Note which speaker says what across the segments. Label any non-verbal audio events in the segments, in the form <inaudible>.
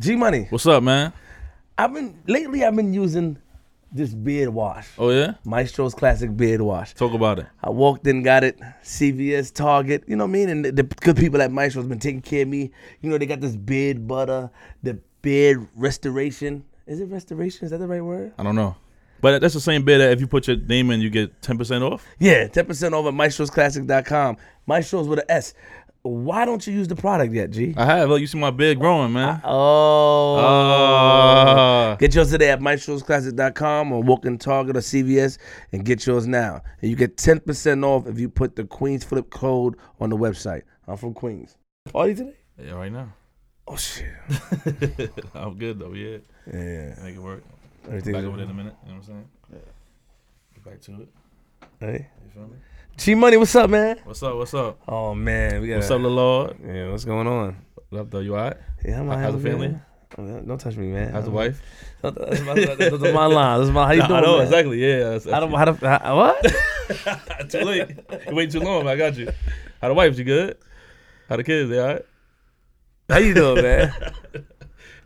Speaker 1: G Money.
Speaker 2: What's up, man?
Speaker 1: I've been lately. I've been using this beard wash,
Speaker 2: Oh yeah,
Speaker 1: Maestro's classic beard wash.
Speaker 2: talk about it.
Speaker 1: I walked in, got it, CVS, Target. You know what I mean? And the, the good people at Maestro's been taking care of me. You know they got this beard butter, the beard restoration. Is it restoration? Is that the right word?
Speaker 2: I don't know, but that's the same bid that if you put your name in, you get ten percent off.
Speaker 1: Yeah, 10% over at maestrosclassic.com. Maestro's with a S. Why don't you use the product yet, G?
Speaker 2: I have. Look, you see my beard growing, man.
Speaker 1: Oh.
Speaker 2: Ah.
Speaker 1: Get yours today at maestrosclassic.com or walk in Target or CVS and get yours now. And you get 10% off if you put the Queens Flip code on the website. I'm from Queens. Party today?
Speaker 2: yeah, right now. <laughs>
Speaker 1: Oh, shit.
Speaker 2: I'm good though. Yeah,
Speaker 1: Yeah.
Speaker 2: make it work.
Speaker 1: Everything's
Speaker 2: Back over there in a minute. You know what I'm saying? Yeah. Get back to it.
Speaker 1: Hey.
Speaker 2: You feel me?
Speaker 1: G Money, what's up, man?
Speaker 2: What's up? What's up?
Speaker 1: Oh, man. We got
Speaker 2: What's up, Lil Lord?
Speaker 1: Yeah, what's going on?
Speaker 2: What up, though? You alright?
Speaker 1: Yeah, I'm
Speaker 2: How's
Speaker 1: alright,
Speaker 2: the family?
Speaker 1: man. Oh, man, Don't touch me, man.
Speaker 2: How's the
Speaker 1: I'm-
Speaker 2: wife?
Speaker 1: <laughs> That's my, that's my line. That's my, how you
Speaker 2: Nah,
Speaker 1: doing?
Speaker 2: <laughs> I know
Speaker 1: man?
Speaker 2: exactly. Yeah. That's,
Speaker 1: How do, how do, how, what?
Speaker 2: too late. You wait too long. I got you. How the wife? You good? How the kids? They alright?
Speaker 1: <laughs> How you doing, <laughs> man?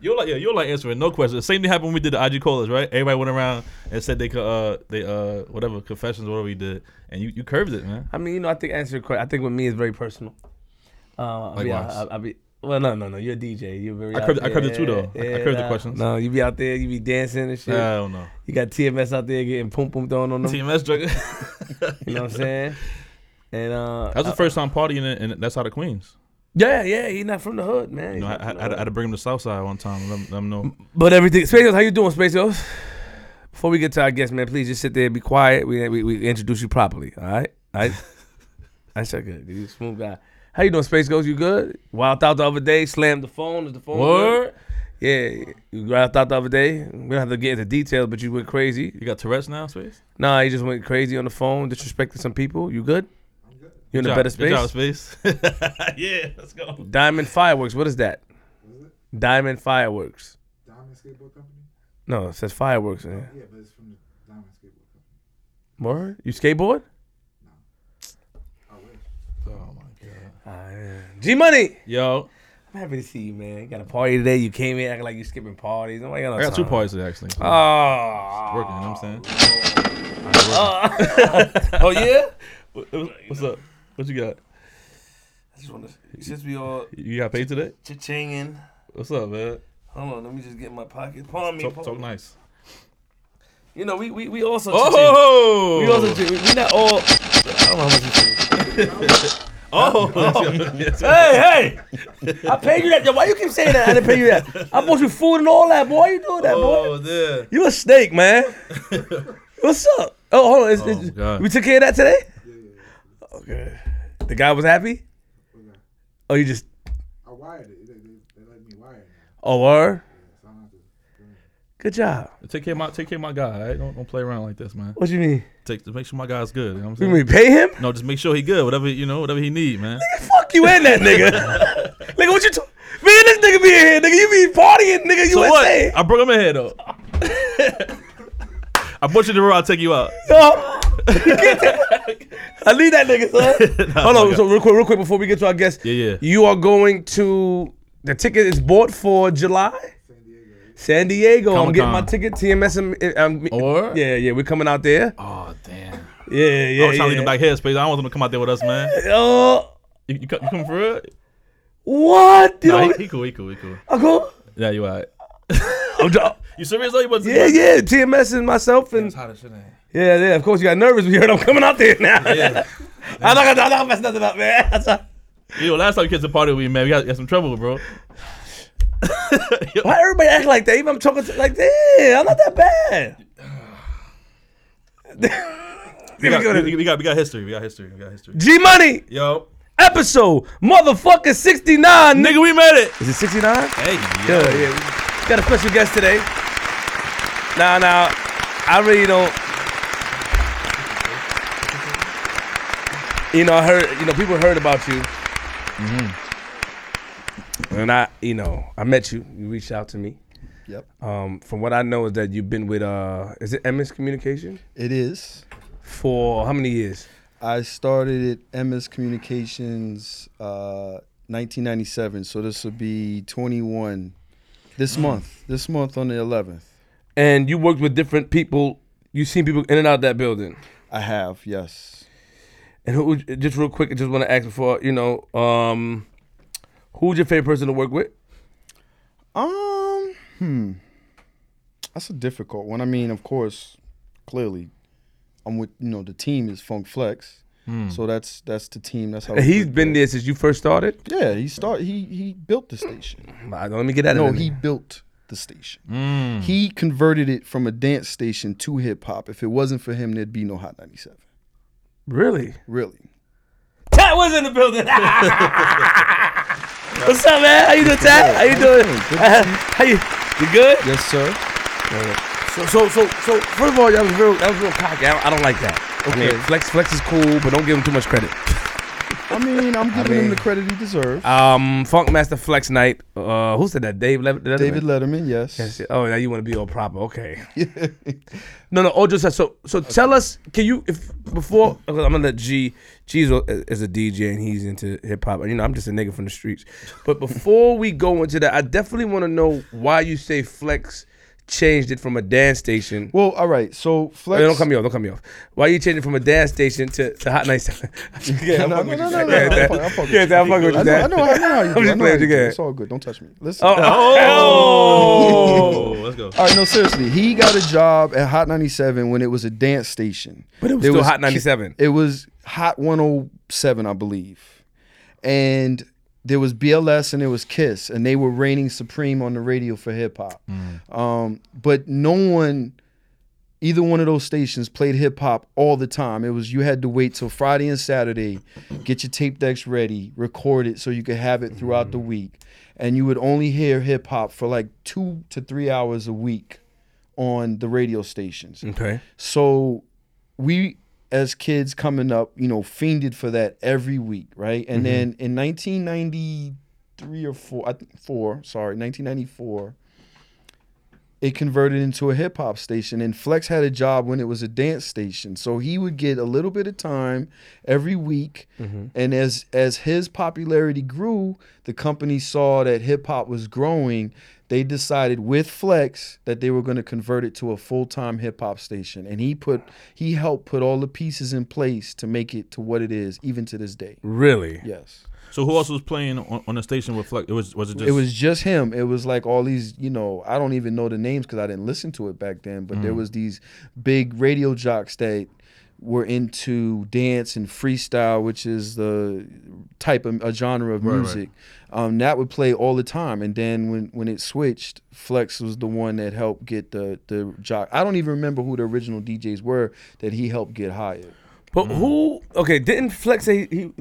Speaker 2: You don't like yeah, you don't like answering no questions. Same thing happened when we did the IG callers, right? Everybody went around and said they could uh they uh whatever confessions whatever we did, and you you curved it, man.
Speaker 1: I mean, you know, I think answer your question. I think with me it's very personal. Uh, I be,
Speaker 2: Likewise.
Speaker 1: I, I, I be, well, no, no, no. You're a DJ. You're very.
Speaker 2: I
Speaker 1: out
Speaker 2: curved- I curved it
Speaker 1: there.
Speaker 2: too, though. I- I curved the
Speaker 1: nah.
Speaker 2: questions.
Speaker 1: No, you be out there, you be dancing and shit.
Speaker 2: I don't know.
Speaker 1: You got TMS out there getting pum pum thrown on them.
Speaker 2: TMS <laughs> drug.
Speaker 1: You know what
Speaker 2: <laughs>
Speaker 1: I'm saying? And uh,
Speaker 2: That was
Speaker 1: I-
Speaker 2: the first time partying, in, and that's out of Queens.
Speaker 1: yeah, yeah. He's not from the hood, man.
Speaker 2: You
Speaker 1: He's
Speaker 2: know, I,
Speaker 1: not
Speaker 2: I,
Speaker 1: from
Speaker 2: I
Speaker 1: the
Speaker 2: had,
Speaker 1: hood.
Speaker 2: to bring him to Southside one time. and Let, 'em- let him know.
Speaker 1: But everything, Spacios, how you doing, Spacios? Before we get to our guest, man, please just sit there and be quiet. We we, we introduce you properly, all right? All
Speaker 2: <laughs>
Speaker 1: right? That's so good. You a smooth guy. How you doing, Space Ghost? You good? Wild out the other day, slammed the phone. Is the phone
Speaker 2: Word.
Speaker 1: good? Yeah, you wild out the other day. We don't have to get into details, but you went crazy.
Speaker 2: You got Tourette's now, space.
Speaker 1: Nah, you just went crazy on the phone, disrespected some people. You good? You in a
Speaker 2: Good
Speaker 1: better
Speaker 2: job- good
Speaker 1: space?
Speaker 2: job, space. <laughs> Oh, yeah, let's go.
Speaker 1: Diamond Fireworks. What is that? Diamond Fireworks.
Speaker 3: Diamond Skateboard Company?
Speaker 1: No, it says fireworks. in here.
Speaker 3: Yeah, but it's from the Diamond Skateboard Company.
Speaker 1: Word? You skateboard?
Speaker 3: I wish.
Speaker 2: Oh my god.
Speaker 1: G Money.
Speaker 2: Yo,
Speaker 1: I'm happy to see you, man. You got a party today. You came in acting like you skipping parties. Nobody got no
Speaker 2: I got two
Speaker 1: time.
Speaker 2: parties today actually.
Speaker 1: Oh.
Speaker 2: Working, you know what I'm saying?
Speaker 1: <laughs> oh yeah.
Speaker 2: What- What's up? What you got?
Speaker 1: I just want to just be all
Speaker 2: You got paid today?
Speaker 1: cha-chinging.
Speaker 2: What's up, man?
Speaker 1: Hold on, let me just get my pocket. Pardon me.
Speaker 2: Talk,
Speaker 1: pardon
Speaker 2: talk
Speaker 1: me.
Speaker 2: nice.
Speaker 1: You know, we we, we also cha-ching.
Speaker 2: Oh,
Speaker 1: We also cha- we we not all. I don't know how much you cha- <laughs>
Speaker 2: oh, <laughs> Yes, sir.
Speaker 1: Hey hey! I paid you that. Yo, why you keep saying that? I didn't pay you that. I bought you food and all that, boy. Why you doing that, boy?
Speaker 2: oh, there.
Speaker 1: You a snake, man. What's up? Oh, hold on. Is, is-
Speaker 2: my God.
Speaker 1: we took care of that today?
Speaker 3: Yeah, yeah, yeah.
Speaker 1: Okay. The guy was happy?
Speaker 3: What guy?
Speaker 1: Oh, you just.
Speaker 3: I wired it. They, they, they let me wire it now.
Speaker 1: Oh, word?
Speaker 3: Yeah, so I don't have to.
Speaker 1: Good job.
Speaker 2: <laughs> Take care of my take care of my guy. All right? Don't don't play around like this, man.
Speaker 1: What you mean?
Speaker 2: Take just make sure my guy's good. You know what I'm
Speaker 1: You
Speaker 2: saying?
Speaker 1: mean pay him?
Speaker 2: No, just make sure he good. Whatever you know, whatever he need,
Speaker 1: <laughs>
Speaker 2: man.
Speaker 1: Fuck you and that
Speaker 2: <laughs>
Speaker 1: nigga. nigga, what you talking? Man, this nigga be in here, nigga. You be partying, nigga. You
Speaker 2: So
Speaker 1: insane.
Speaker 2: what? I brought him in
Speaker 1: <laughs>
Speaker 2: here though. I brought you to the room. I'll take you out.
Speaker 1: No. You can't take- <laughs> I need that nigga, son.
Speaker 2: <laughs> Nah,
Speaker 1: Hold
Speaker 2: my
Speaker 1: on,
Speaker 2: God.
Speaker 1: so real quick, real quick before we get to our guest.
Speaker 2: Yeah, yeah.
Speaker 1: You are going to the ticket is bought for July.
Speaker 3: San
Speaker 1: San
Speaker 3: Diego.
Speaker 1: Diego. I'm getting my
Speaker 2: Comic-Con.
Speaker 1: ticket. TMS. and- I'm,
Speaker 2: Or-
Speaker 1: yeah, yeah, we're coming out there.
Speaker 2: Oh damn.
Speaker 1: Yeah, yeah,
Speaker 2: I was trying to leave
Speaker 1: yeah.
Speaker 2: him back here, space. I don't want him to come out there with us, man.
Speaker 1: Oh,
Speaker 2: You, you, co- you come for it?
Speaker 1: what? You
Speaker 2: Nah,
Speaker 1: don't-
Speaker 2: he, he cool. He cool. He cool.
Speaker 1: I go.
Speaker 2: Yeah, you alright.
Speaker 1: <laughs> I'm dro-
Speaker 2: <laughs> You serious though? You about to
Speaker 1: Yeah, yeah. TMS and myself and
Speaker 2: It's hot as shit. ain't it?
Speaker 1: yeah, yeah. Of course, you got nervous. We heard I'm coming out there now.
Speaker 2: Yeah.
Speaker 1: <laughs> I'm not gonna, I'm not gonna mess nothing up, man. <laughs> That's not-
Speaker 2: Yo, last time you came to the party with me, man, we got, got some trouble,
Speaker 1: <laughs>
Speaker 2: bro. <laughs>
Speaker 1: Why everybody act like that? Even I'm talking to, like, damn, I'm not that
Speaker 2: <sighs>
Speaker 1: bad.
Speaker 2: We got, we, we got we got history. We got history. We got history.
Speaker 1: G Money
Speaker 2: Yo,
Speaker 1: episode motherfucker 69. Nigga.
Speaker 2: nigga, we made it.
Speaker 1: Is it 69?
Speaker 2: Hey,
Speaker 1: Yeah,
Speaker 2: yo.
Speaker 1: Oh, yeah. We Got a special guest today. Now, now, I really don't. You know, I heard. You know, people heard about you. And I, you know, I met you. You reached out to me.
Speaker 4: Yep.
Speaker 1: Um, from what I know is that you've been with uh, is it MS Communication
Speaker 4: It is.
Speaker 1: for how many years?
Speaker 4: I started at MS Communications uh, 1997, so this would be 21
Speaker 1: Mm.
Speaker 4: This month. This month on the 11th.
Speaker 1: And you worked with different people. You've seen people in and out of that building.
Speaker 4: I have, yes.
Speaker 1: And who? Just real quick, I just want to ask before you know, um, who's your favorite person to work with?
Speaker 4: Um, hmm. That's a difficult one. I mean, of course, clearly, I'm with you know the team is Funk Flex, so that's that's the team. That's how
Speaker 1: Hmm. And He's
Speaker 4: we-
Speaker 1: been there since you first started.
Speaker 4: Yeah, he start he he built the station.
Speaker 1: Nah, Don't let me get out of
Speaker 4: No,
Speaker 1: there.
Speaker 4: he built the station.
Speaker 1: Mm.
Speaker 4: He converted it from a dance station to hip hop. If it wasn't for him, there'd be no Hot 97.
Speaker 1: really.
Speaker 4: Really.
Speaker 1: Tat was in the <laughs> building. What's up, man? How you doing, Tat? How you doing? Uh, How you? You good?
Speaker 4: Yes, sir.
Speaker 1: So, so, so, so. First of all, that was real. That was real cocky. I don't, I don't like that. Okay.
Speaker 4: Okay.
Speaker 1: flex, flex is cool, but don't give him too much credit.
Speaker 4: I mean, I'm giving him
Speaker 1: mean-
Speaker 4: the credit he deserves.
Speaker 1: Um, Funk Master Flex Night. Uh, who said that? Dave Le- Letterman?
Speaker 4: David Letterman, yes.
Speaker 1: Yes, yeah. Oh, now you want to be all proper? Okay. no, no. Oh, just that. so. So tell us. Can you if before I'm gonna let G. G's a- is a DJ and he's into hip hop. And you know, I'm just a nigga from the streets. But before we go into that, I definitely want to know why you say Flex changed it from a dance station.
Speaker 4: <laughs> Well, all right. So
Speaker 1: Oh,
Speaker 4: Flex.
Speaker 1: don't cut me off. Don't cut me off. Why you changing it from a dance station to, to Hot Night? yeah, I'm
Speaker 4: No,
Speaker 1: fucking
Speaker 4: no,
Speaker 1: with <laughs>
Speaker 4: no,
Speaker 1: you. Yeah,
Speaker 4: no, no, no,
Speaker 1: that-
Speaker 4: I'm fucking- I'm fucking
Speaker 1: yeah, that- I'm fucking with
Speaker 4: I
Speaker 1: you.
Speaker 4: know, I
Speaker 1: that- Oh,
Speaker 4: know, I
Speaker 1: <laughs>
Speaker 4: know how you
Speaker 1: just
Speaker 4: do. I know
Speaker 1: playing
Speaker 4: how
Speaker 1: with
Speaker 4: you
Speaker 1: you,
Speaker 4: do.
Speaker 1: yeah.
Speaker 4: It's all good. Don't touch me. Listen.
Speaker 1: Oh.
Speaker 2: <laughs> Oh, let's go.
Speaker 4: All right, no, seriously. He got a job at Hot 97 when it was a dance station.
Speaker 1: But it was
Speaker 4: There
Speaker 1: still Hot 97.
Speaker 4: It was Hot 107, I believe. And there was BLS and there was Kiss, and they were reigning supreme on the radio for hip hop. Um, but no one, either one of those stations played hip hop all the time. It was you had to wait till Friday and Saturday, get your tape decks ready, record it so you could have it throughout the week. And you would only hear hip hop for like two to three hours a week on the radio stations.
Speaker 1: Okay.
Speaker 4: So we as kids coming up, you know, fiended for that every week, right? And then in 1993 or 4, I think 4, sorry, 1994, it converted into a hip hop station and Flex had a job when it was a dance station. So he would get a little bit of time every week and as as his popularity grew, the company saw that hip hop was growing. They decided with Flex that they were going to convert it to a full-time hip hop station and he put he helped put all the pieces in place to make it to what it is even to this day.
Speaker 1: Really?
Speaker 4: Yes.
Speaker 2: So who else was playing on, on the station with Flex? It was was it just
Speaker 4: it was just him. It was like all these, you know, I don't even know the names because I didn't listen to it back then. But there
Speaker 2: Mm.
Speaker 4: was these big radio jocks that were into dance and freestyle, which is the type of a genre of
Speaker 2: right.
Speaker 4: music Um, that would play all the time. And then when when it switched, Flex was the one that helped get the the jock. I don't even remember who the original DJs were that he helped get hired.
Speaker 1: But who? Okay, didn't Flex say he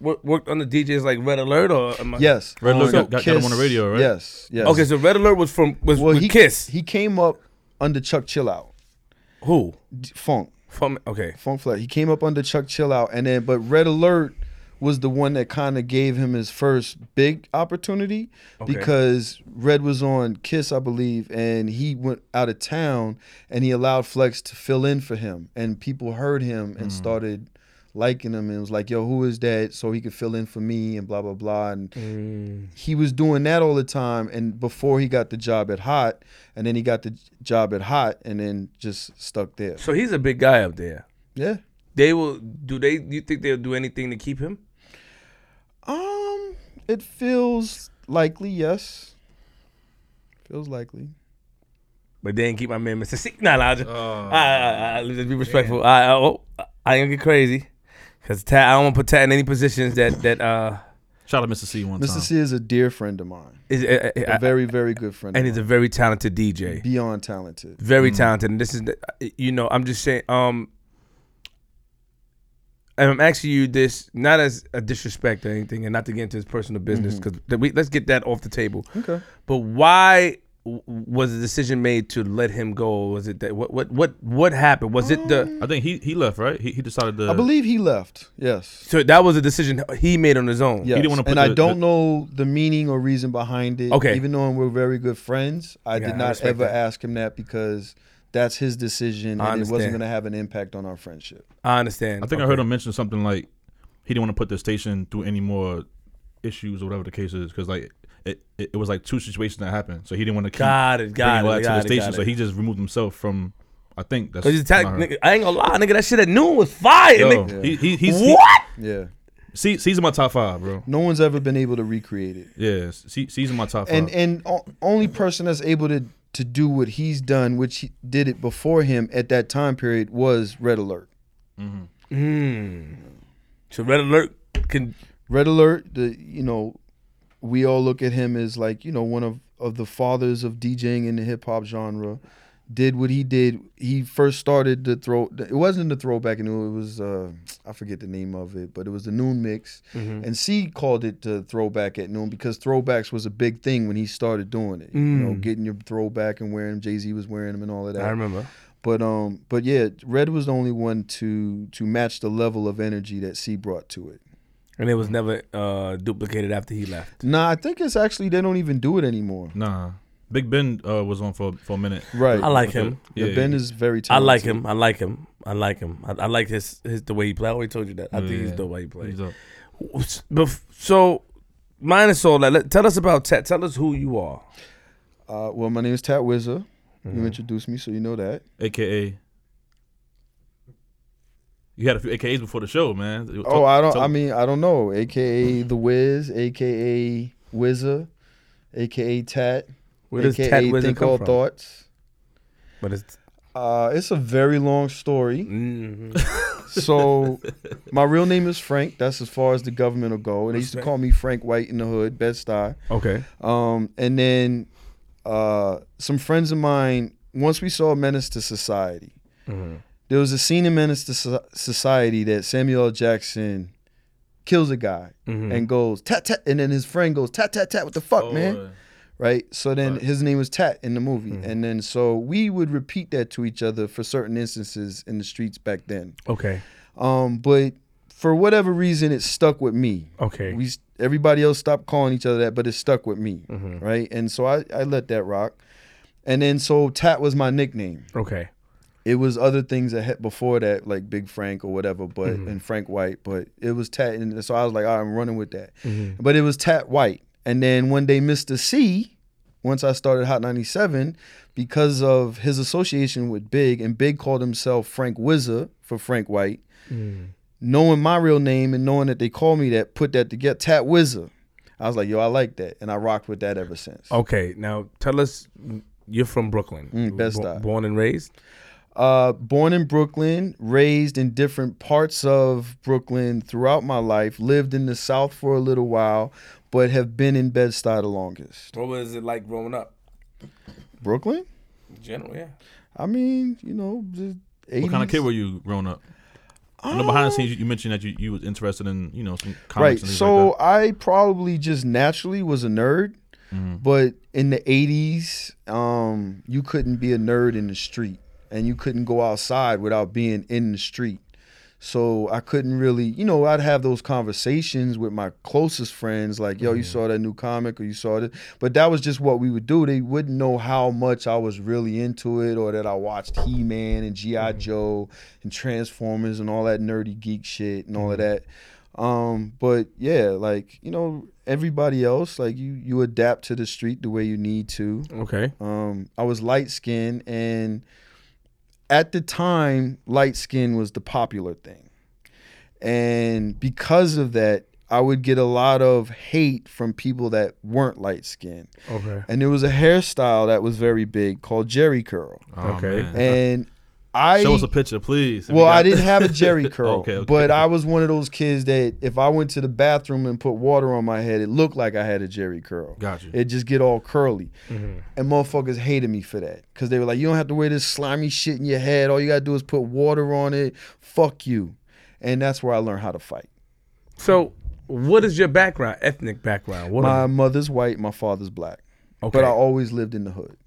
Speaker 1: wor- worked on the DJs like Red Alert or? Am I,
Speaker 4: Yes,
Speaker 2: Red Alert
Speaker 4: on
Speaker 2: got- got- got him on the radio, right?
Speaker 4: Yes, yes.
Speaker 1: Okay, so Red Alert was from was
Speaker 4: well,
Speaker 1: with
Speaker 4: he
Speaker 1: Kiss.
Speaker 4: He came up under Chuck Chill Out.
Speaker 1: who?
Speaker 4: Funk,
Speaker 1: From okay.
Speaker 4: Funk Flat. He came up under Chuck Chill Out, and then but Red Alert was the one that kind of gave him his first big opportunity
Speaker 1: Okay.
Speaker 4: because Red was on Kiss, I believe, and he went out of town, and he allowed Flex to fill in for him, and people heard him and started liking him and was like, "Yo, who is that?" So he could fill in for me and blah blah blah, and he was doing that all the time and before he got the job at hot and then he got the job at hot and then just stuck there
Speaker 1: So he's a big guy up there.
Speaker 4: yeah
Speaker 1: They will. Do they? You think they'll do anything to keep him?
Speaker 4: um it feels likely yes feels likely
Speaker 1: But they ain't keep my man Mr. C. <laughs> Nah, nah. I Just, I, I, I, let's be respectful. I, I, oh, I ain't gonna get crazy. Cause Tat, I don't want to put Tat in any positions that that uh
Speaker 2: shout out Mr. C one
Speaker 4: mr
Speaker 2: time.
Speaker 4: c is a dear friend of mine
Speaker 1: is uh, uh,
Speaker 4: a very very good friend
Speaker 1: and
Speaker 4: and
Speaker 1: he's
Speaker 4: of
Speaker 1: a
Speaker 4: mine.
Speaker 1: very talented DJ.
Speaker 4: beyond talented
Speaker 1: very talented. And this is, the, uh, you know, I'm just saying. Um, and I'm asking you this not as a disrespect or anything, and not to get into his personal business because we let's get that off the table.
Speaker 4: okay
Speaker 1: But why w- was the decision made to let him go? Was it that what what what what happened? Was it the
Speaker 2: I think he he left right. He, he decided to.
Speaker 4: i believe he left yes
Speaker 1: so that was a decision he made on his own?
Speaker 4: Yes.
Speaker 2: didn't wanna put
Speaker 4: and I
Speaker 2: the-
Speaker 4: don't
Speaker 2: the-
Speaker 4: know the meaning or reason behind it.
Speaker 1: Okay.
Speaker 4: Even though we're very good friends, I
Speaker 1: Yeah, I
Speaker 4: did not
Speaker 1: respect
Speaker 4: ever
Speaker 1: that.
Speaker 4: ask him that because that's his
Speaker 1: I
Speaker 4: decision and it
Speaker 1: understand.
Speaker 4: wasn't going to have an impact on our friendship.
Speaker 1: I understand.
Speaker 2: I think I heard him mention something like he didn't want to put the station through any more issues or whatever the case is because like it, it, it was like two situations that happened. So he didn't want to keep
Speaker 1: Oh, Got it, got
Speaker 2: bringing all
Speaker 1: it,
Speaker 2: that
Speaker 1: got
Speaker 2: to
Speaker 1: it,
Speaker 2: the
Speaker 1: got
Speaker 2: station.
Speaker 1: it.
Speaker 2: So he just removed himself from. I think that's
Speaker 1: Cause you tell-
Speaker 2: not her.
Speaker 1: nigga, I ain't gonna lie, nigga. That shit at noon was fire.
Speaker 2: Yo,
Speaker 1: nigga.
Speaker 2: he, he, he's, he-
Speaker 1: What?
Speaker 4: Yeah.
Speaker 2: See, he's in my top five, bro.
Speaker 4: No one's ever been able to recreate it.
Speaker 2: Yeah, see, he's in my top
Speaker 4: and
Speaker 2: five.
Speaker 4: and o- only person that's able to to do what he's done, which he did it before him at that time period, was Red Alert.
Speaker 1: Hmm. So red alert can
Speaker 4: Red Alert, the you know, we all look at him as like you know one of of the fathers of DJing in the hip hop genre. Did what he did. He first started the throw. It wasn't the throwback, and it was uh, I forget the name of it, but it was the noon mix. And C called it the throwback at noon because throwbacks was a big thing when he started doing it. You know, getting your throwback and wearing them. Jay Z was wearing them and all of that.
Speaker 1: I remember.
Speaker 4: But um, but yeah, Red was the only one to to match the level of energy that C brought to it.
Speaker 1: And it was never uh, duplicated after he left.
Speaker 4: Nah, I think it's actually they don't even do it anymore.
Speaker 2: nah, Big Ben uh, was on for for a minute.
Speaker 4: Right.
Speaker 1: I like him.
Speaker 2: Yeah,
Speaker 4: The Ben is very
Speaker 1: I
Speaker 4: talented.
Speaker 1: like him. I like him. I like him. I, I like his, his the way he played. I already told you that. I think he's
Speaker 2: Yeah.
Speaker 1: the way he plays.
Speaker 2: he's up.
Speaker 1: Bef- so, minus all that, let, tell us about Tat. Tell us who you are.
Speaker 4: Uh, well, my name is Tat Wizza.
Speaker 1: Mm-hmm.
Speaker 4: You introduced me, so you know that.
Speaker 2: AKA. You had a few AKAs before the show, man.
Speaker 4: Oh, I don't.
Speaker 2: Tell-
Speaker 4: I mean, I don't know. AKA the Wiz, AKA Wizza, AKA Tat,
Speaker 1: Where does
Speaker 4: AKA
Speaker 1: Tat Wizard
Speaker 4: Think
Speaker 1: come
Speaker 4: All
Speaker 1: from?
Speaker 4: Thoughts.
Speaker 1: But it's
Speaker 4: Uh, it's a very long story.
Speaker 1: mm <laughs>
Speaker 4: So, my real name is Frank. That's as far as the government will go. And they used to
Speaker 1: Respect.
Speaker 4: call me Frank White in the hood, Best Stuy.
Speaker 1: okay.
Speaker 4: Um, and then uh, some friends of mine, once we saw Menace to Society, there was a scene in Menace to So- Society that Samuel L. Jackson kills a guy and goes, tat, tat, and then his friend goes, tat, tat, tat, what the fuck,
Speaker 2: Oh,
Speaker 4: man?
Speaker 2: uh,
Speaker 4: Right? Mm-hmm. So then his name was Tat in the movie. And then so we would repeat that to each other for certain instances in the streets back then.
Speaker 1: <laughs> Okay.
Speaker 4: Um, but for whatever reason, it stuck with me
Speaker 1: Okay.
Speaker 4: we everybody else stopped calling each other that, but it stuck with me, right? And so I, I let that rock, and then so Tat was my nickname.
Speaker 1: okay.
Speaker 4: It was other things that had before that, like Big Frank or whatever, but and Frank White, but it was Tat, and so I was like, all right, I'm running with that. But it was Tat White, and then one day Mr. C, once I started Hot 97, because of his association with Big, and Big called himself Frank Wizard for Frank White. Knowing my real name and knowing that they called me that, put that together, Tat Wizard. I was like, yo, I like that, and I rocked with that ever since.
Speaker 1: Okay. Now tell us. You're from Brooklyn.
Speaker 4: Mm, Best
Speaker 1: Bo-
Speaker 4: I.
Speaker 1: born and raised.
Speaker 4: Uh, born in Brooklyn, raised in different parts of Brooklyn throughout my life. Lived in the South for a little while, but have been in Bed Stuy the longest.
Speaker 1: What was it like growing up?
Speaker 4: Brooklyn?
Speaker 1: General, yeah.
Speaker 4: I mean, you know, the 80s.
Speaker 2: what kind of kid were you growing up? I know behind the scenes you, you mentioned that you, you was interested in you know some comics
Speaker 4: Right.
Speaker 2: and things
Speaker 4: So
Speaker 2: like
Speaker 4: I probably just naturally was a nerd,
Speaker 2: Mm-hmm.
Speaker 4: but in the 80s, um, you couldn't be a nerd in the street and you couldn't go outside without being in the street. So I couldn't really, you know, I'd have those conversations with my closest friends, like, yo,
Speaker 2: Mm-hmm.
Speaker 4: you saw that new comic or you saw that. But that was just what we would do. They wouldn't know how much I was really into it or that I watched He Man and
Speaker 2: Mm-hmm.
Speaker 4: G.I. Joe and Transformers and all that nerdy geek shit and all
Speaker 2: Mm-hmm.
Speaker 4: of that. Um, but yeah, like, you know, everybody else, like you you adapt to the street the way you need to.
Speaker 1: Okay.
Speaker 4: Um, I was light skinned, and at the time, light skin was the popular thing. And because of that, I would get a lot of hate from people that weren't light skinned.
Speaker 1: Okay.
Speaker 4: And there was a hairstyle that was very big called
Speaker 2: <laughs>
Speaker 4: Jerry Curl.
Speaker 2: that. Oh,
Speaker 1: Okay.
Speaker 2: man.
Speaker 4: And I
Speaker 2: show us a picture, please. if you
Speaker 4: well,
Speaker 2: got
Speaker 4: I
Speaker 2: it. <laughs>
Speaker 4: didn't have a Jerry curl,
Speaker 2: Okay, okay.
Speaker 4: but I was one of those kids that if I went to the bathroom and put water on my head, it looked like I had a Jerry curl.
Speaker 2: Got you.
Speaker 4: It just get all curly,
Speaker 2: Mm-hmm.
Speaker 4: and motherfuckers hated me for that because they were like, "You don't have to wear this slimy shit in your head. All you gotta do is put water on it. Fuck you." And that's where I learned how to fight.
Speaker 1: So, what is your background? Ethnic background. What?
Speaker 4: My
Speaker 1: are-
Speaker 4: mother's white, my father's black,
Speaker 1: okay.
Speaker 4: but I always lived in the hood.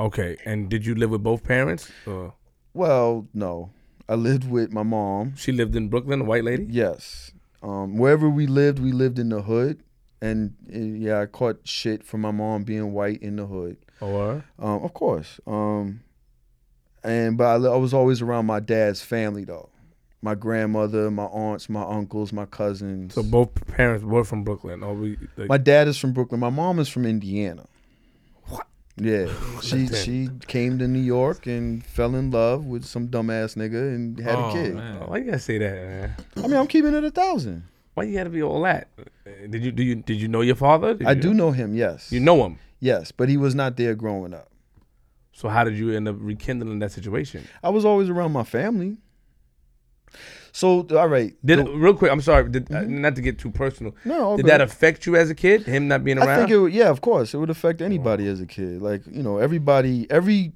Speaker 1: okay. And did you live with both parents? Or
Speaker 4: Well, no, I lived with my mom.
Speaker 1: she lived in Brooklyn, a white lady.
Speaker 4: Yes. Um, wherever we lived, we lived in the hood. And uh, yeah, I caught shit from my mom being white in the hood.
Speaker 1: Or
Speaker 4: Um, of course. Um, and but I, li- I was always around my dad's family though. my grandmother, my aunts, my uncles, my cousins.
Speaker 1: So both parents were from Brooklyn. Or we, like,
Speaker 4: my dad is from Brooklyn. My mom is from Indiana.
Speaker 1: What? <laughs>
Speaker 4: Yeah, she
Speaker 1: Damn.
Speaker 4: she came to New York and fell in love with some dumbass nigga and had
Speaker 2: Oh,
Speaker 4: a kid.
Speaker 2: man.
Speaker 1: why you gotta say that, man?
Speaker 4: I mean, I'm keeping it a thousand.
Speaker 1: Why you gotta be all that? Uh, Did you do you did you know your father? Did
Speaker 4: I
Speaker 1: you-
Speaker 4: do know him. Yes,
Speaker 1: You know him.
Speaker 4: Yes, but he was not there growing up.
Speaker 1: So how did you end up rekindling that situation?
Speaker 4: I was always around my family. So all right,
Speaker 1: Did
Speaker 4: the-
Speaker 1: real quick? I'm sorry, did, uh, not to get too personal.
Speaker 4: Mm-hmm. No, all
Speaker 1: did
Speaker 4: good.
Speaker 1: that affect you as a kid? Him not being around. Oh.
Speaker 4: I think it would, yeah, of course, it would affect anybody as a kid. Like you know, everybody, every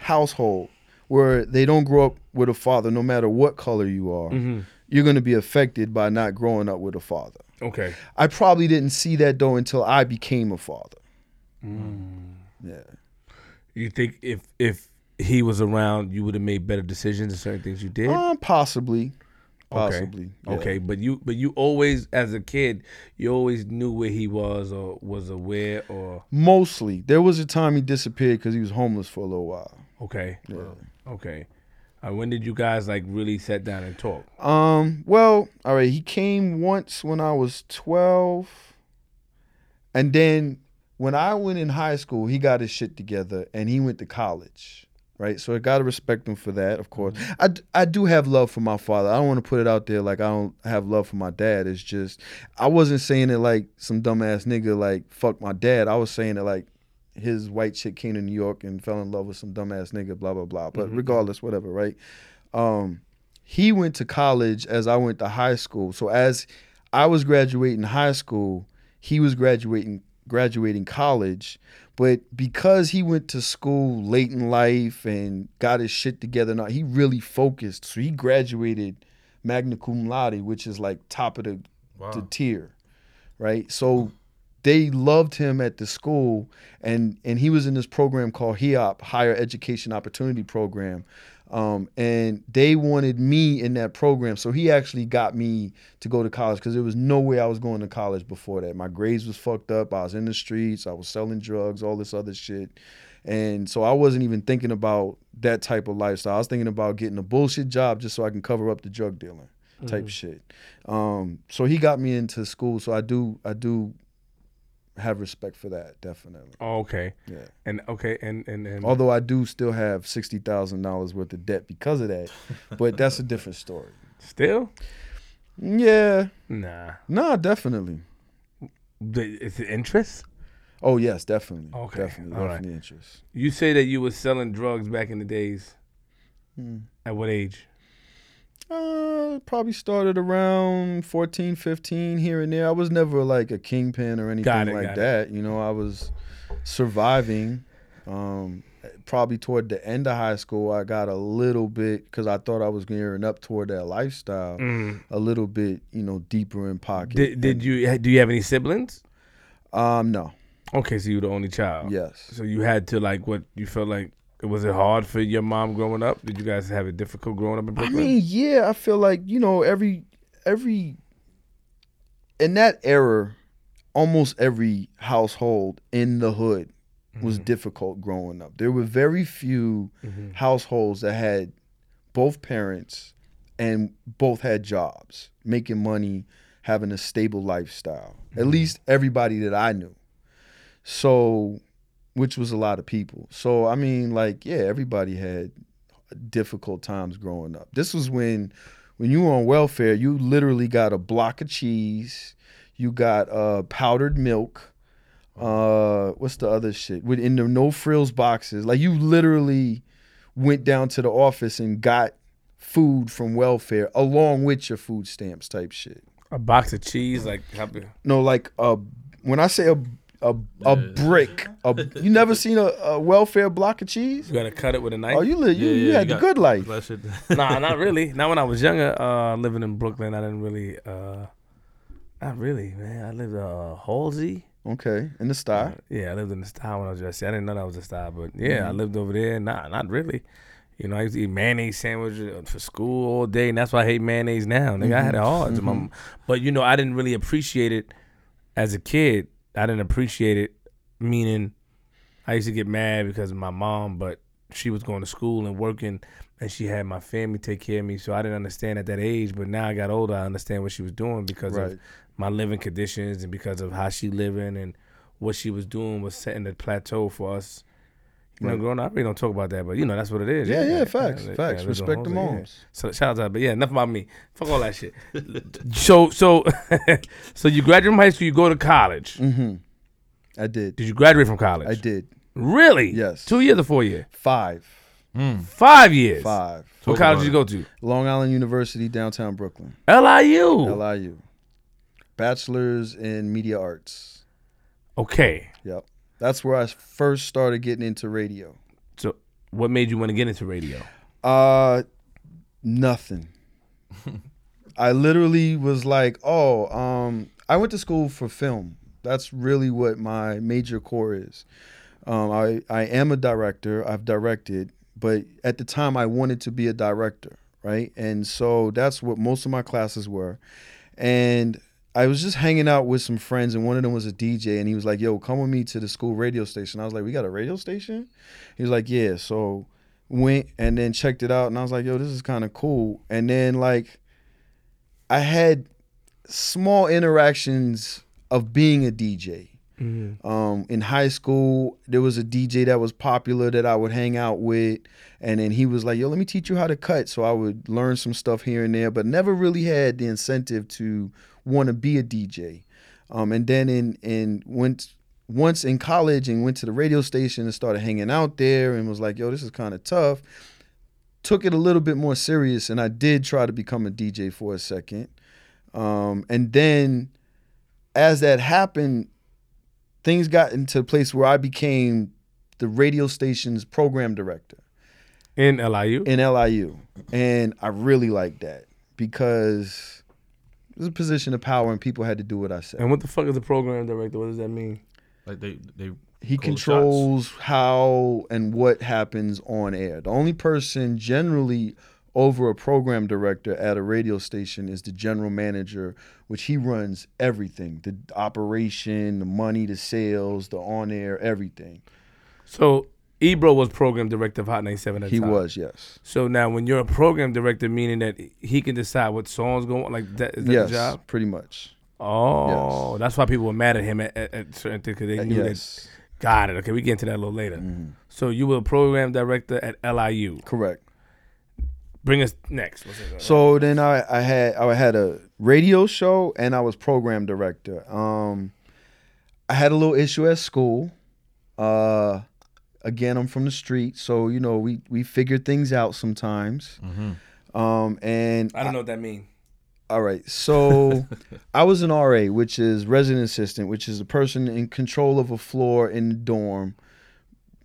Speaker 4: household where they don't grow up with a father, no matter what color you are,
Speaker 1: Mm-hmm.
Speaker 4: you're going to be affected by not growing up with a father.
Speaker 1: okay.
Speaker 4: I probably didn't see that though until I became a father.
Speaker 1: Mm.
Speaker 4: Yeah.
Speaker 1: You think if if he was around, you would have made better decisions and certain things you did.
Speaker 4: Um, possibly,
Speaker 1: Okay.
Speaker 4: possibly. yeah.
Speaker 1: Okay, but you but you always as a kid, you always knew where he was or was aware or
Speaker 4: Mostly, there was a time he disappeared because he was homeless for a little while.
Speaker 1: okay. Okay. Uh, when did you guys like really sit down and talk?
Speaker 4: Um, well, all right, he came once when I was 12. And then when I went in high school, he got his shit together and he went to college. Right? So I got to respect him for that, of course. I, d- I do have love for my father. I don't want to put it out there like I don't have love for my dad. It's just I wasn't saying it like some dumbass nigga like fuck my dad. I was saying it like his white chick came to New York and fell in love with some dumbass nigga, blah blah blah. But regardless, whatever, right? Um, he went to college as I went to high school. So as I was graduating high school, he was graduating graduating college. But because he went to school late in life and got his shit together, now he really focused. So he graduated magna cum laude, which is like top of the
Speaker 2: Wow.
Speaker 4: the tier, right? So they loved him at the school, and and he was in this program called HEOP, Higher Education Opportunity Program, um, and they wanted me in that program. So he actually got me to go to college because there was no way I was going to college before that. My grades was fucked up. I was in the streets. I was selling drugs, all this other shit. And so I wasn't even thinking about that type of lifestyle. I was thinking about getting a bullshit job just so I can cover up the drug dealing type shit. Um, so he got me into school. So I do, I do have respect for that, definitely.
Speaker 1: Oh, okay.
Speaker 4: Yeah.
Speaker 1: And okay, and and, and
Speaker 4: Although I do still have sixty thousand dollars worth of debt because of that, but that's a
Speaker 1: <laughs>
Speaker 4: different story.
Speaker 1: still?
Speaker 4: Yeah,
Speaker 1: Nah.
Speaker 4: nah, definitely.
Speaker 1: The- It's the interest?
Speaker 4: Oh yes, definitely.
Speaker 1: Okay,
Speaker 4: definitely,
Speaker 1: all right.
Speaker 4: definitely interest.
Speaker 1: You say that you were selling drugs back in the days. At what age?
Speaker 4: Uh, probably started around 14, 15 here and there. I was never like a kingpin or anything
Speaker 1: it,
Speaker 4: like
Speaker 1: got it.
Speaker 4: that. You know, I was surviving. Um, probably toward the end of high school, I got a little bit because I thought I was gearing up toward that lifestyle. A little bit, you know, deeper in pocket.
Speaker 1: Mm. Did did you do you have any siblings?
Speaker 4: Um, no.
Speaker 1: Okay, so you were the only child.
Speaker 4: Yes.
Speaker 1: So you had to like what you felt like was it hard for your mom growing up? Did you guys have it difficult growing up in
Speaker 4: I
Speaker 1: Brooklyn?
Speaker 4: mean, yeah, I feel like you know every every in that era, almost every household in the hood was difficult growing up. There were very few
Speaker 1: Mm.
Speaker 4: households that had both parents and both had jobs, making money, having a stable lifestyle. At least everybody that I knew. So, which was a lot of people. So, I mean, like, yeah, everybody had difficult times growing up. This was when when you were on welfare, you literally got a block of cheese, you got uh powdered milk, uh what's the other shit? With in the no frills boxes. Like you literally went down to the office and got food from welfare along with your food stamps type shit.
Speaker 1: a box of cheese, like how big-
Speaker 4: No, like uh when I say a a, a brick. A, you never seen a, a welfare block of cheese?
Speaker 1: you gotta cut it with a knife.
Speaker 4: Oh, you live. You, you had the
Speaker 2: got-
Speaker 4: good life.
Speaker 2: that shit.
Speaker 4: <laughs>
Speaker 1: nah, not really. Not when I was younger, uh, living in Brooklyn, I didn't really, uh, not really, man. I lived uh, Halsey.
Speaker 4: Okay, in the star.
Speaker 1: Yeah, I lived in the style when I was just. I didn't know that was a style, but yeah, I lived over there. Nah, not really. You know, I used to eat mayonnaise sandwiches for school all day, and that's why I hate mayonnaise now. Nigga, I had it hard. to my- but you know, I didn't really appreciate it as a kid. I didn't appreciate it, meaning I used to get mad because of my mom, but she was going to school and working, and she had my family take care of me. So I didn't understand at that age, but now I got older, I understand what she was doing because
Speaker 4: Right.
Speaker 1: of my living conditions and because of how she living and what she was doing was setting the plateau for us. You
Speaker 4: Right.
Speaker 1: know, growing up, we don't talk about that, but you know that's what it is.
Speaker 4: Yeah, yeah, facts,
Speaker 1: yeah,
Speaker 4: facts.
Speaker 1: yeah,
Speaker 4: Respect the
Speaker 1: yeah.
Speaker 4: moms.
Speaker 1: So shout out, to- but yeah, enough about me. Fuck all that shit. <laughs> so so <laughs> so you graduate from high school, you go to college.
Speaker 4: Mm-hmm. I did.
Speaker 1: Did you graduate from college?
Speaker 4: I did.
Speaker 1: Really?
Speaker 4: Yes.
Speaker 1: Two years or four years?
Speaker 4: Five.
Speaker 1: Five years.
Speaker 4: Five.
Speaker 1: What
Speaker 2: Talk
Speaker 1: college
Speaker 2: about
Speaker 1: did you go to?
Speaker 4: Long Island University, downtown Brooklyn.
Speaker 1: LIU.
Speaker 4: LIU. Bachelor's in Media Arts.
Speaker 1: okay.
Speaker 4: Yep. That's where I first started getting into radio.
Speaker 1: So what made you want to get into radio?
Speaker 4: Uh nothing. I literally was like, "Oh, um I went to school for film. That's really what my major core is. Um I I am a director. I've directed, but at the time I wanted to be a director, right? And so that's what most of my classes were. And I was just hanging out with some friends, and one of them was a DJ, and he was like, "Yo, come with me to the school radio station." I was like, "We got a radio station?" He was like, "Yeah." So went and then checked it out, and I was like, "Yo, this is kind of cool." And then like, I had small interactions of being a DJ. Um, in high school, there was a DJ that was popular that I would hang out with, and then he was like, "Yo, let me teach you how to cut." So I would learn some stuff here and there, but never really had the incentive to want to be a DJ. Um, and then in in went once in college and went to the radio station and started hanging out there and was like, "Yo, this is kind of tough." Took it a little bit more serious, and I did try to become a DJ for a second. Um, and then as that happened, things got into a place where I became the radio station's program director
Speaker 1: In LIU?
Speaker 4: in LIU. And I really liked that because it was a position of power and people had to do what I said.
Speaker 1: and what the fuck is the program director? What does that mean?
Speaker 2: Like they they Call the
Speaker 4: He
Speaker 2: shots.
Speaker 4: controls how and what happens on air. The only person generally over a program director at a radio station is the general manager, which he runs everything the operation, the money, the sales, the on air, everything.
Speaker 1: So Ebro was program director of Hot 97 at the
Speaker 4: He
Speaker 1: time.
Speaker 4: was, yes.
Speaker 1: So now when you're a program director, meaning that he can decide what songs go on, like that is that
Speaker 4: yes,
Speaker 1: the job?
Speaker 4: pretty much.
Speaker 1: Oh, that's why people were mad at him at, at, at certain things because they knew that.
Speaker 4: Uh, yes, Mm-hmm.
Speaker 1: Got it. Okay, we get into that a little later. So you were a program director at LIU.
Speaker 4: correct.
Speaker 1: Bring us next. What's it-
Speaker 4: So then I, I had I had a radio show and I was program director. Um, I had a little issue at school. Uh, again, I'm from the street, so you know we we figure things out sometimes.
Speaker 2: Mm-hmm.
Speaker 4: Um, and
Speaker 1: I don't know what that means.
Speaker 4: all right, so I was an RA, which is resident assistant, which is a person in control of a floor in the dorm,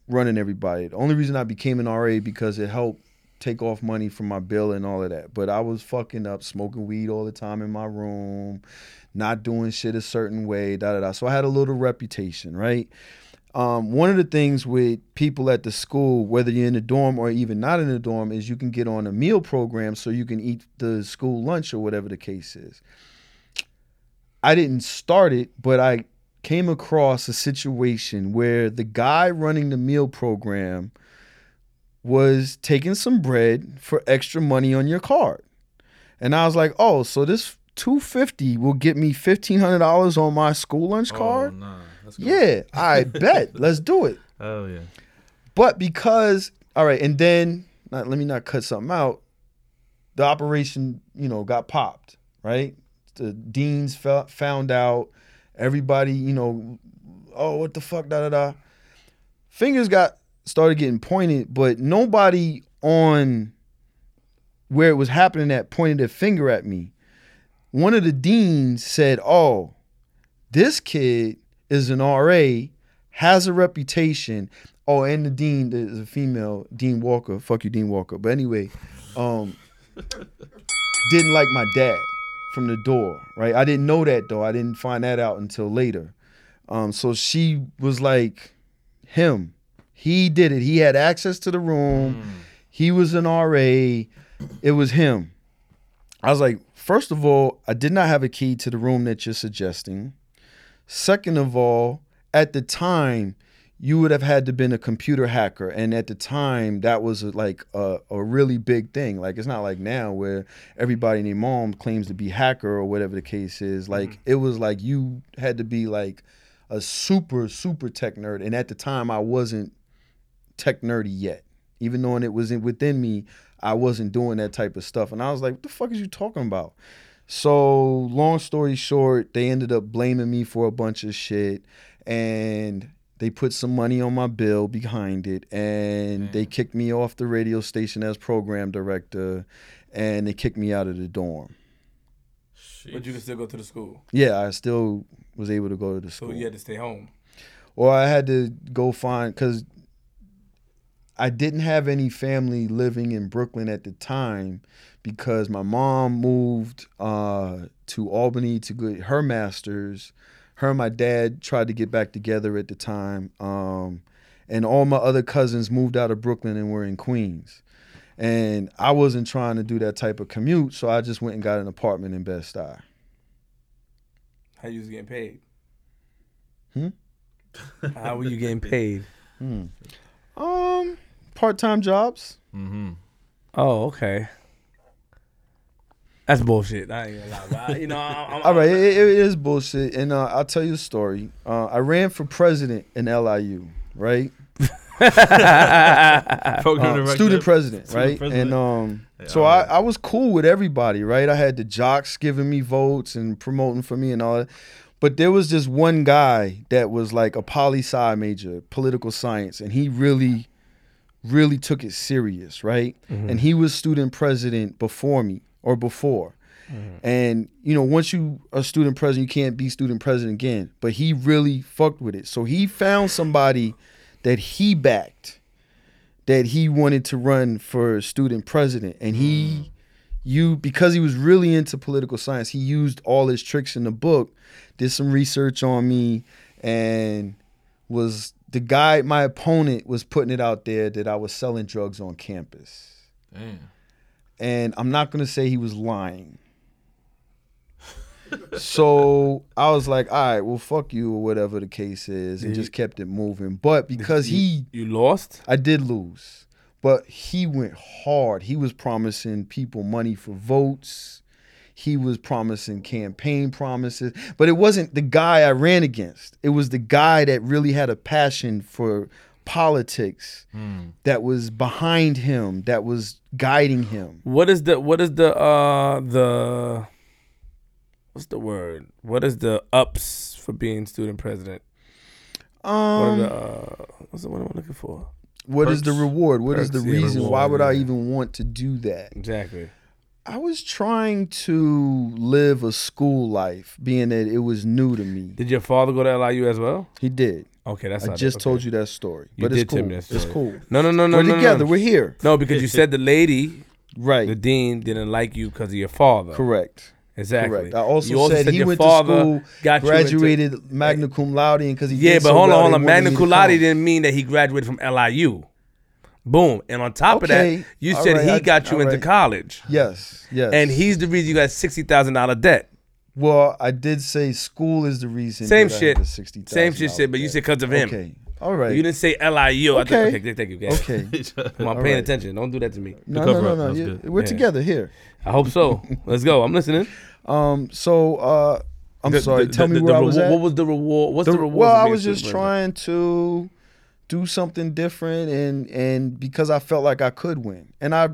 Speaker 4: running everybody. The only reason I became an RA because it helped take off money from my bill and all of that. But I was fucking up, smoking weed all the time in my room, not doing shit a certain way, da da da. So I had a little reputation, right? Um, one of the things with people at the school, whether you're in the dorm or even not in the dorm, is you can get on a meal program so you can eat the school lunch or whatever the case is. I didn't start it, but I came across a situation where the guy running the meal program was taking some bread for extra money on your card. And I was like, "Oh, so this 250 will get me $1500 on my school lunch card?"
Speaker 2: Oh, nah. That's good.
Speaker 4: Yeah, I bet. Let's do it.
Speaker 2: Oh yeah.
Speaker 4: But because all right, and then not, let me not cut something out. The operation, you know, got popped. Right, the deans fou- found out. Everybody, you know, oh, what the fuck, da da da. Fingers got started getting pointed, but nobody on where it was happening at pointed a finger at me. One of the deans said, "Oh, this kid is an RA, has a reputation. Oh, and the dean is a female, Dean Walker. Fuck you, Dean Walker. But anyway, um, didn't like my dad from the door, right? I didn't know that though. I didn't find that out until later. Um, so she was like, him. He did it. He had access to the room. He was an RA. It was him. I was like, first of all, I did not have a key to the room that you're suggesting. Second of all, at the time, you would have had to been a computer hacker and at the time that was uh, like a, a really big thing like it's not like now where everybody and their mom claims to be hacker or whatever the case is like it was like you had to be like a super super tech nerd and at the time i wasn't tech nerdy yet even though it was in, within me i wasn't doing that type of stuff and i was like what the fuck is you talking about so long story short they ended up blaming me for a bunch of shit and they put some money on my bill behind it and they kicked me off the radio station as program director and they kicked me out of the dorm
Speaker 1: But you can still go to the school.
Speaker 4: yeah i still was able to go to the
Speaker 1: So
Speaker 4: school
Speaker 1: you had to stay home.
Speaker 4: or I had to go find because I didn't have any family living in Brooklyn at the time because my mom moved uh, to Albany to get her master's. Her and my dad tried to get back together at the time, um, and all my other cousins moved out of Brooklyn and were in Queens. And I wasn't trying to do that type of commute, so I just went and got an apartment in Bed Stuy.
Speaker 1: How you was getting paid?
Speaker 4: Hmm?
Speaker 1: How were you getting paid?
Speaker 4: Um, part-time jobs.
Speaker 2: Mm-hmm.
Speaker 1: Oh, okay. That's bullshit. I ain't gonna lie. But I, you know, I, I'm,
Speaker 4: <laughs> All right, it, it is bullshit, and uh, I'll tell you a story. Uh, I ran for president in LIU, right?
Speaker 2: Program
Speaker 4: Uh,
Speaker 2: director.
Speaker 4: student president,
Speaker 2: Student
Speaker 4: right?
Speaker 2: president.
Speaker 4: And um,
Speaker 2: Yeah,
Speaker 4: so
Speaker 2: all
Speaker 4: I,
Speaker 2: right.
Speaker 4: I was cool with everybody, right? I had the jocks giving me votes and promoting for me and all that. But there was this one guy that was like a poli sci major, political science, and he really, really took it serious, right? And he was student president before me or before. And you know, once you are student president, you can't be student president again. But he really fucked with it. So he found somebody that he backed that he wanted to run for student president and he you because he was really into political science he used all his tricks in the book did some research on me and was the guy my opponent was putting it out there that I was selling drugs on campus
Speaker 2: Damn.
Speaker 4: <laughs> and I'm not gonna say he was lying. so I was like, all right, well, fuck you or whatever the case is, and
Speaker 1: Did
Speaker 4: just kept it moving. But because he
Speaker 1: you lost.
Speaker 4: I did lose, but he went hard. He was promising people money for votes. He was promising campaign promises, but it wasn't the guy I ran against. It was the guy that really had a passion for politics
Speaker 1: Hmm.
Speaker 4: that was behind him, that was guiding him.
Speaker 1: What is the what is the uh the what's the word? What is the ups for being student president? What are
Speaker 4: Um,
Speaker 1: the uh, what's the one I'm looking for?
Speaker 4: what is the
Speaker 2: perks?
Speaker 4: reward? What is
Speaker 1: Perks,
Speaker 4: the
Speaker 1: yeah,
Speaker 4: reason?
Speaker 1: reward,
Speaker 4: Why would I
Speaker 1: yeah.
Speaker 4: even want to do that?
Speaker 1: Exactly.
Speaker 4: I was trying to live a school life, being that it was new to me.
Speaker 1: Did your father go to LIU as well?
Speaker 4: He did.
Speaker 1: Okay, that's
Speaker 4: I
Speaker 1: not it.
Speaker 4: just
Speaker 1: Okay.
Speaker 4: told you that story.
Speaker 1: You
Speaker 4: but it's
Speaker 1: did tell
Speaker 4: cool.
Speaker 1: me that
Speaker 4: It's
Speaker 1: story.
Speaker 4: cool.
Speaker 1: No, no, no, no,
Speaker 4: We're
Speaker 1: no,
Speaker 4: together.
Speaker 1: no.
Speaker 4: We're here.
Speaker 1: No, because you said the lady,
Speaker 4: Right.
Speaker 1: the dean, didn't like you because of your father.
Speaker 4: Correct.
Speaker 1: Exactly.
Speaker 4: Correct. I also,
Speaker 1: You
Speaker 4: said, he
Speaker 1: your
Speaker 4: went
Speaker 1: father
Speaker 4: to school,
Speaker 1: got you into-
Speaker 4: graduated magna cum laude, because he
Speaker 1: Yeah,
Speaker 4: did
Speaker 1: but
Speaker 4: so
Speaker 1: hold
Speaker 4: well,
Speaker 1: on, hold
Speaker 4: they
Speaker 1: on.
Speaker 4: wanted
Speaker 1: Magna
Speaker 4: me to
Speaker 1: cum laude
Speaker 4: come.
Speaker 1: didn't mean that he graduated from LIU. Boom. And on top of
Speaker 4: Okay.
Speaker 1: that, you
Speaker 4: All
Speaker 1: said
Speaker 4: right,
Speaker 1: he
Speaker 4: I-
Speaker 1: got you
Speaker 4: all
Speaker 1: into
Speaker 4: right.
Speaker 1: college,
Speaker 4: Yes. Yes.
Speaker 1: and he's the reason you got sixty thousand dollar debt.
Speaker 4: well, I did say school is the reason.
Speaker 1: Same
Speaker 4: that I
Speaker 1: shit.
Speaker 4: had the 60,000
Speaker 1: Same shit, shit. But you said because of him.
Speaker 4: Okay. All right.
Speaker 1: You didn't say LIU. I think,
Speaker 4: Okay.
Speaker 1: okay, thank you. guys. <laughs>
Speaker 4: Okay.
Speaker 1: I'm paying
Speaker 4: right.
Speaker 1: attention. Don't do that to me.
Speaker 4: <laughs> No, no,
Speaker 2: cover
Speaker 4: no,
Speaker 2: up.
Speaker 4: no.
Speaker 2: That's
Speaker 4: You-
Speaker 2: good.
Speaker 4: We're
Speaker 1: Yeah.
Speaker 4: together here.
Speaker 1: I hope
Speaker 4: <laughs>
Speaker 1: so. Let's go. I'm listening.
Speaker 4: Um. So, uh, I'm
Speaker 1: The-
Speaker 4: sorry.
Speaker 1: the-
Speaker 4: Tell
Speaker 1: the-
Speaker 4: me
Speaker 1: the
Speaker 4: where I
Speaker 1: reward-
Speaker 4: was at.
Speaker 1: What was the reward? What's the,
Speaker 4: The-
Speaker 1: reward?
Speaker 4: well,
Speaker 1: for
Speaker 4: I
Speaker 1: being
Speaker 4: was
Speaker 1: a
Speaker 4: just
Speaker 1: supervisor?
Speaker 4: trying to do something different, and and because I felt like I could win, and I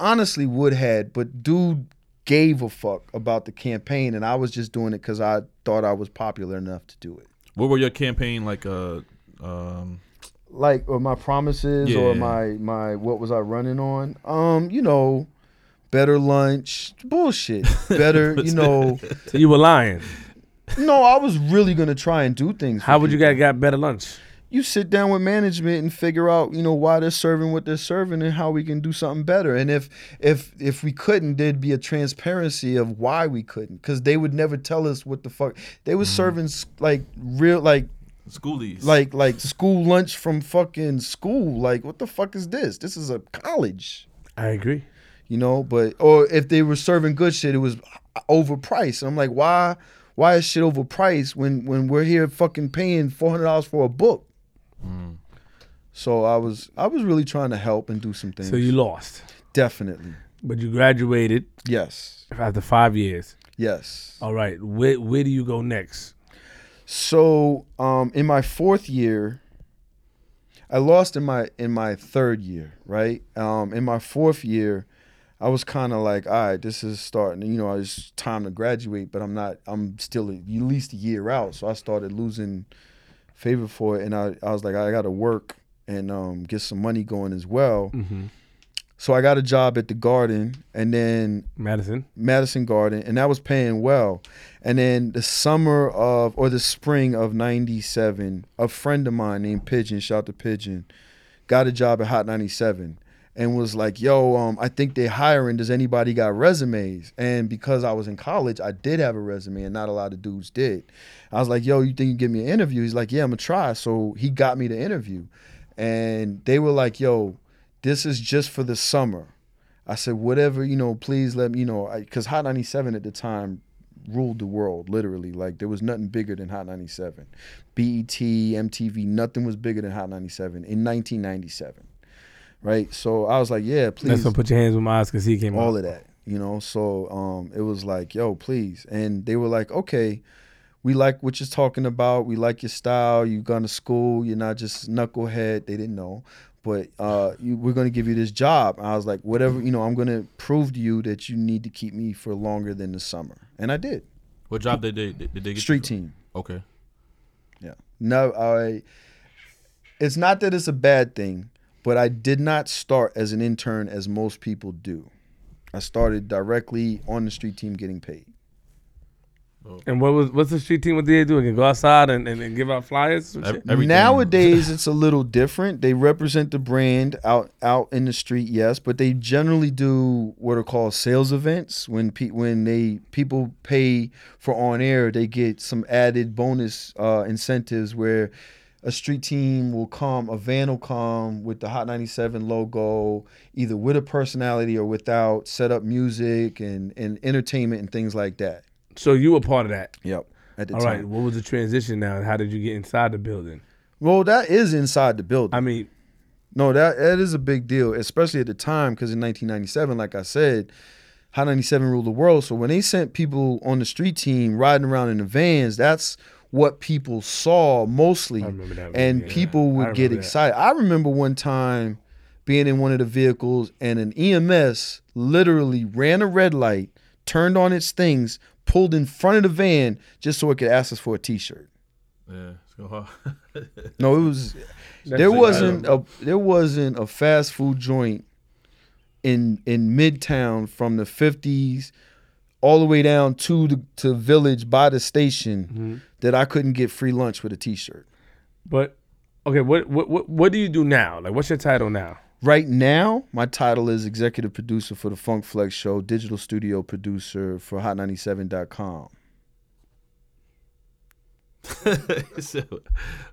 Speaker 4: honestly would had, but dude gave a fuck about the campaign, and I was just doing it because I thought I was popular enough to do it.
Speaker 2: <laughs> What were your campaign like? Uh, um,
Speaker 4: Like or my promises or
Speaker 2: Yeah.
Speaker 4: my my what was I running on? Um, you know, better lunch,
Speaker 1: <laughs>
Speaker 4: bullshit. Better, you know.
Speaker 1: So you were lying.
Speaker 4: No, I was really gonna try and do things. for
Speaker 1: How would you
Speaker 4: people.
Speaker 1: guys got better lunch?
Speaker 4: you sit down with management and figure out you know why they're serving what they're serving and how we can do something better and if if if we couldn't there'd be a transparency of why we couldn't because they would never tell us what the fuck they were serving s- like real like
Speaker 2: schoolies.
Speaker 4: like like school lunch from fucking school like what the fuck is this this is a college
Speaker 1: I agree.
Speaker 4: you know but or if they were serving good shit it was overpriced and i'm like why why is shit overpriced when when we're here fucking paying $400 for a book So I was I was really trying to help and do some things.
Speaker 1: So you lost,
Speaker 4: definitely
Speaker 1: but you graduated
Speaker 4: yes
Speaker 1: after five years.
Speaker 4: yes.
Speaker 1: All right, where where do you go next?
Speaker 4: So um, in my fourth year, I lost in my in my third year, right? Um, in my fourth year, I was kind of like, all right, this is starting. You know, it's time to graduate, but I'm not. I'm still at least a year out, so I started losing favor for it, and I, I was like, I got to work and um, get some money going as well.
Speaker 1: Mm-hmm.
Speaker 4: So I got a job at the Garden, and then
Speaker 1: Madison.
Speaker 4: Madison Garden, and that was paying well. And then the summer of or the spring of '97, a friend of mine named Pigeon, shout to Pigeon, got a job at Hot 97 and was like, "Yo, um, I think they're hiring. Does anybody got resumes?" And because I was in college, I did have a resume, and not a lot of dudes did. I was like, "Yo, you think you give me an interview?" He's like, "Yeah, I'm gonna try." So he got me the interview, and they were like, "Yo, this is just for the summer." I said, whatever, you know, please let me, you know, because Hot 97 at the time ruled the world, literally. Like, there was nothing bigger than Hot E 97. BET, MTV, nothing was bigger than Hot 97 in 1997. Right? So I was like, yeah,
Speaker 1: That's
Speaker 4: please,
Speaker 1: gonna put your hands with my eyes because he came
Speaker 4: all
Speaker 1: out.
Speaker 4: of that, you know? So um, it was like, yo, please. And they were like, okay, we like what you're talking about. We like your style. You've gone to school. You're not just knucklehead. They didn't know but uh, you, we're going to give you this job. I was like, whatever, you know, I'm going to prove to you that you need to keep me for longer than the summer. And I did.
Speaker 2: What job did they did they get? you
Speaker 4: Street
Speaker 2: for?
Speaker 4: team.
Speaker 2: Okay.
Speaker 4: No, I, it's not that it's a bad thing, but I did not start as an intern as most people do. I started directly on the street team getting paid.
Speaker 1: And what was what's the street team? What did they do? They go outside and, and, and give out flyers. and
Speaker 2: Ev-
Speaker 1: shit?
Speaker 2: everything-
Speaker 4: Nowadays, it's a little different. They represent the brand out out in the street, yes, but they generally do what are called sales events. When pe- when they people pay for on air, they get some added bonus uh, incentives where a street team will come, a van will come with the Hot 97 logo, either with a personality or without, set up music and and entertainment and things like that.
Speaker 1: So you were part of that.
Speaker 4: Yep. At the
Speaker 1: All
Speaker 4: time.
Speaker 1: right. What was the transition now, and how did you get inside the building?
Speaker 4: Well, that is inside the building.
Speaker 1: I mean,
Speaker 4: No, that that is a big deal, especially at the time, because in 1997, like I said, Hot 97 ruled the world. So when they sent people on the street team riding around in the vans, that's what people saw mostly,
Speaker 1: I remember that.
Speaker 4: and
Speaker 1: Yeah.
Speaker 4: people
Speaker 1: I
Speaker 4: would get
Speaker 1: remember that.
Speaker 4: excited. I remember one time being in one of the vehicles, and an EMS literally ran a red light, turned on its things, pulled in front of the van just so it could ask us for a T-shirt.
Speaker 2: <laughs> Yeah. It's going hard. <laughs>
Speaker 4: No, it was there wasn't a there wasn't a fast food joint in in Midtown from the fifties all the way down to the to Village by the station
Speaker 1: Mm-hmm.
Speaker 4: that I couldn't get free lunch with a T-shirt.
Speaker 1: But okay, what what what what do you do now? Like, what's your title now?
Speaker 4: Right now, my title is executive producer for the Funk Flex Show, digital studio producer for Hot97.com.
Speaker 2: so,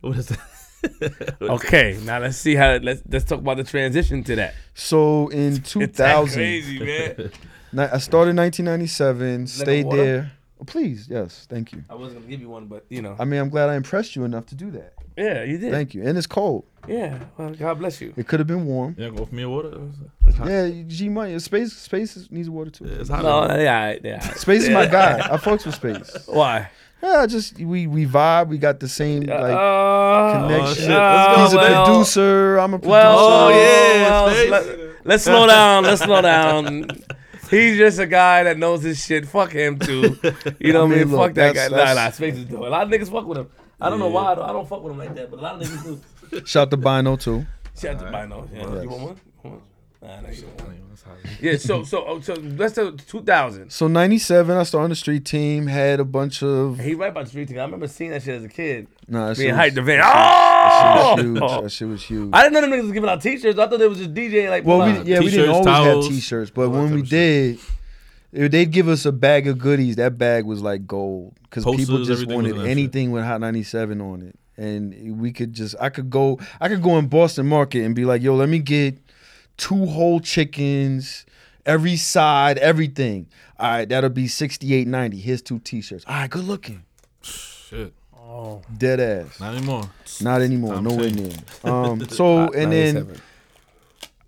Speaker 2: what is that?
Speaker 1: Okay, now let's see how let's let's talk about the transition to that.
Speaker 4: So
Speaker 1: <laughs>
Speaker 4: in two
Speaker 1: It's that
Speaker 4: thousand,
Speaker 1: crazy, man.
Speaker 4: I started in nineteen ninety seven, stayed
Speaker 1: water?
Speaker 4: there. Oh, please, yes, thank you.
Speaker 1: I wasn't gonna give you one, but you know,
Speaker 4: I mean, I'm glad I impressed you enough to do that.
Speaker 1: yeah, you did.
Speaker 4: Thank you. And it's cold.
Speaker 1: yeah, well, God bless you.
Speaker 4: It could have been warm.
Speaker 2: You gonna offer me a water?
Speaker 4: Yeah, G money. Space space is- needs water too.
Speaker 2: It's hot.
Speaker 1: No,
Speaker 4: <laughs>
Speaker 2: out
Speaker 1: yeah, alright, yeah.
Speaker 4: Space is my guy. I fucks with space.
Speaker 1: Why?
Speaker 4: Yeah, I just we we vibe. We got the same like
Speaker 1: Uh,
Speaker 4: connection.
Speaker 2: shit. Let's go,
Speaker 4: He's a
Speaker 1: well,
Speaker 4: producer. I'm a producer.
Speaker 1: Well,
Speaker 2: Oh, yeah,
Speaker 1: well,
Speaker 2: Space.
Speaker 1: let, let's
Speaker 4: <laughs>
Speaker 1: slow down. Let's slow down. He's just a guy that knows his shit. Fuck him
Speaker 4: <laughs>
Speaker 1: too. You know what
Speaker 4: I
Speaker 1: I
Speaker 4: mean,
Speaker 1: mean?
Speaker 4: look,
Speaker 1: fuck that guy.
Speaker 4: that's-
Speaker 1: Nah,
Speaker 4: that's-
Speaker 1: nah. Space is dope. A lot of niggas fuck with him. I don't know why. I don't, I don't fuck with him like that, but a lot of niggas do.
Speaker 4: Shout to Bino too.
Speaker 1: Shout out to Bino. Yeah.
Speaker 4: Yes.
Speaker 1: You want one? You want one? Nah, nah, you don't want one.
Speaker 2: there. It's hot.
Speaker 1: Yeah, so so <laughs> oh, so let's say 2000.
Speaker 4: So '97, I started on the street team. Had a bunch of
Speaker 1: He right about the street thing. I remember seeing that shit as a kid.
Speaker 4: nah. that
Speaker 1: Being
Speaker 4: shit
Speaker 1: hyped
Speaker 4: was-
Speaker 1: the van.
Speaker 4: that shit was huge.
Speaker 1: Oh!
Speaker 4: That shit was huge.
Speaker 1: I didn't know them niggas was giving out t-shirts. I thought they was just DJing like
Speaker 4: Well,
Speaker 1: nah.
Speaker 4: we, yeah, we
Speaker 2: T-shirts,
Speaker 4: didn't always
Speaker 2: towels,
Speaker 4: have T-shirts,
Speaker 2: all
Speaker 4: but
Speaker 2: that
Speaker 4: when
Speaker 2: type
Speaker 4: we
Speaker 2: of shit.
Speaker 4: did, if they'd give us a bag of goodies. That bag was like gold because people
Speaker 2: Posters,
Speaker 4: just
Speaker 2: everything was
Speaker 4: wanted
Speaker 2: in that
Speaker 4: anything with Hot 97 on it, and we could just I could go I could go in Boston Market and be like, yo, let me get two whole chickens. Every side, everything. All right, that'll be sixty eight ninety. Here's two T-shirts. All right, good looking.
Speaker 2: Shit.
Speaker 1: Oh,
Speaker 4: Dead ass.
Speaker 2: Not anymore.
Speaker 4: Not anymore.
Speaker 2: I'm
Speaker 4: Nowhere
Speaker 2: saying.
Speaker 4: near.
Speaker 2: <laughs>
Speaker 4: Um, so and then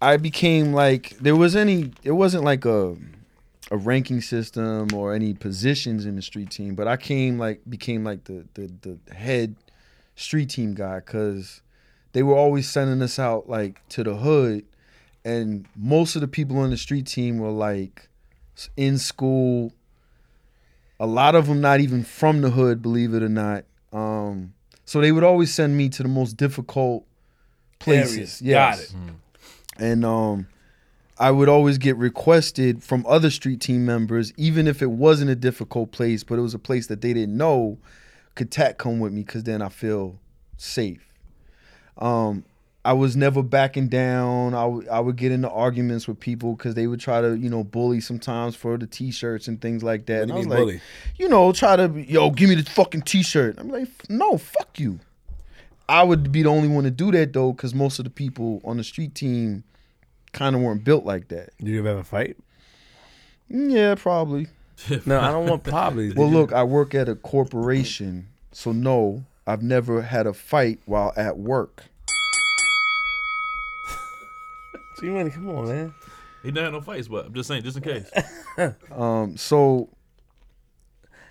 Speaker 4: I became like there was any it wasn't like a a ranking system or any positions in the street team, but I came like became like the the, the head street team guy because they were always sending us out like to the hood, and most of the people on the street team were like s- in school. A lot of them not even from the hood, believe it or not. Um, so they would always send me to the most difficult
Speaker 1: Areas.
Speaker 4: places.
Speaker 1: Got it.
Speaker 4: And um, I would always get requested from other street team members, even if it wasn't a difficult place, but it was a place that they didn't know, could Tat come with me because then I feel safe. Um, I was never backing down. I would- I would get into arguments with people because they would try to, you know, bully sometimes for the t-shirts and things like
Speaker 1: What
Speaker 4: that.
Speaker 1: do
Speaker 4: And
Speaker 1: you
Speaker 4: I was
Speaker 1: mean
Speaker 4: like,
Speaker 1: bully?
Speaker 4: you know, try to, be, yo, give me this fucking t-shirt. I'm like, no, fuck you. I would be the only one to do that though, because most of the people on the street team kind of weren't built like that.
Speaker 1: Did you ever have a fight?
Speaker 4: Mm, Yeah, probably.
Speaker 1: No, I <laughs> don't want probably.
Speaker 4: Well, look, I work at a corporation, so no, I've never had a fight while at work.
Speaker 1: G Money, come on, man.
Speaker 2: He didn't have no fights, but I'm just saying, just in case.
Speaker 4: Um, so,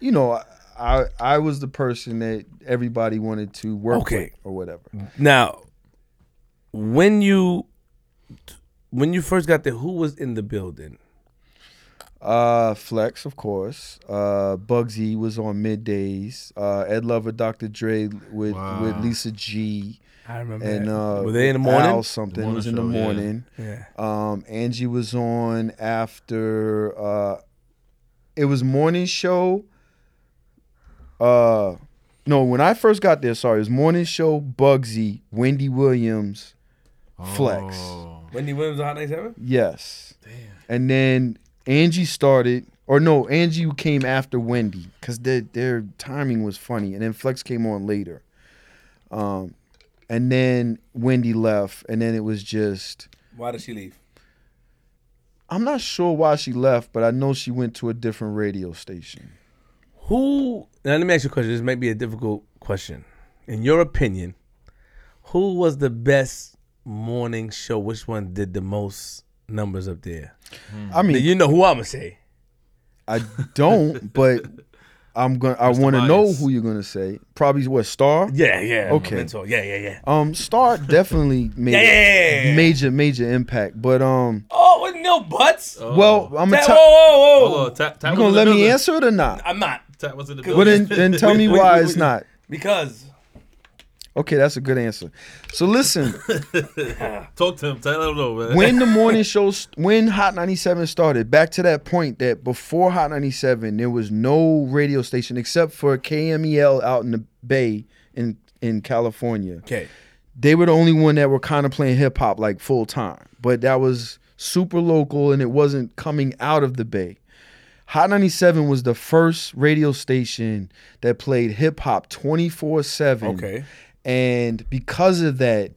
Speaker 4: you know, I I was the person that everybody wanted to work
Speaker 1: Okay.
Speaker 4: with or whatever.
Speaker 1: Now, when you when you first got there, who was in the building?
Speaker 4: Uh, Flex, of course. Uh, Bugsy was on middays. Uh, Ed Lover, Dr. Dre with
Speaker 2: Wow.
Speaker 4: with Lisa G
Speaker 1: I remember.
Speaker 4: and uh,
Speaker 1: were they in the
Speaker 4: with
Speaker 1: morning?
Speaker 4: Al something
Speaker 2: The
Speaker 4: it was in the
Speaker 2: morning show, yeah.
Speaker 4: morning.
Speaker 1: yeah.
Speaker 4: Um, Angie was on after uh, it was morning show. Uh, no, when I first got there, sorry, it was morning show. Bugsy, Wendy Williams, <laughs> Flex.
Speaker 2: Oh.
Speaker 1: Wendy Williams on Hot 97?
Speaker 4: yes,
Speaker 2: Damn.
Speaker 4: and then Angie started, or no, Angie came after Wendy because their their timing was funny, and then Flex came on later. Um, and then Wendy left, and then it was just
Speaker 1: Why did she leave?
Speaker 4: I'm not sure why she left, but I know she went to a different radio station.
Speaker 1: Who? Now let me ask you a question. This might be a difficult question. In your opinion, who was the best morning show? Which one did the most numbers up there? Now,
Speaker 4: I mean,
Speaker 2: Mm.
Speaker 1: you know who I'm gonna say.
Speaker 4: I
Speaker 2: <laughs>
Speaker 4: don't, but I'm going to I
Speaker 2: Mr.
Speaker 4: want to know
Speaker 2: Bias.
Speaker 4: who you're going to say. Probably what Star?
Speaker 1: Yeah, yeah.
Speaker 4: Okay.
Speaker 1: Memento. Yeah, yeah, yeah.
Speaker 4: Um Star definitely made
Speaker 1: Yeah, yeah, yeah, yeah.
Speaker 4: major major impact, but um
Speaker 1: Oh, with no butts.
Speaker 2: Oh.
Speaker 4: well, I'm gonna
Speaker 1: Tat- whoa, whoa, whoa.
Speaker 2: Hold on, Tat, Tat
Speaker 4: you
Speaker 2: was in
Speaker 4: going to
Speaker 2: the
Speaker 4: let me
Speaker 2: building.
Speaker 4: answer it
Speaker 1: <laughs>
Speaker 4: or not?
Speaker 1: I'm not
Speaker 2: Tat was in the
Speaker 4: Well
Speaker 2: building.
Speaker 4: then,
Speaker 2: <laughs>
Speaker 4: then tell me
Speaker 1: Wait,
Speaker 4: why
Speaker 1: wait,
Speaker 4: it's
Speaker 1: wait.
Speaker 4: not.
Speaker 1: because
Speaker 4: Okay, that's a good answer. So listen,
Speaker 2: Talk to him. Tat, let him know, man.
Speaker 4: when the morning show st- when Hot 97 started, back to that point that before Hot 97 there was no radio station except for KMEL out in the Bay in in California.
Speaker 1: okay.
Speaker 4: They were the only one that were kind of playing hip hop like full time, but that was super local and it wasn't coming out of the Bay. Hot 97 was the first radio station that played hip hop 24/7.
Speaker 1: Okay.
Speaker 4: And because of that,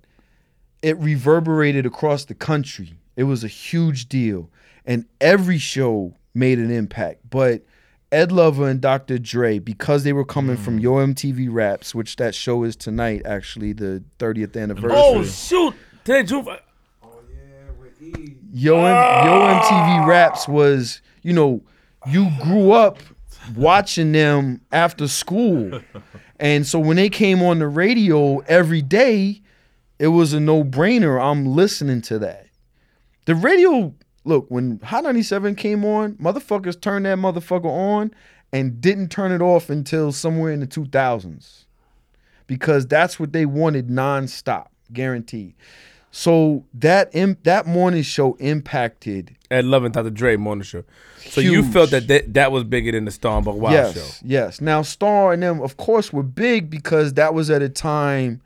Speaker 4: it reverberated across the country. It was a huge deal. And every show made an impact. But Ed Lover and Dr. Dre, because they were coming from Yo MTV Raps, which that show is tonight, actually, the 30th anniversary.
Speaker 1: Oh shoot! Today, Drew.
Speaker 3: Oh yeah, with E.
Speaker 4: Yo, M- Yo MTV Raps was, you know, you grew up watching them after school. And so when they came on the radio every day, it was a no brainer. I'm listening to that. The radio, look, when Hot 97 came on, motherfuckers turned that motherfucker on and didn't turn it off until somewhere in the 2000s because that's what they wanted nonstop, guaranteed. So that Im- that morning show impacted.
Speaker 1: Ed Love and Dr. Dre morning show. So you
Speaker 4: Huge.
Speaker 1: felt that that, that was bigger than the Starbuck Wild
Speaker 4: yes,
Speaker 1: show.
Speaker 4: yes. Now Star and them, of course, were big because that was at a time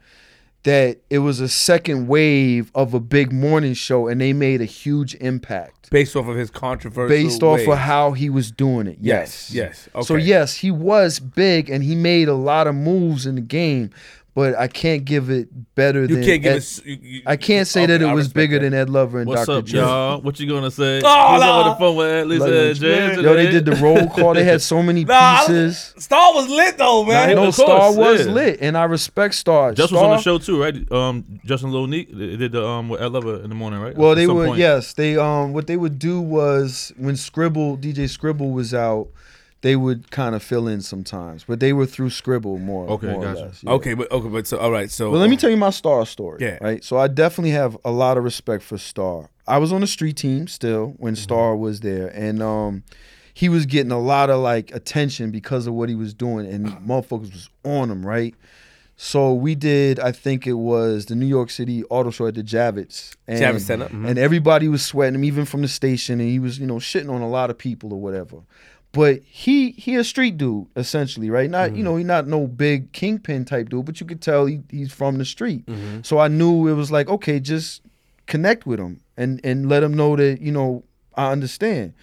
Speaker 4: that it was a second wave of a big morning show, and they made a huge impact
Speaker 1: Based off of his controversial.
Speaker 4: based off
Speaker 1: ways.
Speaker 4: of how he was doing it. Yes,
Speaker 1: Yes. Yes. Okay.
Speaker 4: So yes, he was big and he made a lot of moves in the game, but I can't give it better
Speaker 1: You
Speaker 4: than
Speaker 1: can't give
Speaker 4: Ed-
Speaker 1: us. You, you,
Speaker 4: I can't say
Speaker 1: okay,
Speaker 4: that
Speaker 1: I
Speaker 4: it was
Speaker 1: respect
Speaker 4: bigger
Speaker 1: that.
Speaker 4: than Ed Lover
Speaker 2: <laughs>
Speaker 4: and
Speaker 2: What's
Speaker 4: Dr.
Speaker 2: up,
Speaker 4: J.
Speaker 2: y'all? What you gonna say?
Speaker 1: Oh,
Speaker 2: Who's
Speaker 1: nah.
Speaker 2: on the phone with Lisa
Speaker 4: Like,
Speaker 2: and James?
Speaker 4: Yo, they
Speaker 2: today? <laughs>
Speaker 4: did the roll call. They had so many
Speaker 1: Nah, I-
Speaker 4: pieces.
Speaker 1: Star was lit though, man.
Speaker 2: it
Speaker 4: no,
Speaker 2: of
Speaker 4: Star
Speaker 2: course,
Speaker 4: was
Speaker 2: yeah.
Speaker 4: lit, and I respect Star.
Speaker 2: Just was
Speaker 4: Star-
Speaker 2: on the show too, right? Um, Justin Lonique they did the um with Ed Lover in the morning, right?
Speaker 4: Well,
Speaker 2: At
Speaker 4: they
Speaker 2: some
Speaker 4: would
Speaker 2: point.
Speaker 4: yes. They um what they would do was when Scribble DJ Scribble was out, they would kind of fill in sometimes, but they were through Scribble more.
Speaker 2: Okay,
Speaker 4: more or
Speaker 2: gotcha.
Speaker 4: less, yeah.
Speaker 1: Okay, but okay, but so all right, so oh. um,
Speaker 4: Well, let me tell you my Star story.
Speaker 1: Yeah.
Speaker 4: Right. So I definitely have a lot of respect for Star. I was on the street team still when
Speaker 1: Mm-hmm.
Speaker 4: Star was there, and um, he was getting a lot of like attention because of what he was doing, and
Speaker 1: Uh-huh.
Speaker 4: motherfuckers was on him, right? So we did. I think it was the New York City Auto Show at the Javits. And,
Speaker 1: Javits Center, mhm.
Speaker 4: and everybody was sweating him, even from the station, and he was you know shitting on a lot of people or whatever. But he he a street dude essentially, right? Not you know he not no big kingpin type dude, but you could tell he, he's from the street. So I knew it was like okay, just connect with him and and let him know that you know I understand.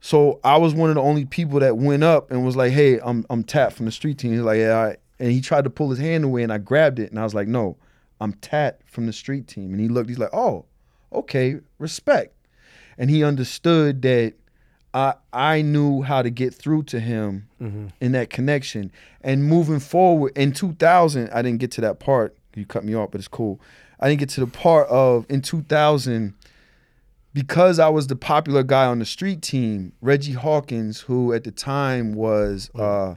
Speaker 4: So I was one of the only people that went up and was like, "Hey, I'm I'm tapped from the street team." He's like, "Yeah," all right." and he tried to pull his hand away, and I grabbed it, and I was like, "No, I'm tapped from the street team." And he looked, he's like, "Oh, okay, respect," and he understood that I I knew how to get through to him
Speaker 1: Mm-hmm.
Speaker 4: in that connection. And moving forward in 2000, I didn't get to that part. You cut me off, but it's cool. I didn't get to the part of in 2000 because I was the popular guy on the street team, Reggie Hawkins, who at the time was,
Speaker 1: Mm-hmm.
Speaker 4: uh,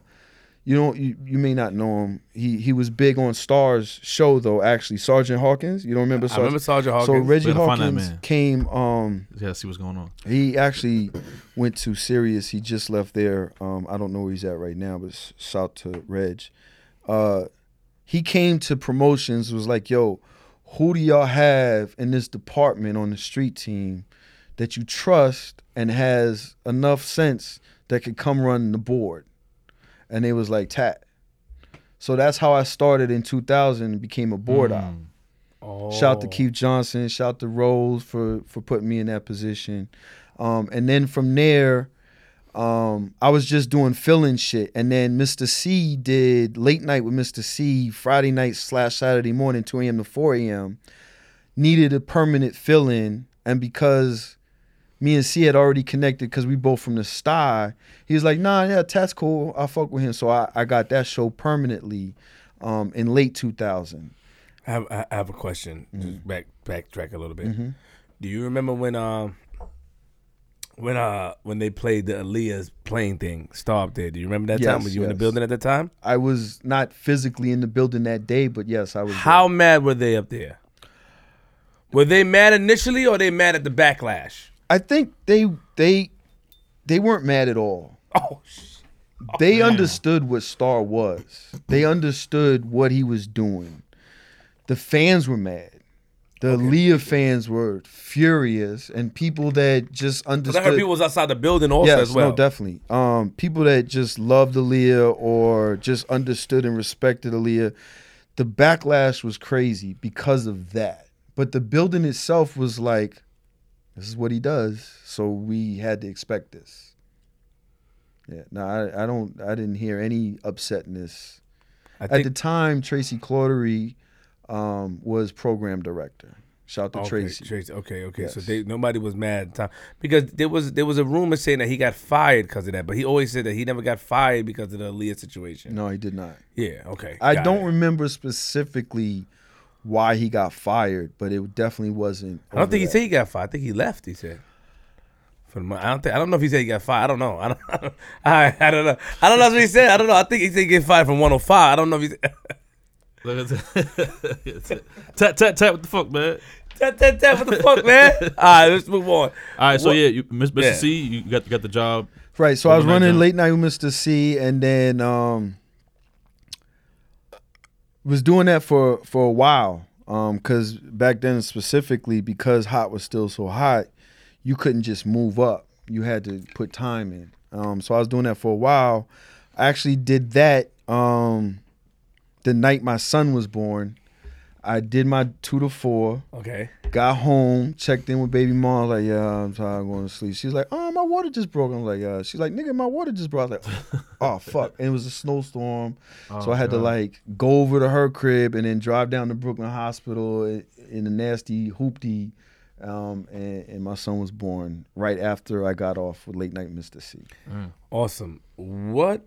Speaker 4: you don't, you, you may not know him. He he was big on Stars show though. Actually, Sergeant Hawkins. You don't remember?
Speaker 1: I remember Sergeant Hawkins.
Speaker 4: So Reggie
Speaker 2: gotta find that
Speaker 4: Hawkins
Speaker 2: man.
Speaker 4: came. Um,
Speaker 2: yeah, see what's going on.
Speaker 4: he actually went to Sirius. He just left there. Um, I don't know where he's at right now, but s- shout to Reg. Uh, he came to promotions, was like, yo, who do y'all have in this department on the street team that you trust and has enough sense that could come run the board? And they was like, Tat. So that's how I started in 2000 and became a board
Speaker 2: Hmm.
Speaker 4: op. Shout to Keith Johnson. Shout to Rose for for putting me in that position. Um, and then from there, um, I was just doing filling shit. And then Mr. C did late night with Mr. C Friday night slash Saturday morning, two a.m. to four a.m. Needed a permanent fill in, and because me and C had already connected because we both from the sty. He was like, nah, yeah, that's cool. I fuck with him. So I, I got that show permanently um, in late 2000.
Speaker 1: I have, I have a question.
Speaker 4: Mm-hmm.
Speaker 1: Just back backtrack a little bit. Do you remember when um when uh when they played the Aaliyah's plane thing? Star up there. Do you remember that time?
Speaker 4: Yes,
Speaker 1: Were you in the
Speaker 4: yes.
Speaker 1: building at that time?
Speaker 4: I was not physically in the building that day, but yes, I was.
Speaker 1: How mad were they up there? Were they mad initially, or they mad at the backlash? <laughs>
Speaker 4: there. I think they they they weren't mad at all.
Speaker 1: Oh, sh-
Speaker 4: They understood what Star was. They understood what he was doing. The fans were mad. The Leah fans were furious, and people that just
Speaker 1: I heard
Speaker 4: understood.
Speaker 1: people was outside the building also
Speaker 4: yes,
Speaker 1: as well.
Speaker 4: no, definitely. Um, people that just loved Aaliyah or just understood and respected Aaliyah, the backlash was crazy because of that. But the building itself was like, this is what he does, so we had to expect this. Yeah, no, I, I don't, I didn't hear any upsetness
Speaker 1: I
Speaker 4: at
Speaker 1: think
Speaker 4: the time. Tracy Clottery um, was program director. Shout out to
Speaker 1: okay,
Speaker 4: Tracy.
Speaker 1: Okay, okay. So
Speaker 4: Yes.
Speaker 1: they, nobody was mad at the time because there was there was a rumor saying that he got fired because of that, but he always said that he never got fired because of the Aaliyah situation.
Speaker 4: no, he did not.
Speaker 1: Yeah. Okay.
Speaker 4: I
Speaker 1: got
Speaker 4: don't
Speaker 1: it.
Speaker 4: remember specifically why he got fired, but it definitely wasn't.
Speaker 1: I don't
Speaker 4: over
Speaker 1: think he
Speaker 4: that.
Speaker 1: said he got fired. I think he left. He said. For the, mo- I don't think. I don't know if he said he got fired. I don't <laughs> know. I don't. I, I don't know. I don't know that's what he said. I don't know. I think he said he get fired from 105. I don't know if he. Said, <laughs>
Speaker 2: Look at that. <laughs> tap tap tap. What the fuck, man?
Speaker 1: that, that, that, what the fuck, man? <laughs> All right, let's move on.
Speaker 2: All right, so
Speaker 1: What-
Speaker 2: yeah, you, Miss- Mr.
Speaker 1: Yeah.
Speaker 2: C, you got you got the job.
Speaker 4: Right. So I was
Speaker 2: Overnight
Speaker 4: running
Speaker 2: jump.
Speaker 4: late night with Mr. C, and then um, was doing that for for a while. Um, because back then specifically, because hot was still so hot, you couldn't just move up. You had to put time in. Um, so I was doing that for a while. I actually did that um, the night my son was born. I did my two to four.
Speaker 1: Okay.
Speaker 4: Got home, checked in with baby mom. Like, yeah, I'm tired of going to sleep. She's like, oh, my water just broke. I'm like, yeah. She's like, nigga, my water just broke. I
Speaker 2: <laughs>
Speaker 4: was like, oh, fuck. And it was a snowstorm. so
Speaker 2: Oh,
Speaker 4: I had to like go over to her crib and then drive down to Brooklyn Hospital in, in the nasty hoopty. Um, and, and my son was born right after I got off with Late Night Mr. C.
Speaker 1: Awesome. What?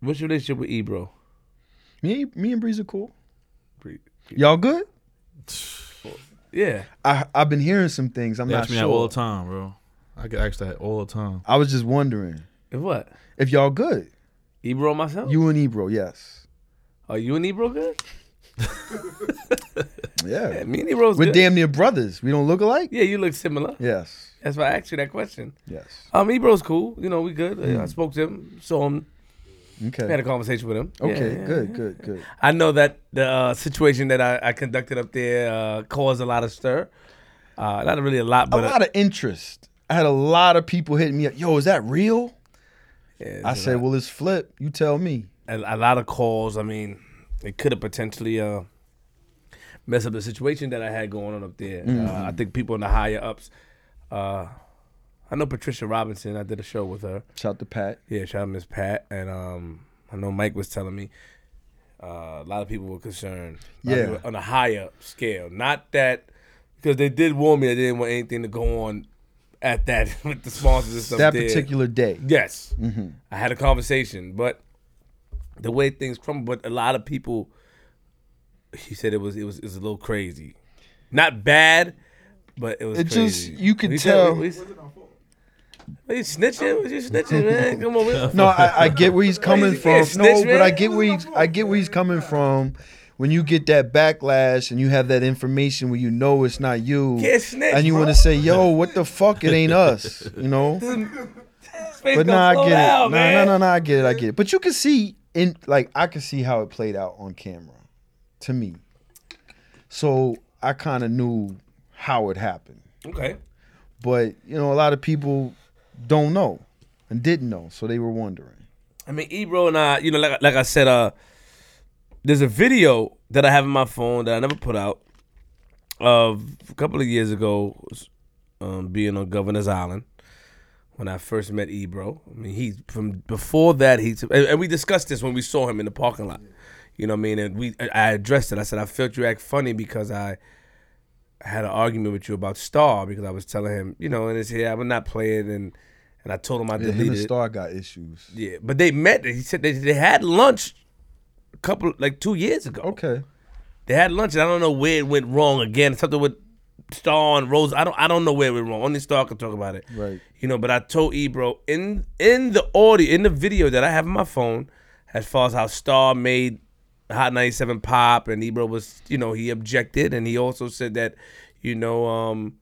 Speaker 1: What's your relationship with Ebro?
Speaker 4: Me, me and Breeze are cool. Y'all good?
Speaker 1: Yeah.
Speaker 4: I, I've been hearing some things. I'm
Speaker 2: They
Speaker 4: not
Speaker 2: ask me that all
Speaker 4: sure.
Speaker 2: the time, bro. I get asked that all the time.
Speaker 4: I was just wondering
Speaker 1: If what?
Speaker 4: if y'all good.
Speaker 1: Ebro and myself?
Speaker 4: You and Ebro, yes.
Speaker 1: Are you and Ebro good?
Speaker 4: Yeah.
Speaker 1: Yeah, me and Ebro's
Speaker 4: We're
Speaker 1: good.
Speaker 4: damn near brothers. We don't look alike?
Speaker 1: yeah, you look similar.
Speaker 4: Yes.
Speaker 1: That's why I asked you that question.
Speaker 4: Yes.
Speaker 1: Um, Ebro's cool. You know, we good. Uh, I
Speaker 4: Hmm.
Speaker 1: spoke to him, saw him,
Speaker 4: Okay.
Speaker 1: had a conversation with him. Yeah,
Speaker 4: okay,
Speaker 1: yeah,
Speaker 4: good,
Speaker 1: yeah.
Speaker 4: good, good.
Speaker 1: I know that the uh, situation that I, I conducted up there uh, caused a lot of stir. Uh, not really a lot,
Speaker 4: A
Speaker 1: but uh,
Speaker 4: lot of interest. I had a lot of people hitting me up. Yo, is that real?
Speaker 1: yeah,
Speaker 4: I
Speaker 1: it's a
Speaker 4: said,
Speaker 1: lot.
Speaker 4: well, it's flip. You tell me.
Speaker 1: a, a lot of calls. I mean, it could have potentially uh, messed up the situation that I had going on up there.
Speaker 4: Mm-hmm.
Speaker 1: Uh, I think people in the higher ups. Uh, I know Patricia Robinson. I did a show with her.
Speaker 4: Shout to Pat.
Speaker 1: Yeah, shout out Miss Pat, and um, I know Mike was telling me uh, a lot of people were concerned. A lot of
Speaker 4: Yeah.
Speaker 1: people on a higher scale, not that because they did warn me they didn't want anything to go on at that <laughs> with the sponsors and stuff.
Speaker 4: that
Speaker 1: there.
Speaker 4: particular Mm-hmm. day.
Speaker 1: Yes. I had a conversation, but the way things crumble, but a lot of people, he said it was it was, it was a little crazy, not bad, but it was.
Speaker 4: It just-
Speaker 1: crazy.
Speaker 4: you could
Speaker 1: He
Speaker 4: tell.
Speaker 1: Said, we- we-
Speaker 3: Wasn't our fault.
Speaker 1: are you snitching? Was you snitching, man? Come
Speaker 4: <laughs>
Speaker 1: on, we-
Speaker 4: No, I, I get
Speaker 1: <laughs>
Speaker 4: where he's coming
Speaker 1: you can't
Speaker 4: from.
Speaker 1: snitch,
Speaker 4: No, but I
Speaker 1: man.
Speaker 4: get where he's, I get where he's coming from. When you get that backlash and you have that information where you know it's not you,
Speaker 1: Can't snitch,
Speaker 4: and you
Speaker 1: bro.
Speaker 4: want to say, "Yo, what the fuck? It ain't us,"
Speaker 1: <laughs>
Speaker 4: you know.
Speaker 1: Space
Speaker 4: But
Speaker 1: gonna
Speaker 4: nah, I
Speaker 1: slow
Speaker 4: get
Speaker 1: down,
Speaker 4: it. Nah, nah,
Speaker 1: man.
Speaker 4: nah, nah, I get it. I get it. But you can see in like I can see how it played out on camera, to me. So I kind of knew how it happened,
Speaker 1: Okay.
Speaker 4: but you know, a lot of people don't know and didn't know, so they were wondering.
Speaker 1: I mean, Ebro and I, you know, like like I said, uh, there's a video that I have in my phone that I never put out of a couple of years ago, um, being on Governor's Island when I first met Ebro. I mean, he's from before that. He's and, and we discussed this when we saw him in the parking lot. You know what I mean? And we I- I addressed it. I said I felt you act funny because I had an argument with you about Star because I was telling him, you know, and it's yeah, I would not play it and. And I told him I
Speaker 4: Yeah, him
Speaker 1: deleted
Speaker 4: and
Speaker 1: it.
Speaker 4: Star got issues.
Speaker 1: Yeah, but they met. He said they, they had lunch a couple like two years ago.
Speaker 4: Okay.
Speaker 1: They had lunch, and I don't know where it went wrong again. Something with Star and Rose. I don't I don't know where it went wrong. Only Star can talk about it.
Speaker 4: Right.
Speaker 1: You know, but I told Ebro in in the audio in the video that I have in my phone, as far as how Star made Hot 97 pop, and Ebro was you know he objected, and he also said that you know um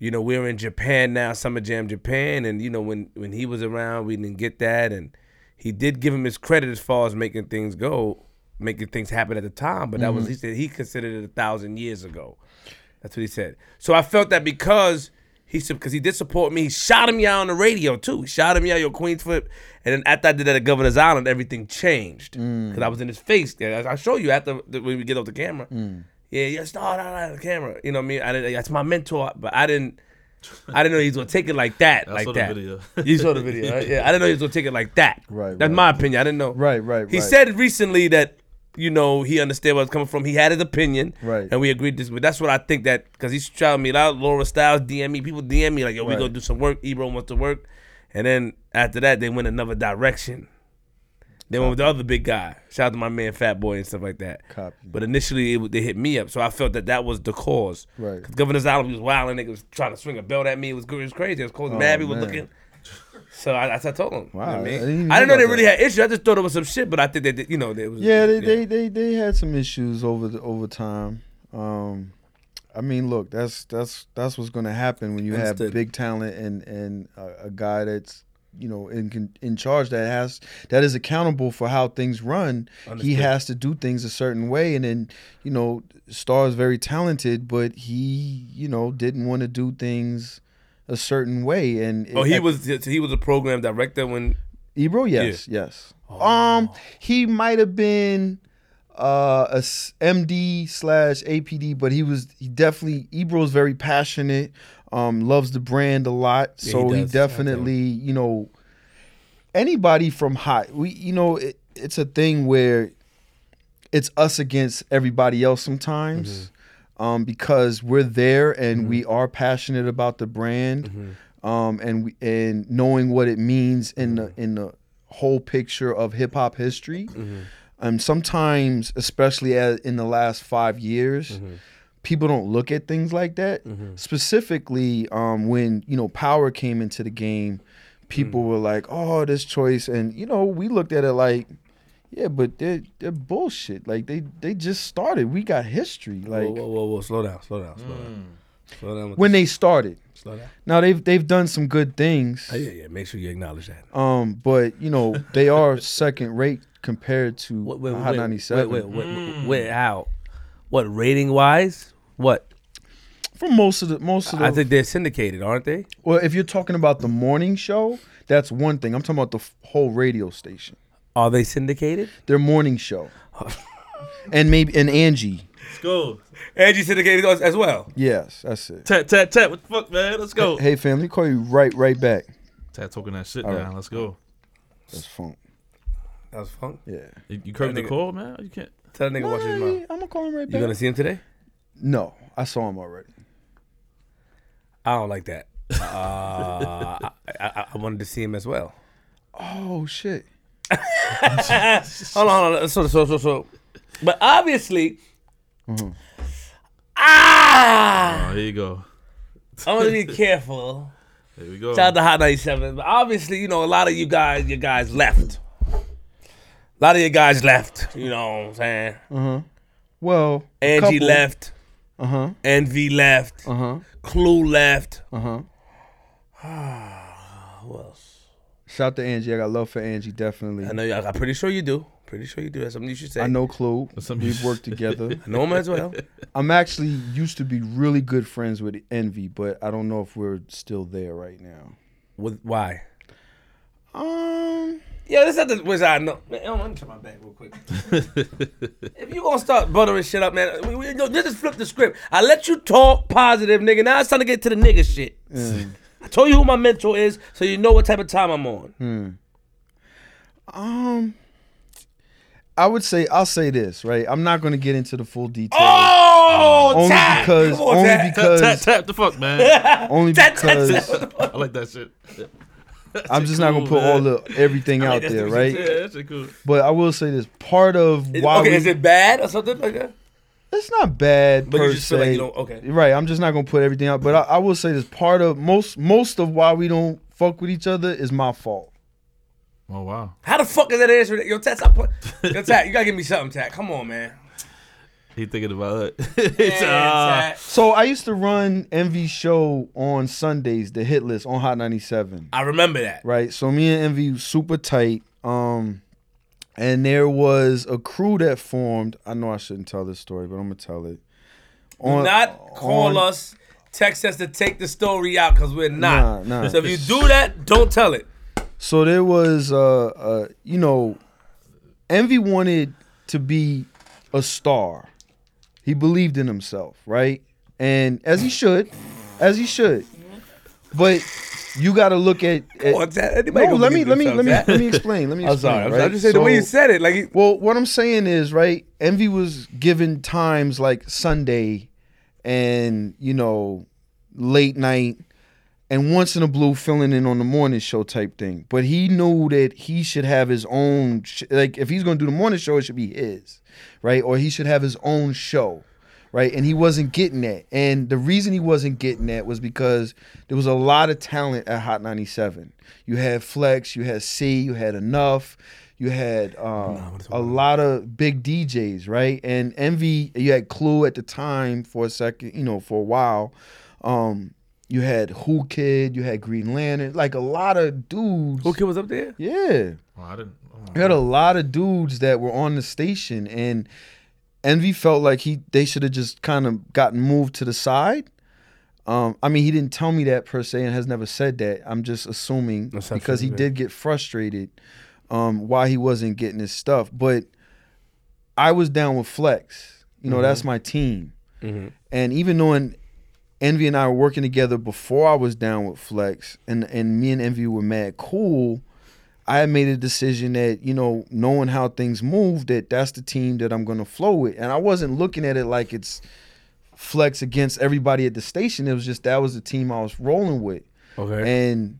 Speaker 1: you know, we're in Japan now, Summer Jam Japan, and you know when when he was around, we didn't get that, and he did give him his credit as far as making things go, making things happen at the time, but that was he said he considered it a thousand years ago. That's what he said. So I felt that because he because he did support me, he shot him out on the radio too. He shot him out your Queens flip, and then after I did that at Governor's Island, everything changed
Speaker 4: Mm.
Speaker 1: because I was in his face. Yeah, I- I'll show you after the- when we get off the camera.
Speaker 4: Mm.
Speaker 1: Yeah, yeah, start out of the camera. You know what I mean? I didn't, that's my mentor, but I didn't. I didn't know he was gonna take it like
Speaker 4: <laughs>
Speaker 1: that,
Speaker 2: I
Speaker 1: like
Speaker 2: saw the
Speaker 1: that.
Speaker 2: video.
Speaker 1: <laughs> You saw the video, right? yeah. I didn't know he was gonna take it like that.
Speaker 4: <laughs> Right,
Speaker 1: That's
Speaker 4: right.
Speaker 1: my opinion. I didn't know.
Speaker 4: Right, right,
Speaker 1: He
Speaker 4: right.
Speaker 1: said recently that you know he understood where I was coming from. He had his opinion,
Speaker 4: Right.
Speaker 1: And we agreed this, but that's what I think that because he's trying me out. Laura Styles DM me, people DM me like, "Yo, we
Speaker 4: Right.
Speaker 1: gonna do some work." Ebro wants to work, and then after that, they went another direction. They went with the other big guy. Shout out to my man Fat Boy and stuff like that.
Speaker 4: Copy.
Speaker 1: But initially, it, w- they hit me up, so I felt that that was the cause.
Speaker 4: Right.
Speaker 1: 'Cause Governor's Island was wild, and nigga was trying to swing a belt at me. It was, it was crazy. It was close. Mabby was
Speaker 4: Oh, man.
Speaker 1: looking. So I, I, I told him.
Speaker 4: Wow,
Speaker 1: I,
Speaker 4: I
Speaker 1: mean, I
Speaker 4: didn't
Speaker 1: didn't
Speaker 4: even
Speaker 1: know
Speaker 4: know
Speaker 1: they
Speaker 4: about
Speaker 1: really had issues. I just thought it was some shit, but I think they did. You know, they was.
Speaker 4: Yeah, they, they they they had some issues over the over time. Um, I mean, look, that's that's that's what's going to happen when you
Speaker 1: Understood.
Speaker 4: have big talent and and a, a guy that's you know in con- in charge that has that is accountable for how things run. He
Speaker 1: Understood.
Speaker 4: has to do things a certain way, and then you know, Star is very talented, but he you know didn't want to do things a certain way, and it-
Speaker 1: Oh, he
Speaker 4: at-
Speaker 1: was he was a program director when Oh.
Speaker 4: Ebro, yes, yes. Um, he might have been uh, a s- MD slash APD, but he was he definitely Ebro's very passionate, um, loves the brand a lot.
Speaker 1: Yeah, he
Speaker 4: so he,
Speaker 1: does.
Speaker 4: definitely, you know, anybody from high, we you know, it, it's a thing where it's us against everybody else sometimes.
Speaker 1: Mm-hmm.
Speaker 4: Um, because we're there and we are passionate about the brand,
Speaker 1: Mm-hmm.
Speaker 4: um, and we, and knowing what it means in the in the whole picture of hip hop history,
Speaker 1: Mm-hmm.
Speaker 4: um, sometimes, especially as in the last five years,
Speaker 1: Mm-hmm.
Speaker 4: people don't look at things like that. Specifically, um, when you know power came into the game, people
Speaker 1: Mm.
Speaker 4: were like, "Oh, this choice," and you know we looked at it like, "Yeah, but they're they're bullshit. Like they they just started. We got history. Like
Speaker 1: whoa, whoa, whoa, whoa, slow down, slow down, slow down, slow down. with
Speaker 4: when they started.
Speaker 1: the- slow down.
Speaker 4: Now they've they've done some good things.
Speaker 1: Oh, yeah, yeah. Make sure you acknowledge that.
Speaker 4: Um, but you know they are second rate compared to
Speaker 1: What, wait,
Speaker 4: Hot
Speaker 1: wait,
Speaker 4: ninety seven.
Speaker 1: Wait, wait, wait, wait, wait, how? What rating wise? What?
Speaker 4: For most of the most of the,
Speaker 1: I think they're syndicated, aren't they?
Speaker 4: well, if you're talking about the morning show, that's one thing. I'm talking about the f- whole radio station,
Speaker 1: Are they syndicated?
Speaker 4: their
Speaker 1: <laughs>
Speaker 4: morning show, and maybe and Angie.
Speaker 2: Let's go.
Speaker 1: Angie syndicated us as well.
Speaker 4: Yes, that's it.
Speaker 2: Tat tat tat. What the fuck, man? Let's go.
Speaker 4: Hey, fam, let me call you right right back.
Speaker 2: Tat talking that shit
Speaker 4: All
Speaker 2: down.
Speaker 4: right.
Speaker 2: Let's go.
Speaker 4: That's funk.
Speaker 1: That was fun.
Speaker 4: Yeah.
Speaker 2: You, you curved the
Speaker 1: nigga-
Speaker 2: call, man. You can't.
Speaker 1: Tell that nigga wash his
Speaker 4: Nah,
Speaker 1: mouth.
Speaker 4: yeah, I'm gonna call him right
Speaker 1: You
Speaker 4: back.
Speaker 1: gonna see him today?
Speaker 4: No, I saw him already.
Speaker 1: I don't like that. Uh, <laughs> I, I, I wanted to see him as well.
Speaker 4: Oh shit.
Speaker 1: Hold on, hold on. So, so, so, so. But obviously,
Speaker 4: Mhm.
Speaker 1: ah,
Speaker 2: Oh, here you go.
Speaker 1: I'm gonna be careful.
Speaker 2: Here we go.
Speaker 1: Shout out to Hot 97. But obviously, you know, a lot of you guys, you guys left. A lot of you guys left. You know what I'm saying?
Speaker 4: Uh huh. Well, a
Speaker 1: Angie
Speaker 4: couple-
Speaker 1: left.
Speaker 4: Uh huh.
Speaker 1: Envy left.
Speaker 4: Uh huh.
Speaker 1: Clue left. Ah,
Speaker 4: Uh huh.
Speaker 1: Who else?
Speaker 4: Shout to Angie. I got love for Angie. Definitely.
Speaker 1: I know y'all. I'm pretty sure you do. Pretty sure you do. That's something you should say.
Speaker 4: I know Clue.
Speaker 2: something you
Speaker 4: We've
Speaker 1: <laughs>
Speaker 4: worked together.
Speaker 1: I know him as well.
Speaker 4: I'm actually used to be really good friends with Envy, but I don't know if we're still there right now.
Speaker 1: With why?
Speaker 4: Um,
Speaker 1: Yeah, this is the which I know. Man, Elmo, let me turn my back real
Speaker 4: <laughs>
Speaker 1: quick. if you gonna start buttering shit up, man, we, we, no, this is flip the script. I let you talk positive, nigga. Now it's time to get to the nigga shit.
Speaker 4: mm,
Speaker 1: I told you who my mentor is, so you know what type of time I'm on.
Speaker 4: mm. um, I would say I'll say this right. I'm not going to get into the full details.
Speaker 1: Oh,
Speaker 4: Uh, only
Speaker 1: Tad!
Speaker 4: because,
Speaker 1: Come on,
Speaker 4: only
Speaker 1: Tad.
Speaker 2: Tap
Speaker 4: because,
Speaker 2: tap tap the fuck, man.
Speaker 4: only
Speaker 1: Tad, Tad,
Speaker 4: because,
Speaker 1: Tad, what the fuck?
Speaker 2: I like that shit.
Speaker 4: I'm just not going to put all the everything out
Speaker 1: that's
Speaker 4: there,
Speaker 1: what
Speaker 2: Yeah,
Speaker 1: you
Speaker 4: right?
Speaker 2: that shit cool.
Speaker 4: But I will say this: part of
Speaker 1: Is-
Speaker 4: why
Speaker 1: okay,
Speaker 4: we,
Speaker 1: is it bad or something like uh, that?
Speaker 4: it's not bad
Speaker 1: But
Speaker 4: per
Speaker 1: you just
Speaker 4: se.
Speaker 1: feel like you don't. Okay.
Speaker 4: Right, I'm just not gonna put everything out, but I, I will say this: part of most most of why we don't fuck with each other is my fault.
Speaker 2: Oh wow.
Speaker 1: How the fuck is that answer? Yo, Tat, stop. put- Yo, Tat, you gotta give me something, Tat. Come on, man.
Speaker 2: He thinking about <laughs> it.
Speaker 1: Man,
Speaker 2: It's, uh,
Speaker 1: Tat.
Speaker 4: So I used to run Envy's show on Sundays, the hit list on Hot 97.
Speaker 1: I remember that.
Speaker 4: Right, so me and Envy was super tight. Um, and there was a crew that formed. I know I shouldn't tell this story, but I'm gonna tell it.
Speaker 1: Do not call
Speaker 4: on-
Speaker 1: us, text us to take the story out because we're not.
Speaker 4: Nah, nah.
Speaker 1: So if you do that, don't tell it.
Speaker 4: So there was, uh, uh, you know, Envy wanted to be a star. He believed in himself, right? And as he should, as he should. But you got to look at. at-
Speaker 1: Or tell anybody
Speaker 4: no,
Speaker 1: gonna
Speaker 4: let me
Speaker 1: believe
Speaker 4: let me let me
Speaker 1: themselves, <laughs>
Speaker 4: let
Speaker 1: Tat.
Speaker 4: me explain. Let me.
Speaker 1: I'm
Speaker 4: Explain,
Speaker 1: sorry. I'm
Speaker 4: right?
Speaker 1: sorry. I'm just saying the way you
Speaker 4: So-
Speaker 1: said it, like.
Speaker 4: well, what I'm saying is, right? Envy was given times like Sunday and, you know, late night and once in a blue filling in on the morning show type thing. But he knew that he should have his own, sh- like, if he's going to do the morning show, it should be his, right? Or he should have his own show. Right, and he wasn't getting that, and the reason he wasn't getting that was because there was a lot of talent at Hot 97. You had Flex, you had C, you had Enough, you had um,
Speaker 1: Nah, what is
Speaker 4: a lot of big DJs, right? And Envy, you had Clue at the time for a second, you know, for a while. Um, you had Who Kid, you had Green Lantern, like a lot of dudes.
Speaker 1: Who kid was up there?
Speaker 4: Yeah.
Speaker 2: oh, I didn't. oh,
Speaker 4: You had a lot of dudes that were on the station, and Envy felt like he they should have just kind of gotten moved to the side. Um, I mean, he didn't tell me that per se, and has never said that. I'm just assuming
Speaker 1: Assumption,
Speaker 4: because he
Speaker 1: yeah.
Speaker 4: did get frustrated um, why he wasn't getting his stuff. But I was down with Flex. You know, that's my team. And even knowing Envy and I were working together before I was down with Flex, and and me and Envy were mad cool. I had made a decision that you know, knowing how things move, that that's the team that I'm gonna flow with, and I wasn't looking at it like it's Flex against everybody at the station. It was just that was the team I was rolling with
Speaker 1: Okay.
Speaker 4: and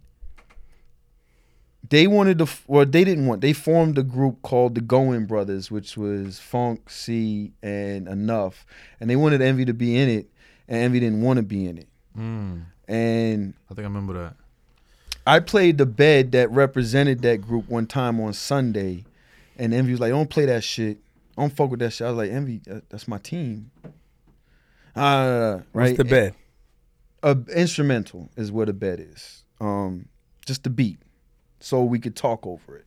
Speaker 4: they wanted to, well, they didn't want. They formed a group called the Going Brothers, which was Funk, C, and Enough, and they wanted Envy to be in it, and Envy didn't want to be in it.
Speaker 2: Mm,
Speaker 4: And
Speaker 2: I think I remember that.
Speaker 4: I played the bed that represented that group one time on Sunday, and Envy was like, "Don't play that shit. Don't fuck with that shit." I was like, "Envy, that- that's my team." Uh,
Speaker 1: What's
Speaker 4: right.
Speaker 1: the bed?
Speaker 4: a instrumental is what a bed is. Um, just the beat, so we could talk over it,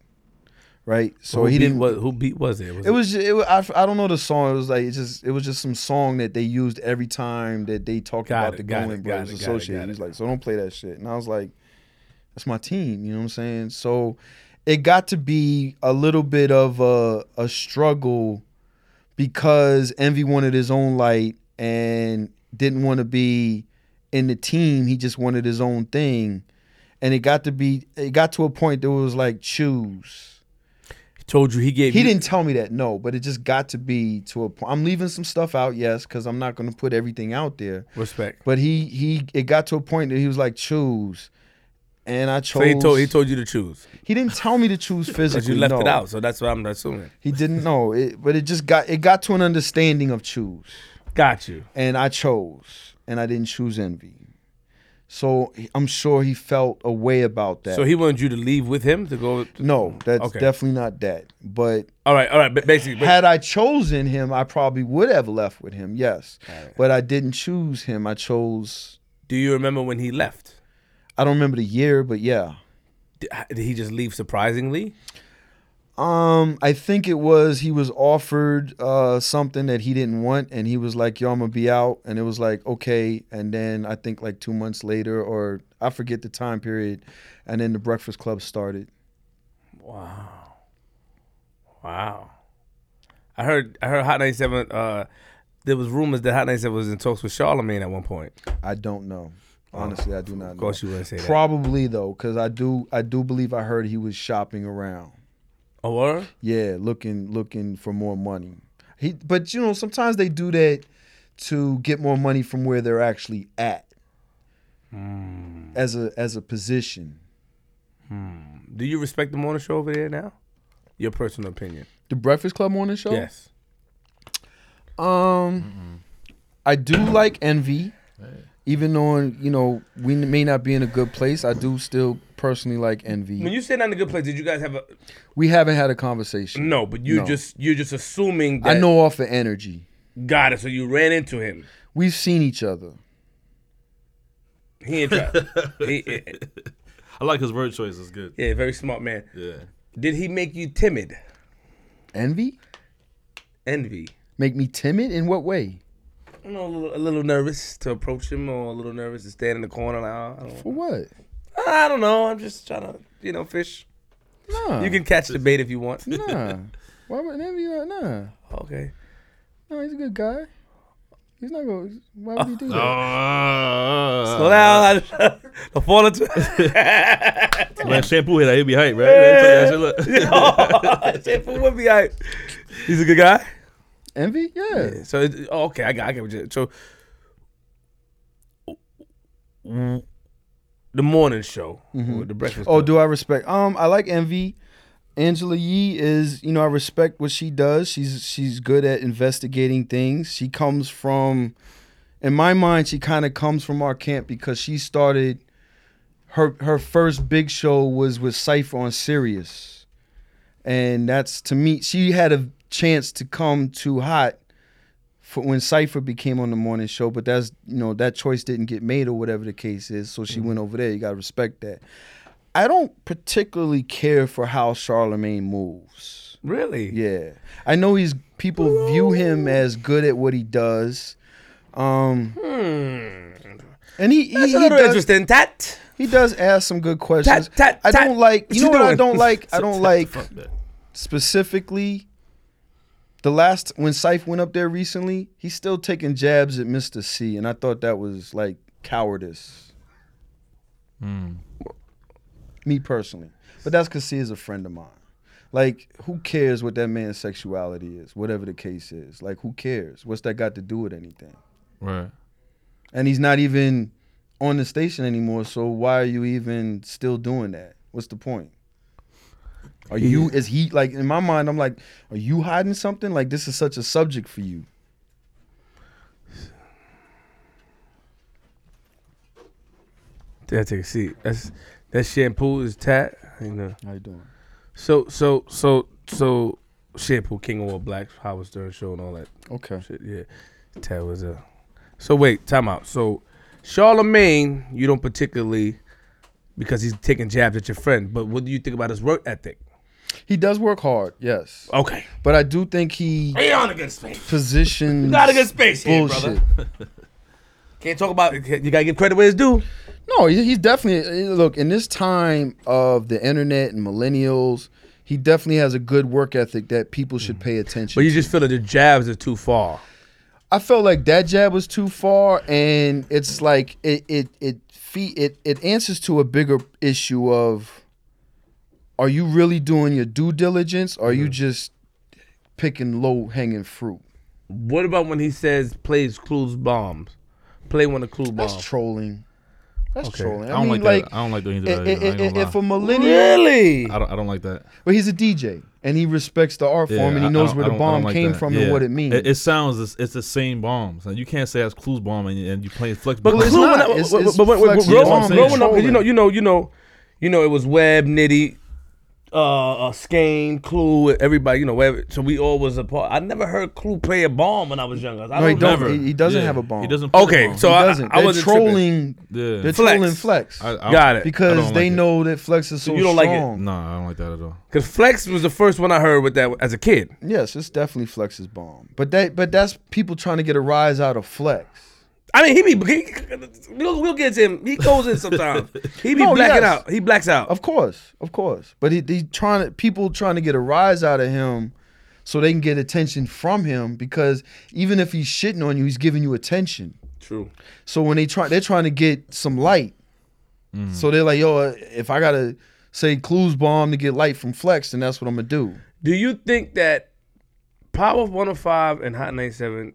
Speaker 4: right? So
Speaker 1: who
Speaker 4: he
Speaker 1: beat,
Speaker 4: didn't.
Speaker 1: What, who beat was it?
Speaker 4: it was. ju- It was I, f- I don't know the song. It was like it's just. It was just some song that they used every time that they talked
Speaker 1: Got
Speaker 4: about
Speaker 1: it,
Speaker 4: the
Speaker 1: got
Speaker 4: Going
Speaker 1: it, got
Speaker 4: Brothers
Speaker 1: it, got it,
Speaker 4: associated.
Speaker 1: got
Speaker 4: He was
Speaker 1: it.
Speaker 4: like, so don't play that shit. And I was like, that's my team. You know what I'm saying? So it got to be a little bit of a a struggle because Envy wanted his own light and didn't want to be in the team. He just wanted his own thing. And it got to be it got to a point that it was like choose.
Speaker 1: He told you he gave.
Speaker 4: He
Speaker 1: you,
Speaker 4: didn't tell me that, no, but it just got to be to a point. I'm leaving some stuff out, yes, because I'm not gonna put everything out there.
Speaker 1: respect.
Speaker 4: But he he it got to a point that he was like choose. And I chose
Speaker 1: So he told he told you to choose,
Speaker 4: he didn't tell me to
Speaker 1: <laughs>
Speaker 4: choose
Speaker 1: but
Speaker 4: physically.
Speaker 1: you left
Speaker 4: no.
Speaker 1: it out. So that's what I'm assuming.
Speaker 4: He didn't know it, but it just got it got to an understanding of choose,
Speaker 1: Got you.
Speaker 4: and I chose, and I didn't choose envy. So I'm sure he felt a way about that.
Speaker 1: So he wanted you to leave with him to go.
Speaker 4: no, that's
Speaker 1: Okay.
Speaker 4: definitely not that. But
Speaker 1: All right, all right. But basically, but-
Speaker 4: had I chosen him, I probably would have left with him. Yes, but I didn't choose him. I chose.
Speaker 1: do you remember when he left?
Speaker 4: I don't remember the year, but yeah.
Speaker 1: Did did he just leave surprisingly?
Speaker 4: Um, I think it was he was offered uh something that he didn't want, and he was like, "Yo, I'm gonna be out," and it was like, "Okay." And then I think like two months later, or I forget the time period, and then the Breakfast Club started.
Speaker 1: Wow. Wow. I heard I heard Hot 97 uh there was rumors that Hot 97 was in talks with Charlemagne at one point.
Speaker 4: I don't know. Honestly, I do not
Speaker 1: Oh, Of
Speaker 4: know.
Speaker 1: course you wouldn't say that.
Speaker 4: Probably though, because I do I do believe I heard he was shopping around.
Speaker 1: Oh, word?
Speaker 4: Yeah, looking looking for more money. He, but you know, sometimes they do that to get more money from where they're actually at.
Speaker 1: Hmm.
Speaker 4: As a as a position,
Speaker 1: Do you respect the morning show over there now? Your personal opinion.
Speaker 4: the Breakfast Club morning show.
Speaker 1: Yes.
Speaker 4: Um, I do like envy, even though you know we may not be in a good place. I do still personally like
Speaker 1: When
Speaker 4: envy.
Speaker 1: you said not in a good place, did you guys have a
Speaker 4: We haven't had a conversation.
Speaker 1: No, but you
Speaker 4: No.
Speaker 1: just you're just assuming
Speaker 4: I
Speaker 1: that
Speaker 4: know off of energy.
Speaker 1: got it, so you ran into him.
Speaker 4: We've seen each other.
Speaker 1: He ain't <laughs> try. he, he-
Speaker 2: I like his word choice. It's good.
Speaker 1: yeah, very smart man.
Speaker 2: Yeah.
Speaker 1: Did he make you timid?
Speaker 4: Envy
Speaker 1: Envy.
Speaker 4: make me timid in what way?
Speaker 1: You know, a little, a little nervous to approach him, or a little nervous to stand in the corner. Like, oh, I don't
Speaker 4: For what?
Speaker 1: I don't know. I'm just trying to, you know, fish.
Speaker 4: Nah.
Speaker 1: You can catch the bait if you want.
Speaker 4: Nah. Why would envy? Nah, nah.
Speaker 1: Okay.
Speaker 4: No, he's a good guy. He's not going. Why would he do that?
Speaker 2: Oh, Ah.
Speaker 1: Slow down. <laughs> Don't fall into.
Speaker 2: Man, shampoo hit that. He'll be hype, right? Man, took that <laughs> shit, look.
Speaker 1: Shampoo would be all right. He's a good guy.
Speaker 4: Envy? Yeah.
Speaker 1: So it, oh, okay, I got, I got what you. So the morning show, or the breakfast.
Speaker 4: Oh,
Speaker 1: Club.
Speaker 4: do I respect? Um, I like envy. Angela Yee is, you know, I respect what she does. She's she's good at investigating things. She comes from, in my mind, she kind of comes from our camp because she started. Her her first big show was with Cipher on Sirius, and that's to me. She had a chance to come too hot for when Cipher became on the morning show, but that's you know that choice didn't get made or whatever the case is. So she went over there. You gotta respect that. I don't particularly care for how Charlemagne moves.
Speaker 1: really?
Speaker 4: Yeah, I know he's people view him as good at what he does. Um, and he he,
Speaker 1: That's Hmm. a
Speaker 4: he
Speaker 1: little
Speaker 4: does,
Speaker 1: interesting. That
Speaker 4: he does ask some good questions.
Speaker 1: tat,
Speaker 4: I
Speaker 1: tat.
Speaker 4: don't like
Speaker 1: What
Speaker 4: you
Speaker 1: you
Speaker 4: know what I
Speaker 1: doing?
Speaker 4: don't like I
Speaker 2: Sit
Speaker 4: don't
Speaker 2: the
Speaker 4: like
Speaker 2: fuck back.
Speaker 4: specifically the last when Syph went up there recently, he's still taking jabs at Mr. C, and I thought that was like cowardice. Me personally, but that's because C is a friend of mine. Like, who cares what that man's sexuality is, whatever the case is? Like, who cares? What's that got to do with anything?
Speaker 2: Right.
Speaker 4: and he's not even on the station anymore. So why are you even still doing that? What's the point? Are you is he like in my mind? I'm like, are you hiding something? Like this is such a subject for you.
Speaker 1: Yeah, take a seat. That's that shampoo is tat. You know.
Speaker 4: How you doing?
Speaker 1: So so so so shampoo King of All Blacks, Howard Stern show, and all that
Speaker 4: Okay.
Speaker 1: shit. Yeah, tat was a. So wait, time out. So Charlemagne, you don't particularly because he's taking jabs at your friend. But what do you think about his work ethic?
Speaker 4: He does work hard, yes,
Speaker 1: Okay,
Speaker 4: but I do think he
Speaker 1: he on a good space.
Speaker 4: positions
Speaker 1: Not a good space here,
Speaker 4: bullshit.
Speaker 1: brother. Can't talk about. You gotta give credit where it's due.
Speaker 4: No, he- he's definitely eh, look in this time of the internet and millennials. He definitely has a good work ethic that people should pay attention.
Speaker 1: But you just feel that the jabs are too far.
Speaker 4: I felt like that jab was too far, and it's like it it it fe- it it answers to a bigger issue of are you really doing your due diligence? Or are you just picking low hanging fruit?
Speaker 1: What about when he says plays clues bombs? Play one of clue
Speaker 4: That's
Speaker 1: bombs.
Speaker 4: trolling. That's trolling.
Speaker 2: I
Speaker 4: I,
Speaker 2: don't like,
Speaker 4: mean, like,
Speaker 2: that. I don't like doing
Speaker 4: i-
Speaker 2: that. either,
Speaker 4: i-
Speaker 2: I ain't
Speaker 4: i-
Speaker 2: gonna
Speaker 4: if a
Speaker 2: lie.
Speaker 4: millennial,
Speaker 1: Really?
Speaker 2: I don't. I don't like that.
Speaker 4: but he's a DJ and he respects the art form and
Speaker 2: I-
Speaker 4: he
Speaker 2: I
Speaker 4: knows
Speaker 2: don't-
Speaker 4: where
Speaker 2: I
Speaker 4: the
Speaker 2: don't- I don't
Speaker 4: bomb
Speaker 2: like
Speaker 4: came
Speaker 2: that.
Speaker 4: from
Speaker 2: Yeah.
Speaker 4: and what it means.
Speaker 2: It, it sounds it's, it's the same bombs. Like, you can't say that's clues bomb and, and you playing flex.
Speaker 1: But
Speaker 2: bomb.
Speaker 4: it's
Speaker 1: Clue,
Speaker 4: not.
Speaker 1: when I-
Speaker 4: It's-
Speaker 1: but-
Speaker 4: it's
Speaker 1: but- but- but
Speaker 4: flexing.
Speaker 1: growing
Speaker 2: That's what
Speaker 1: up,
Speaker 2: I'm
Speaker 1: growing up,
Speaker 4: saying.
Speaker 1: you know, you know, you know, you know, it was Web, Nitty, uh, uh Skane, Clue, everybody, you know, Web. So we all was a part. I never heard Clue play a bomb when I was younger. I
Speaker 4: No, he
Speaker 1: don't
Speaker 4: don't.
Speaker 1: remember.
Speaker 4: He- he doesn't have a bomb.
Speaker 2: He doesn't. play a
Speaker 1: Okay,
Speaker 2: bomb.
Speaker 1: so
Speaker 4: he
Speaker 1: I,
Speaker 4: doesn't.
Speaker 1: I, I
Speaker 4: they're
Speaker 1: wasn't trolling.
Speaker 4: trolling.
Speaker 2: yeah.
Speaker 4: They're
Speaker 1: Flex.
Speaker 4: trolling flex
Speaker 2: I- I don't-
Speaker 1: Got it.
Speaker 2: I
Speaker 4: because
Speaker 2: don't
Speaker 4: they
Speaker 2: like it.
Speaker 4: know that flex is so,
Speaker 1: you don't like it?
Speaker 4: strong.
Speaker 2: Nah, I don't like that at all.
Speaker 1: Because Flex was the first one I heard with that as a kid.
Speaker 4: Yes, it's definitely Flex's bomb. But that but that's people trying to get a rise out of Flex.
Speaker 1: I mean, he be he, we'll, we'll get to him. He goes in sometimes. He be
Speaker 4: No,
Speaker 1: blacking
Speaker 4: yes.
Speaker 1: out. He blacks out.
Speaker 4: Of course, of course. But he, he trying to people trying to get a rise out of him so they can get attention from him because even if he's shitting on you, he's giving you attention.
Speaker 1: True.
Speaker 4: So when they try they're trying to get some light. So they're like, yo, if I gotta say clues bomb to get light from Flex, then that's what I'm gonna do.
Speaker 1: Do you think that Power 105 and Hot 97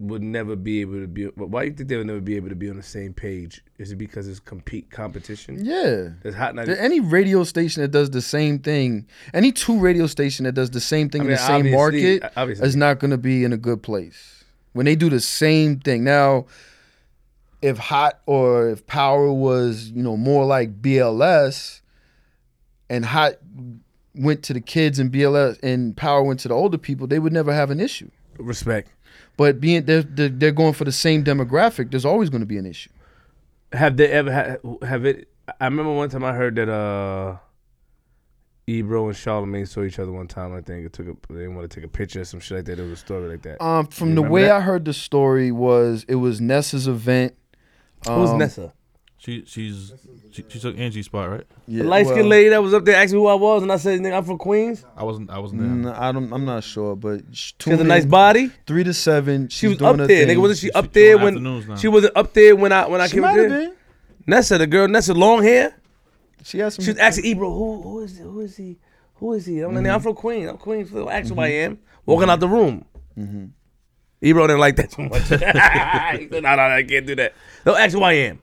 Speaker 1: would never be able to be? Why do you think they would never be able to be on the same page? Is it because it's compete competition?
Speaker 4: Yeah. e-,
Speaker 1: There's Hot
Speaker 4: There
Speaker 1: 97.
Speaker 4: any radio station that does the same thing, any two radio station that does the same thing
Speaker 1: I
Speaker 4: in
Speaker 1: mean,
Speaker 4: the same
Speaker 1: obviously-
Speaker 4: market
Speaker 1: obviously.
Speaker 4: is not going to be in a good place. When they do the same thing. Now, if Hot or if Power was, you know, more like BLS and Hot went to the kids and BLS and Power went to the older people, they would never have an issue.
Speaker 1: Respect.
Speaker 4: But being they're, they're they're going for the same demographic, there's always going to be an issue.
Speaker 1: Have they ever ha- have it? I remember one time I heard that uh, Ebro and Charlamagne saw each other one time. I think it took a, they didn't want to take a picture or some shit like that. It was a story like that.
Speaker 4: Um,
Speaker 1: You
Speaker 4: from the
Speaker 1: remember
Speaker 4: way
Speaker 1: that?
Speaker 4: I heard the story was it was Nessa's event.
Speaker 1: Who's
Speaker 4: um,
Speaker 1: Nessa?
Speaker 2: She she's she, she took Angie's spot, right?
Speaker 4: Yeah,
Speaker 1: The light skinned
Speaker 4: well,
Speaker 1: lady that was up there asked me who I was, and I said, "Nigga, I'm from Queens.
Speaker 2: I wasn't. I wasn't there.
Speaker 4: n- I don't. I'm not sure, but sh-
Speaker 1: She has a
Speaker 4: tune
Speaker 1: nice
Speaker 4: in,
Speaker 1: body.
Speaker 4: Three to seven. She's
Speaker 1: She was
Speaker 4: doing
Speaker 1: up
Speaker 4: her
Speaker 1: there,
Speaker 4: thing.
Speaker 1: nigga. Wasn't she
Speaker 2: She-
Speaker 1: up
Speaker 2: she
Speaker 1: there
Speaker 2: on
Speaker 1: when
Speaker 2: afternoons now.
Speaker 1: she wasn't up there when I when I
Speaker 4: She
Speaker 1: came up
Speaker 4: might have
Speaker 1: there?
Speaker 4: been.
Speaker 1: Nessa, the girl, Nessa, long hair.
Speaker 4: She has some.
Speaker 1: She was asking Ebro, "Who who is who is he? Who is he?" I'm like, "Nigga,
Speaker 4: Mm-hmm.
Speaker 1: I'm from Queens. I'm Queens. So ask who I am." Walking out the room.
Speaker 4: Mm-hmm.
Speaker 1: Ebro didn't like that too much. <laughs> he said, "No, no, I can't do that. Don't ask who I am."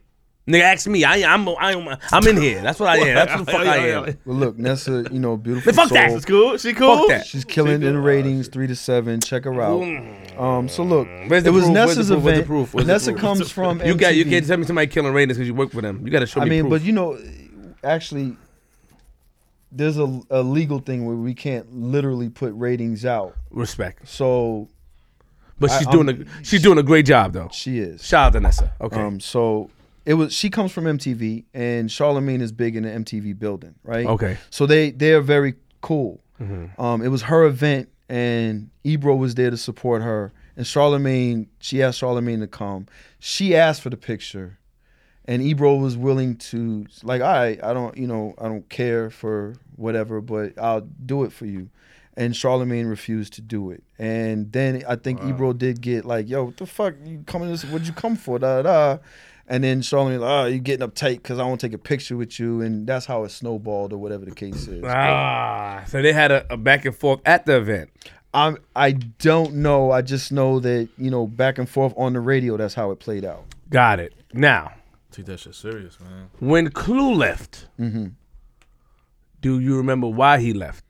Speaker 1: Nigga, ask me. I, I'm, I'm, I'm in here. That's what I am. That's what the fuck I
Speaker 4: <laughs>
Speaker 1: am.
Speaker 4: well, look, Nessa. You know, beautiful.
Speaker 1: Man, fuck that.
Speaker 4: soul.
Speaker 2: It's cool. She cool.
Speaker 1: Fuck that.
Speaker 4: She's killing in the ratings. Three to seven. Check her out. Um. So look,
Speaker 1: Where's the
Speaker 4: it was
Speaker 1: proof? Where's the
Speaker 4: Nessa's
Speaker 1: proof? Where's the
Speaker 4: event.
Speaker 1: proof? Where's the
Speaker 4: Nessa
Speaker 1: proof? <laughs>
Speaker 4: comes from.
Speaker 1: You got, you
Speaker 4: MTV.
Speaker 1: can't tell me somebody killing ratings because you work for them. You got to show
Speaker 4: I
Speaker 1: me
Speaker 4: mean,
Speaker 1: proof.
Speaker 4: but you know, actually, uh, there's a, a legal thing where we can't literally put ratings out.
Speaker 1: respect.
Speaker 4: So
Speaker 1: But she's
Speaker 4: I-
Speaker 1: doing
Speaker 4: I'm-
Speaker 1: a she's doing a great job though.
Speaker 4: she is.
Speaker 1: Shout out to Nessa. Okay.
Speaker 4: Um, so it was she comes from MTV and Charlemagne is big in the MTV building, right?
Speaker 1: Okay. Mm-hmm.
Speaker 4: So they they are very cool. Um, it was her event and Ebro was there to support her. And Charlemagne, she asked Charlemagne to come. She asked for the picture, and Ebro was willing to like, all right, I don't, you know, I don't care for whatever, but I'll do it for you. and Charlemagne refused to do it. And then I think Ebro did get like, "Yo, what the fuck? You coming? This? What'd you come for?" Da da. da. And then Charlemagne, like, "Oh, you getting uptight because I want to take a picture with you," and that's how it snowballed or whatever the case is.
Speaker 1: Ah, so they had a, a back and forth at the event.
Speaker 4: I'm, I don't know. I just know that you know, back and forth on the radio, that's how it played out.
Speaker 1: Got it. Now,
Speaker 2: Take that shit serious, man.
Speaker 1: when Clue left,
Speaker 4: Mm-hmm.
Speaker 1: do you remember why he left?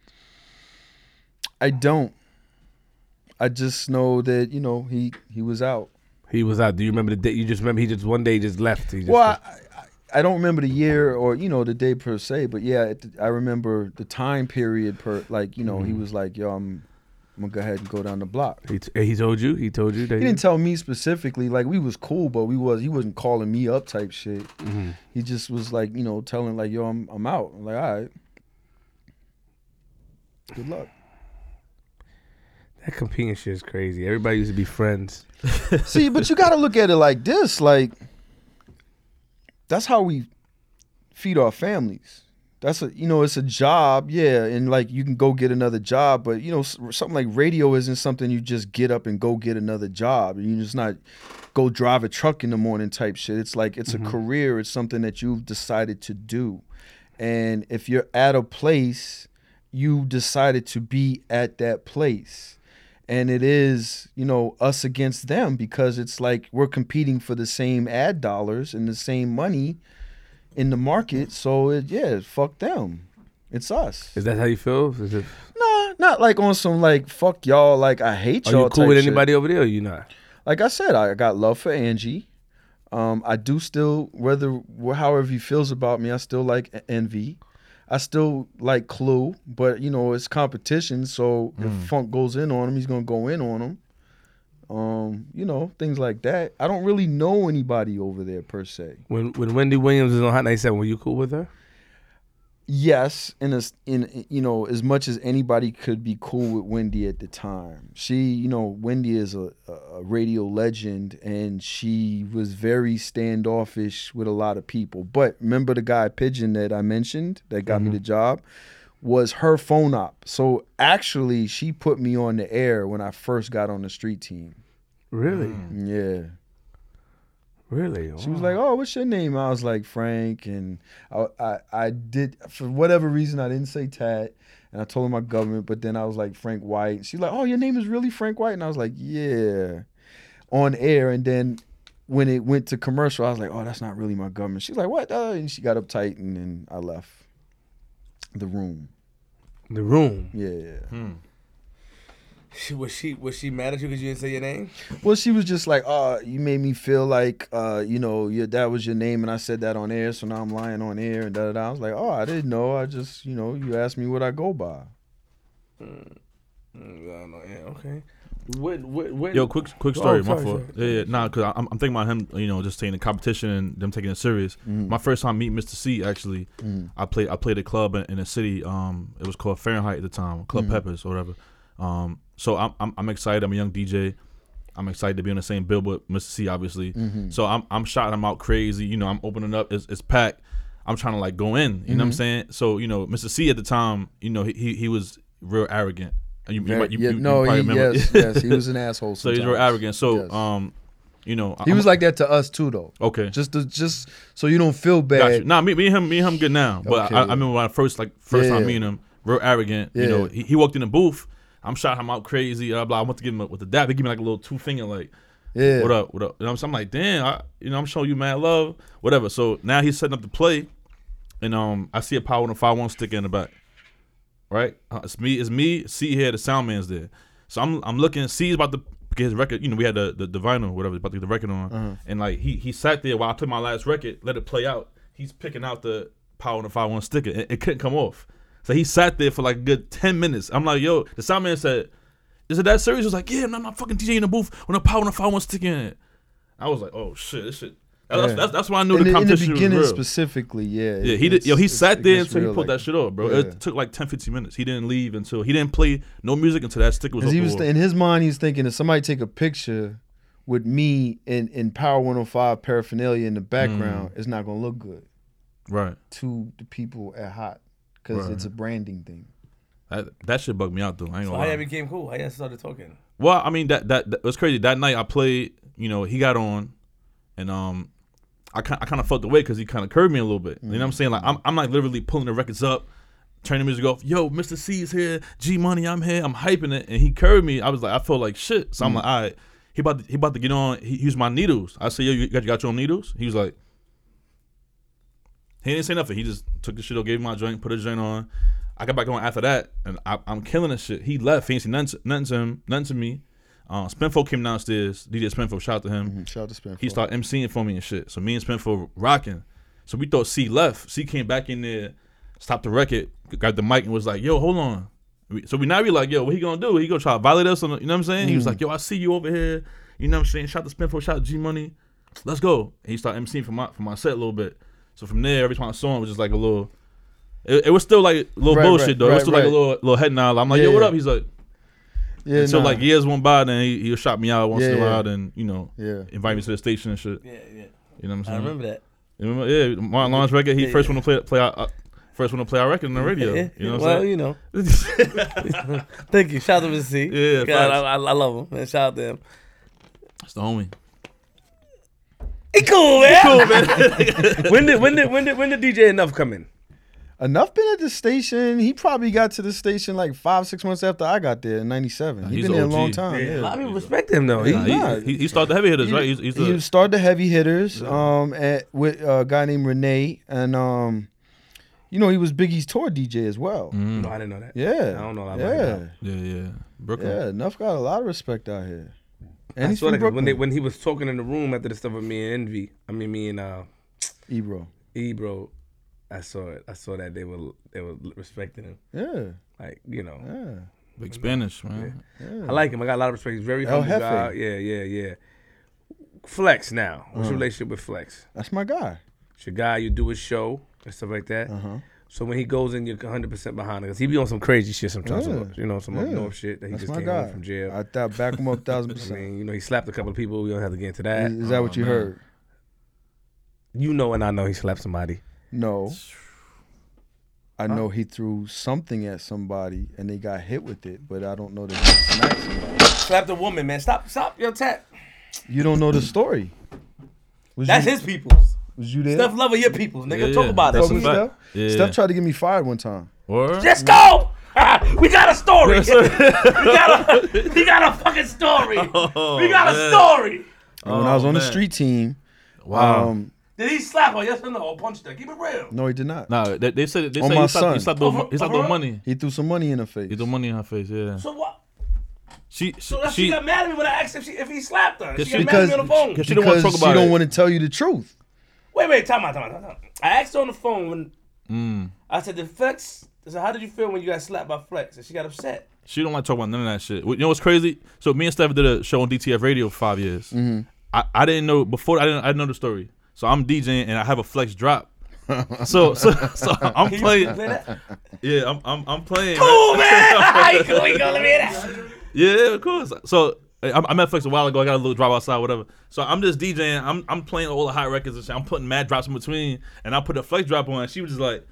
Speaker 4: I don't. I just know that you know he he was out.
Speaker 1: He was out. Do you remember the day? You just remember he just one day just left. He just,
Speaker 4: Well, I, I, I don't remember the year or you know the day per se, but yeah, it, I remember the time period per like you know he was like, "Yo, I'm, I'm gonna go ahead and go down the block."
Speaker 1: he, t- he told you. He told you that.
Speaker 4: He didn't tell me specifically. Like we was cool, but we was he wasn't calling me up type shit. He just was like you know telling like, "Yo, I'm I'm out." I'm like, all right, good luck.
Speaker 1: that competing shit is crazy. Everybody used to be friends.
Speaker 4: See, but you got to look at it like this: like that's how we feed our families. That's a you know, it's a job, yeah, and like you can go get another job, but you know, s- something like radio isn't something you just get up and go get another job. You just not go drive a truck in the morning type shit. It's like it's
Speaker 1: Mm-hmm.
Speaker 4: a career. It's something that you've decided to do, and if you're at a place, you decided to be at that place and it is you know us against them because it's like we're competing for the same ad dollars and the same money in the market so it, yeah fuck them it's us
Speaker 1: Is that how you feel? Is it,
Speaker 4: nah not like on some like fuck y'all like i hate
Speaker 1: are
Speaker 4: y'all
Speaker 1: you cool
Speaker 4: type
Speaker 1: with
Speaker 4: shit.
Speaker 1: anybody over there? or You not?
Speaker 4: like i said i got love for angie um i do still whether wh- however he feels about me i still like E- envy I still like Clue, but you know it's competition. So if Funk goes in on him, he's gonna go in on him. Um, you know things like that. I don't really know anybody over there per se.
Speaker 1: When when Wendy Williams was on Hot 97, were you cool with her?
Speaker 4: Yes, and as in you know as much as anybody could be cool with Wendy at the time. She, you know, Wendy is a, a a radio legend, and she was very standoffish with a lot of people. But remember the guy Pigeon that I mentioned that got me the job was her phone op. So actually, she put me on the air when I first got on the street team.
Speaker 1: Really,
Speaker 4: Yeah.
Speaker 1: really.
Speaker 4: Mm. She was like, "Oh, what's your name?" I was like, "Frank," and I, I, I did for whatever reason I didn't say Tad, and I told her my government, but then I was like Frank White. She's like, "Oh, your name is really Frank White," and I was like, "Yeah," on air, and then when it went to commercial, I was like, "Oh, that's not really my government." She's like, "What?" Uh, and she got uptight, and then I left the room.
Speaker 1: the room.
Speaker 4: Yeah.
Speaker 2: Hmm.
Speaker 1: She, was she was she mad at you because you didn't say your name?
Speaker 4: Well, she was just like, "Oh, you made me feel like, uh, you know, your that was your name, and I said that on air, so now I'm lying on air." And da da da. I was like, "Oh, I didn't know. I just, you know, you asked me what I go by."
Speaker 1: Mm, I don't know. Yeah, okay. When, when, when,
Speaker 2: Yo, quick, quick
Speaker 1: Oh,
Speaker 2: story. my
Speaker 1: sorry,
Speaker 2: fault.
Speaker 1: sorry.
Speaker 2: Yeah, yeah, nah, cause I- I'm, I'm thinking about him. You know, just taking the competition and them taking it serious.
Speaker 4: Mm.
Speaker 2: My first time meeting Mr. C, actually, I played I played a club in, in a city. Um, it was called Fahrenheit at the time,
Speaker 4: Mm.
Speaker 2: Club Peppers or whatever. Um, so I'm, I'm I'm excited. I'm a young DJ. I'm excited to be on the same billboard, with Mr. C, obviously.
Speaker 4: Mm-hmm.
Speaker 2: So I'm I'm shouting him out crazy. You know, I'm opening up. It's, it's packed. I'm trying to like go in. You know
Speaker 4: Mm-hmm.
Speaker 2: what I'm saying? So you know, Mr. C at the time, you know, he he, he was real arrogant. You, you might- you-
Speaker 4: Yeah,
Speaker 2: you- you
Speaker 4: no,
Speaker 2: probably
Speaker 4: he,
Speaker 2: remember. <laughs>
Speaker 4: yes, yes, he was an asshole.
Speaker 2: So he's real
Speaker 4: sometimes.
Speaker 2: arrogant. So
Speaker 4: Yes.
Speaker 2: um, you know,
Speaker 4: he was like that to us too, though.
Speaker 2: Oh, okay,
Speaker 4: Just to, just so you don't feel
Speaker 2: got
Speaker 4: bad.
Speaker 2: you. Nah, me, me and him, me and him good now. But
Speaker 4: Okay.
Speaker 2: I, I remember when I first like first
Speaker 4: Yeah.
Speaker 2: time meeting him, real arrogant.
Speaker 4: Yeah.
Speaker 2: You know, he, he walked in the booth. I'm shouting him out crazy. Blah blah. I went to give him a, with the dap. He give me like a little two finger like.
Speaker 4: Yeah.
Speaker 2: What up? What up? And I'm, so I'm like, damn, I, you know, I'm showing you mad love, whatever. So now he's setting up the play, and um, I see a power and five one sticker in the back, right? Uh, it's me, it's me. C here, the sound man's there. So I'm, I'm looking. C's about to get his record. You know, we had the the, the vinyl, whatever, about to get the record on,
Speaker 4: Uh-huh.
Speaker 2: and like he he sat there while I put my last record, let it play out. He's picking out the power and five one sticker, and it couldn't come off. So he sat there for like a good ten minutes. I'm like, yo, the sound man said. Is it that serious? He was like, yeah, I'm not, not fucking DJ in the booth when a power and a fire one sticking in it. I was like, oh shit, this shit. That- That's,
Speaker 4: Yeah.
Speaker 2: that's, that's why I knew the
Speaker 4: in, the, in the
Speaker 2: competition
Speaker 4: beginning,
Speaker 2: was real.
Speaker 4: specifically, yeah.
Speaker 2: yeah, he did. Yo, he
Speaker 4: it's-
Speaker 2: sat
Speaker 4: it
Speaker 2: there
Speaker 4: gets
Speaker 2: until he
Speaker 4: real
Speaker 2: pulled
Speaker 4: like
Speaker 2: that shit off, bro.
Speaker 4: Yeah.
Speaker 2: It took like 10, 15 minutes. He didn't leave until he didn't play no music until that sticker was.
Speaker 4: Because
Speaker 2: off
Speaker 4: he
Speaker 2: the
Speaker 4: was
Speaker 2: wall.
Speaker 4: in his mind, he's thinking if somebody take a picture with me in in Power 105 paraphernalia in the background,
Speaker 2: Mm.
Speaker 4: it's not gonna look good
Speaker 2: right.
Speaker 4: to the people at Hot because
Speaker 2: Right.
Speaker 4: it's a branding thing.
Speaker 2: That, that shit bugged me out though. I
Speaker 1: So
Speaker 2: ain't gonna
Speaker 1: how
Speaker 2: lie.
Speaker 1: y'all became cool? How y'all started talking?
Speaker 2: Well, I mean that, that that it was crazy. That night I played. You know, he got on, and um, I kind I kind of felt the way because he kind of curved me a little bit. You know what I'm saying? Like I'm I'm like literally pulling the records up, turning the music off. Yo, Mr. C's here. G Money, I'm here. I'm hyping it, and he curved me. I was like, I felt like shit. So I'm like, all right. He about to, he about to get on. He, he used my needles. I said, yo, you got, you got your own needles? He was like, he didn't say nothing. He just took the shit off, gave me my joint, put a joint on. I got back on after that, and I, I'm killing this shit. He left. He ain't seen nothing to, nothing to him, nothing to me. Uh, Spinfo came downstairs. DJ Spinfo, shout out to him.
Speaker 1: Mm,
Speaker 4: Shout out to Spin.
Speaker 2: He started MCing for me and shit. So me and Spinfo rocking. So we thought C left. C came back in there, stopped the record, grabbed the mic, and was like, "Yo, hold on." We- So we now we like, "Yo, what he gonna do? He gonna try to violate us?" Or, no- you know what I'm saying?
Speaker 4: Mm.
Speaker 2: He was like, "Yo, I see you over here." You know what I'm saying? Shout out to Spinfo, shout out to G Money. Let's go. And he started MCing for my for my set a little bit. So from there, every time I saw him, it was just like a little. It, it was still like a little
Speaker 4: Right,
Speaker 2: bullshit
Speaker 4: right,
Speaker 2: though. it was
Speaker 4: right,
Speaker 2: still like
Speaker 4: right.
Speaker 2: a little little head nod. I'm like,
Speaker 4: Yeah,
Speaker 2: "Yo, what
Speaker 4: yeah.
Speaker 2: up?" He's like,
Speaker 4: yeah,
Speaker 2: until
Speaker 4: nah.
Speaker 2: like years went by, then he he shot me out once in a
Speaker 4: Yeah, yeah.
Speaker 2: while, and you know,
Speaker 4: yeah.
Speaker 2: invite me to the station and shit.
Speaker 1: Yeah, yeah.
Speaker 2: You know what I'm
Speaker 1: I
Speaker 2: saying?
Speaker 1: remember that.
Speaker 2: You remember- yeah, Martin Lawrence record. He
Speaker 1: Yeah,
Speaker 2: first one to play play our, uh, first one to play our record on the radio.
Speaker 1: Yeah,
Speaker 2: You know
Speaker 1: yeah.
Speaker 2: what
Speaker 1: well,
Speaker 2: I'm saying?
Speaker 1: you know. Thank you. Shout out to Mr. C.
Speaker 2: Yeah,
Speaker 1: God,
Speaker 2: facts.
Speaker 1: I, I, I love him. Man, shout out to him.
Speaker 2: <laughs> It's the homie.
Speaker 1: He cool, man. cool, man. <laughs> when did when did when did when did DJ Enough come in?
Speaker 4: Enough been at the station. He probably got to the station like five, six months after I got there in '97. he
Speaker 2: he's
Speaker 4: been there a
Speaker 2: OG.
Speaker 4: long time. Yeah.
Speaker 1: A lot of people respect him though.
Speaker 2: Nah,
Speaker 1: He,
Speaker 2: he,
Speaker 4: Nah.
Speaker 2: he, he started the heavy hitters,
Speaker 4: He,
Speaker 2: right? He's, he's
Speaker 4: he
Speaker 2: the,
Speaker 4: started the heavy hitters um, at, with a guy named Renee, and um, you know he was Biggie's tour DJ as well.
Speaker 2: Mm.
Speaker 1: no, I didn't know that.
Speaker 4: Yeah,
Speaker 1: I don't know a lot about
Speaker 4: Yeah,
Speaker 1: that.
Speaker 2: mm-hmm. yeah, yeah. Brooklyn.
Speaker 4: yeah. Enough got a lot of respect out here, and
Speaker 1: I
Speaker 4: he's
Speaker 1: swear
Speaker 4: from
Speaker 1: to God,
Speaker 4: Brooklyn.
Speaker 1: when they, when he was talking in the room after the stuff with me and Envy, I mean me and uh,
Speaker 4: Ebro.
Speaker 1: Ebro, I saw it. I saw that they were they were respecting him.
Speaker 4: Yeah,
Speaker 1: Like you know,
Speaker 4: yeah,
Speaker 2: Big Spanish man.
Speaker 4: yeah.
Speaker 1: I like him. I got a lot of respect. He's very
Speaker 4: El
Speaker 1: humble
Speaker 4: Jefe. Uh-huh.
Speaker 1: guy. Yeah, yeah, yeah. Flex now. What's your relationship with Flex?
Speaker 4: That's my guy.
Speaker 1: It's your guy. You do his show and stuff like that.
Speaker 4: Uh-huh.
Speaker 1: So when he goes in, you're 100 percent behind him. Cause he be on some crazy shit sometimes. some
Speaker 4: Yeah.
Speaker 1: up- you know, some up
Speaker 4: Yeah.
Speaker 1: north shit that he
Speaker 4: That's
Speaker 1: just
Speaker 4: my
Speaker 1: came
Speaker 4: guy.
Speaker 1: home from jail.
Speaker 4: I thought back him up thousand
Speaker 1: I <laughs>
Speaker 4: percent.
Speaker 1: mean, you know, he slapped a couple of people. We don't have to get into that.
Speaker 4: Is, is that what
Speaker 2: Oh,
Speaker 4: you
Speaker 1: uh-huh.
Speaker 2: man.
Speaker 4: heard?
Speaker 1: You know, and I know he slapped somebody.
Speaker 4: No. I know he threw something at somebody and they got hit with it, but I don't know the smacked somebody.
Speaker 1: Slapped a woman, man. Stop, stop your tap.
Speaker 4: You don't know the story. Was
Speaker 1: That's
Speaker 4: you,
Speaker 1: his people's.
Speaker 4: Was you there?
Speaker 1: Steph Lover, your people's. Nigga,
Speaker 2: Yeah,
Speaker 1: talk
Speaker 2: yeah.
Speaker 1: about
Speaker 2: That's
Speaker 4: Fuck
Speaker 1: it.
Speaker 4: with
Speaker 2: a fact.
Speaker 4: Steph?
Speaker 2: Yeah.
Speaker 4: Steph tried to get me fired one time.
Speaker 2: Or <laughs>
Speaker 1: Let's go. <laughs> we got a story. <laughs> we got a we got a fucking story.
Speaker 2: <laughs> Oh,
Speaker 1: we got a
Speaker 2: man.
Speaker 1: story.
Speaker 4: And when I was
Speaker 2: Oh,
Speaker 4: on the
Speaker 2: man.
Speaker 4: street team,
Speaker 2: Wow.
Speaker 4: um,
Speaker 1: Did he slap her? Yes or no? Or punch her? Keep it real.
Speaker 4: no, he did not.
Speaker 2: nah, they, they said they
Speaker 4: On
Speaker 2: said
Speaker 4: my
Speaker 2: he slapped,
Speaker 4: son.
Speaker 2: he slapped
Speaker 1: Oh,
Speaker 2: the,
Speaker 1: for-
Speaker 2: he slapped
Speaker 1: for
Speaker 2: the
Speaker 1: her?
Speaker 2: money.
Speaker 4: He threw some money in her face.
Speaker 2: He threw money in her face. Yeah.
Speaker 1: So what?
Speaker 2: She she
Speaker 1: So that's she,
Speaker 2: she,
Speaker 1: got mad at me when I asked if she if he slapped her. She got
Speaker 2: Cause she-
Speaker 1: mad at me
Speaker 4: because-
Speaker 1: on the phone.
Speaker 2: cause she don't
Speaker 4: because
Speaker 2: want to talk
Speaker 4: she
Speaker 2: about
Speaker 4: don't
Speaker 2: it.
Speaker 4: want to tell you the truth.
Speaker 1: Wait, wait, time out, time out, time out. I asked her on the phone when
Speaker 2: Mm.
Speaker 1: I said the flex. I said, how did you feel when you got slapped by flex? And she got upset.
Speaker 2: She don't want to talk about none of that shit. You know what's crazy? So me and Steph did a show on DTF Radio for five years. I, I didn't know before. I didn't I didn't know the story. So I'm DJing and I have a flex drop. so so so I'm
Speaker 1: Can you play
Speaker 2: playing.
Speaker 1: that? <laughs>
Speaker 2: Yeah, I'm I'm, I'm playing.
Speaker 1: Cool, man. <laughs> cool, we gonna hear that.
Speaker 2: Yeah, yeah, of course. So I, I met Flex a while ago. I got a little drop outside, whatever. So I'm just DJing. I'm I'm playing all the hot records and shit. I'm putting mad drops in between, and I put a Flex drop on. And she was just like,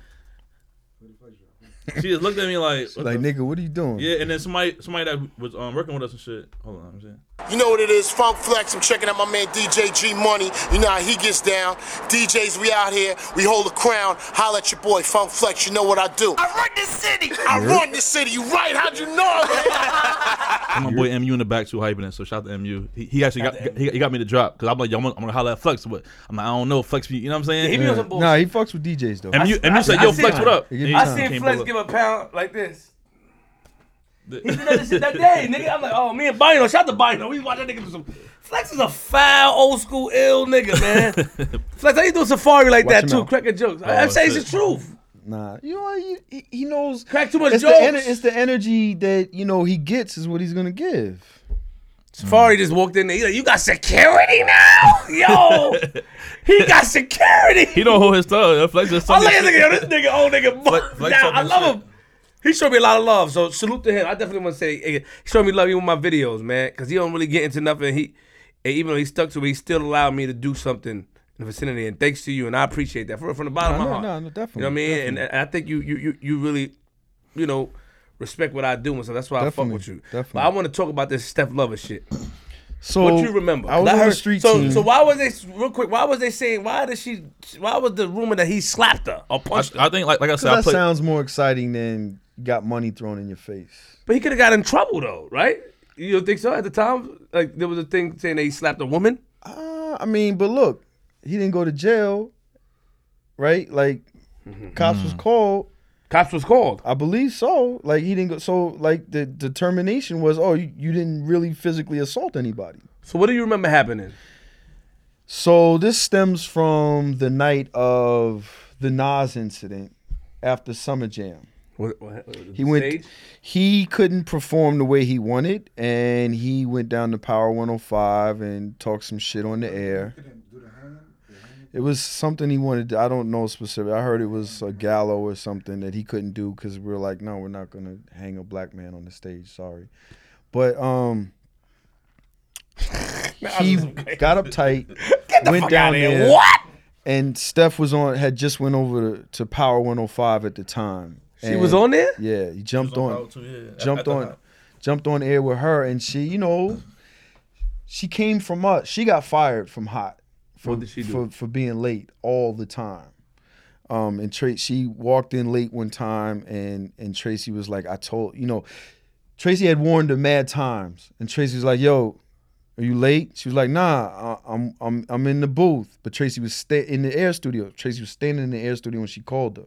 Speaker 2: she just looked at me like, what
Speaker 4: Like,
Speaker 2: the-
Speaker 4: nigga, what are you doing?
Speaker 2: yeah. And then somebody somebody that was um, working with us and shit. Hold on, I'm saying.
Speaker 5: You know what it is, Funk Flex. I'm checking out my man DJ G Money. You know how he gets down. DJs, we out here. We hold the crown. Holla at your boy, Funk Flex. You know what I do. I run this city. I run this city. You right? How'd you know?
Speaker 2: And my boy MU in the back too hyping it. So shout out to MU. He, he actually got he, he got me to drop because I'm like, yo, I'm gonna, I'm gonna holler at Flex, but I'm like, I don't know, Flex. You know what I'm saying?
Speaker 1: He be on some bullshit.
Speaker 4: Nah, he fucks with DJs though.
Speaker 2: and you,
Speaker 1: I-
Speaker 2: and
Speaker 1: I-
Speaker 2: you said,
Speaker 1: I
Speaker 2: yo,
Speaker 1: see
Speaker 2: Flex,
Speaker 1: it.
Speaker 2: what up?
Speaker 4: He get
Speaker 2: And he
Speaker 4: time.
Speaker 1: I seen
Speaker 2: came
Speaker 1: Flex
Speaker 2: pull
Speaker 1: give
Speaker 2: up.
Speaker 1: a pound like this. He did that shit that day, nigga. I'm like, oh, me and Bino, shout out to Bino. We watch that nigga do some. Flex is a foul, old school, ill nigga, man. Flex, how you doing safari like
Speaker 4: Watch
Speaker 1: that
Speaker 4: him
Speaker 1: too?
Speaker 4: out.
Speaker 1: Cracking jokes. I, I'm
Speaker 2: Oh,
Speaker 1: saying it's
Speaker 2: shit.
Speaker 1: the truth.
Speaker 4: Nah, you know what? He- He, he knows.
Speaker 1: Crack too much
Speaker 4: it's
Speaker 1: jokes.
Speaker 4: The ener- it's the energy that you know he gets is what he's gonna give.
Speaker 1: Safari just walked in there. He's like, you got security now? Yo, he got security.
Speaker 2: He don't hold his tongue. Flex just.
Speaker 1: I like this nigga, yo, this nigga, old nigga.
Speaker 2: Flex-
Speaker 1: Flex,
Speaker 2: flex up
Speaker 1: I
Speaker 2: his
Speaker 1: love
Speaker 2: shit.
Speaker 1: him. He showed me a lot of love, so salute to him. I definitely want to say eh, he showed me love even with my videos, man, because he don't really get into nothing. He, and even though he stuck to it, he still allowed me to do something in the vicinity. And thanks to you, and I appreciate that for from the bottom of
Speaker 4: No,
Speaker 1: my
Speaker 4: no,
Speaker 1: heart.
Speaker 4: no, no, definitely.
Speaker 1: You know what I mean? And, and I think you, you, you, you really, you know, respect what I do and stuff. That's why I fuck
Speaker 4: Definitely,
Speaker 1: with you.
Speaker 4: definitely.
Speaker 1: But I want to talk about this Steph Lover shit.
Speaker 4: So
Speaker 1: What you remember?
Speaker 4: I was
Speaker 1: That
Speaker 4: on
Speaker 1: her-
Speaker 4: the street
Speaker 1: so,
Speaker 4: team.
Speaker 1: So why was they real quick? Why was they saying? Why did she? Why was the rumor that he slapped her or
Speaker 2: I,
Speaker 1: punched her?
Speaker 2: I think, like, like I said, I
Speaker 4: that
Speaker 2: played.
Speaker 4: sounds more exciting than you got money thrown in your face.
Speaker 1: But he could have got in trouble though, right? You don't think so? At the time, like there was a thing saying that he slapped a woman.
Speaker 4: Uh, I mean, but look, he didn't go to jail, right? Like, cops was called.
Speaker 1: Cops was called.
Speaker 4: I believe so. Like he didn't go. So like the determination was, oh, you, you didn't really physically assault anybody.
Speaker 1: So what do you remember happening?
Speaker 4: So this stems from the night of the Nas incident after Summer Jam.
Speaker 1: What, what-
Speaker 4: He went.
Speaker 1: stage?
Speaker 4: He couldn't perform the way he wanted, and he went down to Power 105 and talked some shit on the air. It was something he wanted. To, I don't know specific. I heard it was a gallow or something that he couldn't do because we were like, no, we're not gonna hang a black man on the stage. Sorry, but um, he got uptight, went down there.
Speaker 1: What?
Speaker 4: and Steph was on had just went over to, to Power 105 at the time.
Speaker 1: She was on there.
Speaker 4: Yeah, he jumped on,
Speaker 2: At
Speaker 4: jumped
Speaker 2: the
Speaker 4: on,
Speaker 2: house.
Speaker 4: jumped on air with her, and she, you know, she came from us. She got fired from Hot for
Speaker 1: What did she do?
Speaker 4: for, for being late all the time. Um, and Tracy, she walked in late one time, and and Tracy was like, "I told you know." Tracy had warned her mad times, and Tracy was like, "Yo, are you late?" She was like, "Nah, I, I'm I'm I'm in the booth." But Tracy was sta- in the air studio. Tracy was standing in the air studio when she called her.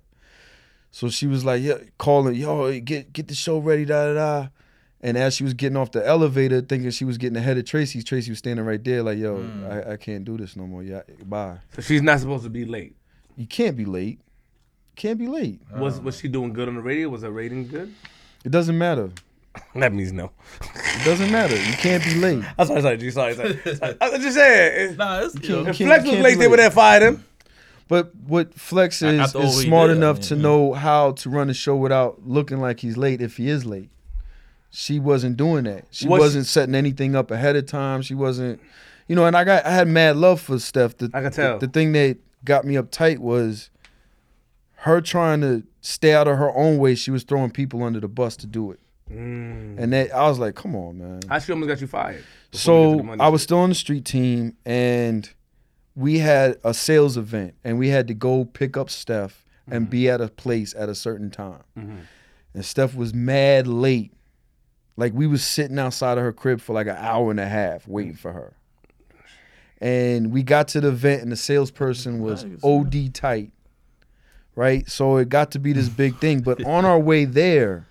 Speaker 4: So she was like, "Yeah, calling, yo, get get the show ready, da da da." And as she was getting off the elevator, thinking she was getting ahead of Tracy, Tracy was standing right there, like, "Yo, I, I can't do this no more. Yeah, bye.
Speaker 1: So she's not supposed to be late.
Speaker 4: You can't be late. Can't be late.
Speaker 1: Was was she doing good on the radio? Was her rating good?
Speaker 4: It doesn't matter.
Speaker 1: That means no.
Speaker 4: It doesn't matter. You can't be late.
Speaker 1: I'm sorry, sorry, G, sorry, sorry.
Speaker 4: <laughs>
Speaker 1: sorry. I was just saying. If,
Speaker 2: Nah, it's you know,
Speaker 1: if
Speaker 4: can't-
Speaker 1: Flex
Speaker 4: you
Speaker 1: was
Speaker 4: can't
Speaker 1: late, they
Speaker 4: do
Speaker 1: would
Speaker 4: it.
Speaker 1: have fired him.
Speaker 4: But what Flex
Speaker 2: I- I
Speaker 4: is
Speaker 2: thought
Speaker 4: is
Speaker 2: we
Speaker 4: smart
Speaker 2: did, I
Speaker 4: enough
Speaker 2: mean,
Speaker 4: to
Speaker 2: yeah.
Speaker 4: know how to run a show without looking like he's late if he is late. She wasn't doing that. She
Speaker 1: Was-
Speaker 4: wasn't setting anything up ahead of time. She wasn't, you know. And I got I had mad love for Steph. The,
Speaker 1: I could tell.
Speaker 4: The, the thing that got me uptight was her trying to stay out of her own way. She was throwing people under the bus to do it.
Speaker 1: Mm.
Speaker 4: And that I was like, come on, man.
Speaker 1: I she almost got you fired. before we get to the
Speaker 4: So
Speaker 1: money
Speaker 4: I was
Speaker 1: shit.
Speaker 4: still on the street team, and we had a sales event, and we had to go pick up Steph and
Speaker 1: Mm-hmm.
Speaker 4: be at a place at a certain time. And Steph was mad late. Like we was sitting outside of her crib for like an hour and a half waiting
Speaker 1: Mm.
Speaker 4: for her. And we got to the event, and the salesperson was OD tight, right? So it got to be this big thing. But on our way there,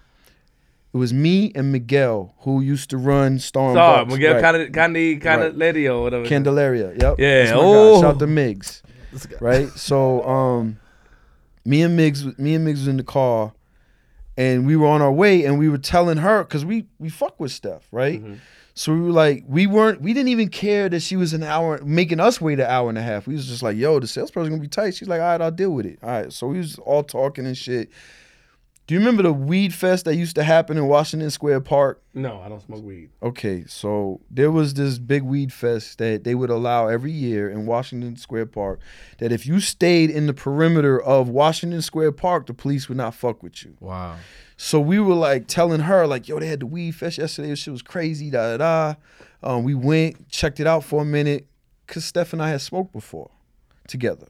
Speaker 4: it was me and Miguel who used to run Star and
Speaker 1: Sorry,
Speaker 4: Bucks,
Speaker 1: Miguel
Speaker 4: right.
Speaker 1: Candy Candy Candy
Speaker 4: Right.
Speaker 1: Lady or whatever.
Speaker 4: Candelaria. Yep.
Speaker 1: Yeah,
Speaker 4: That's my guy.
Speaker 1: oh.
Speaker 4: Shout out to Migs. Right. So um, me and Migs, me and Migs was in the car, and we were on our way, and we were telling her because we we fuck with stuff, right?
Speaker 1: Mm-hmm.
Speaker 4: So we were like, we weren't, we didn't even care that she was an hour making us wait an hour and a half. We was just like, yo, the salesperson's gonna be tight. She's like, all right, I'll deal with it. All right. So we was all talking and shit. Do you remember the weed fest that used to happen in Washington Square Park?
Speaker 1: No, I don't smoke weed.
Speaker 4: Okay, so there was this big weed fest that they would allow every year in Washington Square Park. That if you stayed in the perimeter of Washington Square Park, the police would not fuck with you.
Speaker 2: wow.
Speaker 4: So we were like telling her, like, yo, they had the weed fest yesterday. This shit was crazy, da da da. Um, we went, checked it out for a minute, cause Steph and I had smoked before together.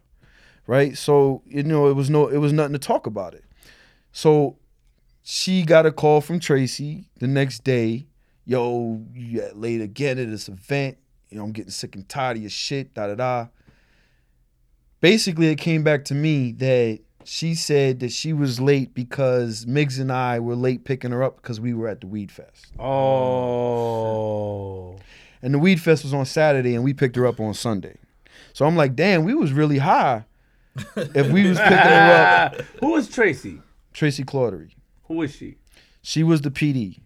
Speaker 4: Right? So, you know, it was no it was nothing to talk about it. So she got a call from Tracy the next day. Yo, you got late again at this event. You know, I'm getting sick and tired of your shit, da da da. Basically, it came back to me that she said that she was late because Miggs and I were late picking her up because we were at the Weed Fest.
Speaker 1: Oh.
Speaker 4: And the Weed Fest was on Saturday and we picked her up on Sunday. So I'm like, damn, we was really high if we was picking her up.
Speaker 1: Ah, who is Tracy?
Speaker 4: Tracy Claudery.
Speaker 1: Who is she?
Speaker 4: She was the PD.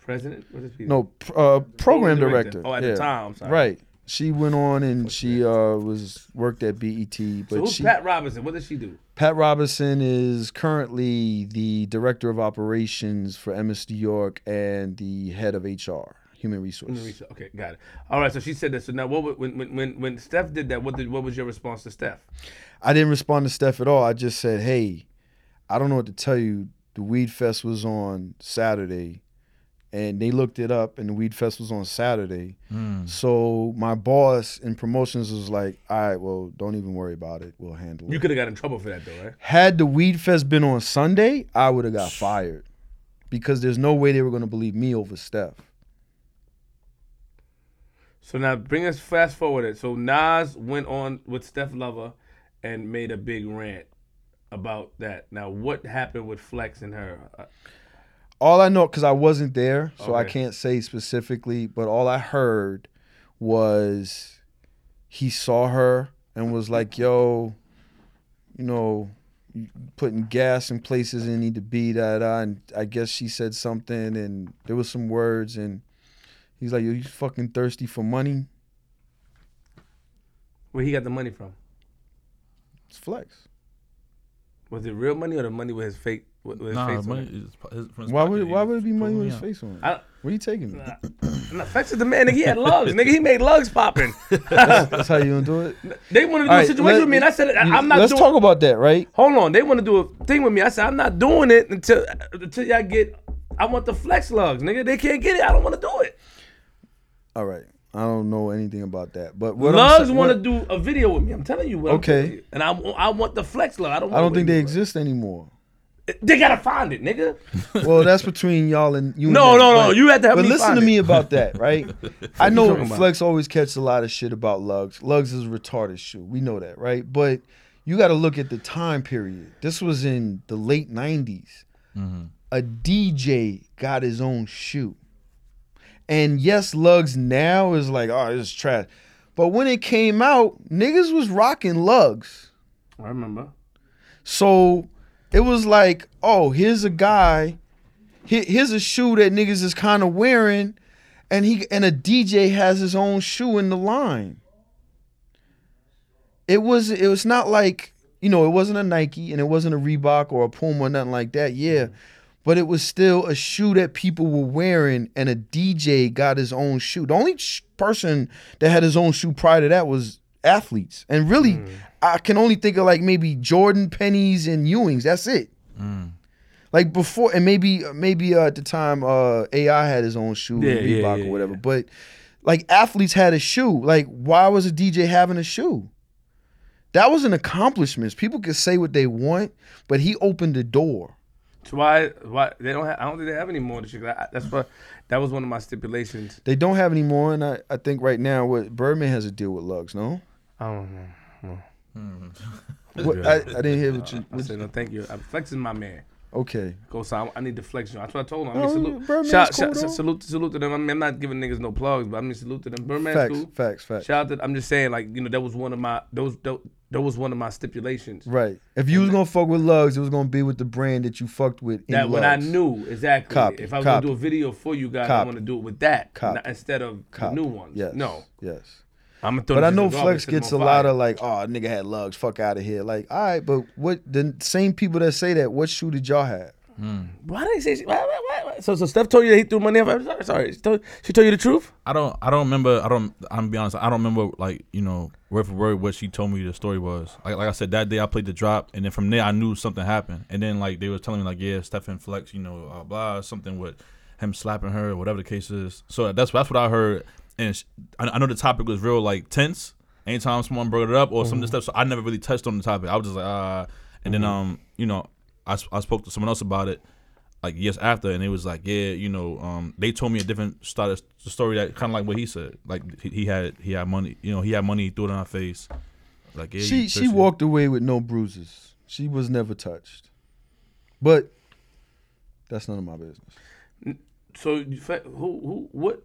Speaker 1: President? What is she?
Speaker 4: No, pr- uh, program
Speaker 1: director.
Speaker 4: director.
Speaker 1: Oh, at the time, I'm sorry.
Speaker 4: Right. She went on and she uh, was worked at BET, but
Speaker 1: So who's
Speaker 4: she, Pat?
Speaker 1: Pat Robinson? What does she do?
Speaker 4: Robinson is currently the director of operations for MS New York and the head of HR, human resource.
Speaker 1: Human resource. Okay, got it. All right, so she said that. So now, what wa- when when when, when Steph did that, what did what was your response to Steph?
Speaker 4: I didn't respond to Steph at all. I just said, "Hey, I don't know what to tell you. the Weed Fest was on Saturday, and they looked it up, and the Weed Fest was on Saturday. So my boss in promotions was like, "All right, well, don't even worry about it. We'll handle
Speaker 1: You
Speaker 4: it."
Speaker 1: could have got in trouble for that though, right?
Speaker 4: Had the Weed Fest been on Sunday, I would have got fired because there's no way they were going to believe me over Steph.
Speaker 1: So now bring us fast forward it. So Nas went on with Steph Lover and made a big rant about that. Now what happened with Flex and her? Uh,
Speaker 4: all I know because I wasn't there, so I
Speaker 1: Okay.
Speaker 4: can't say specifically. But all I heard was he saw her and was like, "Yo, you know, you putting gas in places it didn't need to be." Da da. And I guess she said something, and there was some words, and he's like, "Yo, you fucking thirsty for money?"
Speaker 1: Where he got the money from?
Speaker 4: It's flex.
Speaker 1: Was it real money or the money with his fake? With with his
Speaker 2: Nah,
Speaker 1: face
Speaker 2: money
Speaker 1: On it?
Speaker 2: is his friend's
Speaker 4: Why
Speaker 2: pocket.
Speaker 4: would
Speaker 2: He
Speaker 4: Why would it be money
Speaker 2: fooling
Speaker 4: with
Speaker 2: me
Speaker 4: his
Speaker 2: out.
Speaker 4: face on? it?
Speaker 1: I don't-
Speaker 4: Where you
Speaker 1: <laughs>
Speaker 4: taking
Speaker 1: Uh,
Speaker 4: me?
Speaker 1: Nah, Flex is the man. Nigga, he had lugs. nigga, he made lugs
Speaker 4: <laughs>
Speaker 1: popping.
Speaker 4: That's how you gonna do it.
Speaker 1: they wanted to do
Speaker 4: All
Speaker 1: a
Speaker 4: right,
Speaker 1: situation
Speaker 4: let-
Speaker 1: with me, and I said, I, am not
Speaker 4: Let's
Speaker 1: doing.
Speaker 4: talk about that, right?
Speaker 1: Hold on, they want to do a thing with me. I said, I'm not doing it until until y'all get. I want the Flex lugs, nigga. They can't get it. I don't want to do it.
Speaker 4: All right. I don't know anything about that. But what I'm
Speaker 1: Lugs
Speaker 4: sa-
Speaker 1: want to
Speaker 4: what-
Speaker 1: do a video with me. I'm telling you. What I'm
Speaker 4: Okay.
Speaker 1: telling you. And I, I want the flex lug. I don't.
Speaker 4: I don't
Speaker 1: want
Speaker 4: think they
Speaker 1: what
Speaker 4: exist anymore.
Speaker 1: you- They gotta find it,
Speaker 4: <laughs>
Speaker 1: nigga.
Speaker 4: Well, that's between y'all and you.
Speaker 1: <laughs>
Speaker 4: and
Speaker 1: No,
Speaker 4: them,
Speaker 1: no, no,
Speaker 4: but-
Speaker 1: you had to help
Speaker 4: But
Speaker 1: me
Speaker 4: listen
Speaker 1: find
Speaker 4: to
Speaker 1: it.
Speaker 4: me about that,
Speaker 1: <laughs>
Speaker 4: right? I know
Speaker 1: talking about?
Speaker 4: Flex always catches a lot of shit about Lugs. Lugs is a retarded shoe. We know that, right? But you got to look at the time period. This was in the late '90s. A DJ got his own shoe. And yes, lugs now is like, oh, this is trash. But when it came out, niggas was rocking lugs.
Speaker 1: I remember.
Speaker 4: So it was like, oh, here's a guy, he- here's a shoe that niggas is kind of wearing, and he and a DJ has his own shoe in the line. It was it was not like you know it wasn't a Nike and it wasn't a Reebok or a Puma or nothing like that. Yeah. But it was still a shoe that people were wearing, and a DJ got his own shoe. The only sh- person that had his own shoe prior to that was athletes. And really,
Speaker 1: Mm.
Speaker 4: I can only think of like maybe Jordan, Pennies, and Ewings. That's it.
Speaker 1: Mm.
Speaker 4: Like before, and maybe maybe uh, at the time uh, AI had his own shoe,
Speaker 1: Yeah, yeah,
Speaker 4: Reebok
Speaker 1: yeah,
Speaker 4: or whatever. But like athletes had a shoe. Like why was a DJ having a shoe? That was an accomplishment. People could say what they want, but he opened the door.
Speaker 1: So why? Why they don't? Have, I don't think they have any more. of this shit. I- That's what. That was one of my stipulations.
Speaker 4: They don't have any more, and I, I think right now what Birdman has a deal with Lugs. No,
Speaker 1: I don't know.
Speaker 4: what, I, I didn't hear what you.
Speaker 1: I said no. Thank you. I'm flexing my man.
Speaker 4: Okay,
Speaker 1: Go sign. I need to flex you. That's what I told him. I mean,
Speaker 4: Oh,
Speaker 1: salute.
Speaker 4: Birdman's
Speaker 1: Shout,
Speaker 4: cool,
Speaker 1: shout,
Speaker 4: though.
Speaker 1: salute, salute to them. I mean, I'm not giving niggas no plugs, but I mean, salute to them. Birdman's
Speaker 4: facts,
Speaker 1: cool.
Speaker 4: facts, facts.
Speaker 1: Shout out to. I'm just saying, like you know, that was one of my those. That, that was one of my stipulations.
Speaker 4: Right. If you was gonna fuck with Lugs, it was gonna be with the brand that you fucked with. In
Speaker 1: that when I
Speaker 4: Lugs.
Speaker 1: knew exactly
Speaker 4: Copy,
Speaker 1: if I was
Speaker 4: copy.
Speaker 1: gonna do a video for you guys, I
Speaker 4: Copy.
Speaker 1: want to do it with that
Speaker 4: Copy.
Speaker 1: not- instead of
Speaker 4: Copy.
Speaker 1: the new ones.
Speaker 4: Yes.
Speaker 1: No,
Speaker 4: Yes.
Speaker 1: I'm gonna throw
Speaker 4: But I
Speaker 1: these
Speaker 4: know
Speaker 1: in the garbage,
Speaker 4: Flex
Speaker 1: set them
Speaker 4: gets a
Speaker 1: on
Speaker 4: lot
Speaker 1: fire.
Speaker 4: of like, oh, nigga had Lugs, fuck out of here. Like, all right, but what? The same people that say that, what shoe did y'all have?
Speaker 1: Why did they say? She, why, why, why, why? So so Steph told you that he threw money off. I'm sorry, sorry. She told, she told you the truth.
Speaker 2: I don't. I don't remember. I don't. I'm gonna be honest. I don't remember like you know word for word what she told me the story was. Like, like I said, that day I played the drop, and then from there I knew something happened. And then like they were telling me like yeah, Stephen Flex, you know, uh, blah something with him slapping her, or whatever the case is. So that's that's what I heard. And sh- I, I know the topic was real like tense. Anytime someone brought it up or some of the stuff, so I never really touched on the topic. I was just like ah, and then um you know I s- I spoke to someone else about it like years after, and it was like, yeah, you know, um, they told me a different start the story that kind of like what he said, like he, he had he had money, you know, he had money he threw it in our face, like yeah,
Speaker 4: she
Speaker 2: you
Speaker 4: she
Speaker 2: thirsty.
Speaker 4: walked away with no bruises. She was never touched. But that's none of my business.
Speaker 1: So you fe- who who what?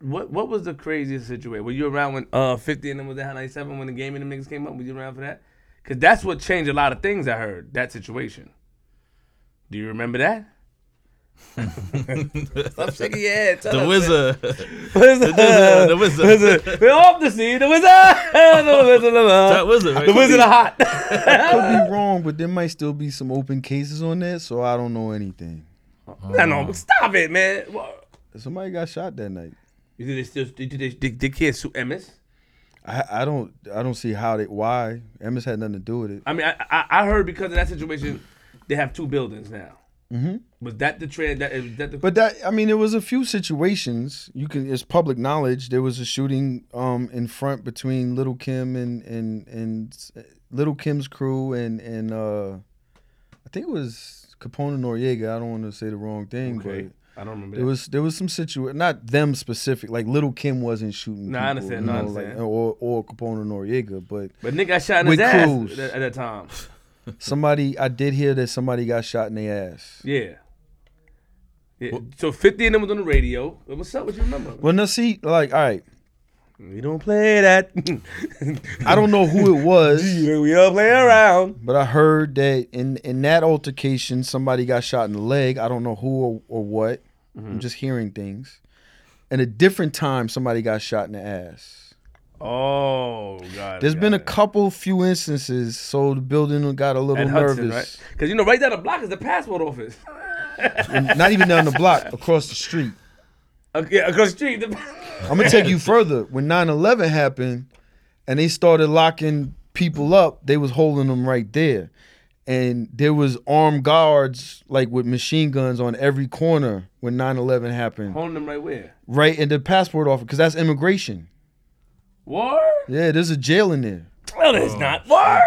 Speaker 1: What what was the craziest situation? Were you around when uh 50 and then was at High 97 when the game and them niggas came up? Were you around for that? Cause that's what changed a lot of things. I heard that situation. Do you remember
Speaker 2: <laughs>
Speaker 1: that? <laughs> Stop shaking your head. Shut
Speaker 2: the
Speaker 1: up. <laughs> Wizard.
Speaker 2: wizard, <laughs> the
Speaker 4: <laughs>
Speaker 2: wizard, the wizard,
Speaker 1: We're off the sea. The wizard. <laughs> The wizard.
Speaker 2: that
Speaker 1: The wizard.
Speaker 2: wizard, right?
Speaker 1: The wizard of hot.
Speaker 4: Could be wrong, but there might still be some open cases on that, so I don't know anything.
Speaker 2: Oh.
Speaker 1: <laughs> No, no, stop it, man. What-
Speaker 4: Somebody got shot that night.
Speaker 1: You think they still? You think they, they, they can't sue Emmis?
Speaker 4: I, I don't I don't see how they why Emma's had nothing to do with it.
Speaker 1: I mean, I, I I heard because of that situation, they have two buildings now. Was that the trend? That, was that the,
Speaker 4: Mm-hmm. But that I mean, there was a few situations. You can it's public knowledge. There was a shooting um in front between Little Kim and and and Little Kim's crew and and uh I think it was Capone and Noriega. I don't want to say the wrong thing,
Speaker 1: okay.
Speaker 4: but
Speaker 1: I don't remember.
Speaker 4: there
Speaker 1: that.
Speaker 4: was there was some situation. Not them specific. Like Little Kim wasn't shooting.
Speaker 1: No,
Speaker 4: No,
Speaker 1: I understand, no, I understand.
Speaker 4: or or Capone and Noriega, but
Speaker 1: but Nick got shot in his
Speaker 4: With
Speaker 1: ass
Speaker 4: Cruz.
Speaker 1: at, at that time.
Speaker 4: somebody I did hear that somebody got shot in the ass.
Speaker 1: Yeah. yeah. So 50 of them was on the radio. What's up? What you remember?
Speaker 4: Well, now see, like, all right,
Speaker 1: We don't play that. <laughs>
Speaker 4: I don't know who it was.
Speaker 1: we don't play around.
Speaker 4: But I heard that in in that altercation, somebody got shot in the leg. I don't know who or, or what.
Speaker 1: Mm-hmm.
Speaker 4: I'm just hearing things. And a different time, somebody got shot in the ass.
Speaker 1: Oh, God.
Speaker 4: There's
Speaker 1: There's
Speaker 4: been a couple few instances, so the building got a little
Speaker 1: At Hudson,
Speaker 4: nervous.
Speaker 1: right? Because, you know, right down the block is the passport office. <laughs>
Speaker 4: And Not even down the block, across the street.
Speaker 1: okay, across the street. <laughs> The,
Speaker 4: I'm gonna take you further. When 9/11 happened, and they started locking people up, they was holding them right there, and there was armed guards like with machine guns on every corner when 9/11 happened.
Speaker 1: holding them right where?
Speaker 4: Right, and the passport office, because that's immigration.
Speaker 1: War?
Speaker 4: Yeah, there's a jail in there.
Speaker 1: No,
Speaker 4: Oh,
Speaker 1: there's not. War?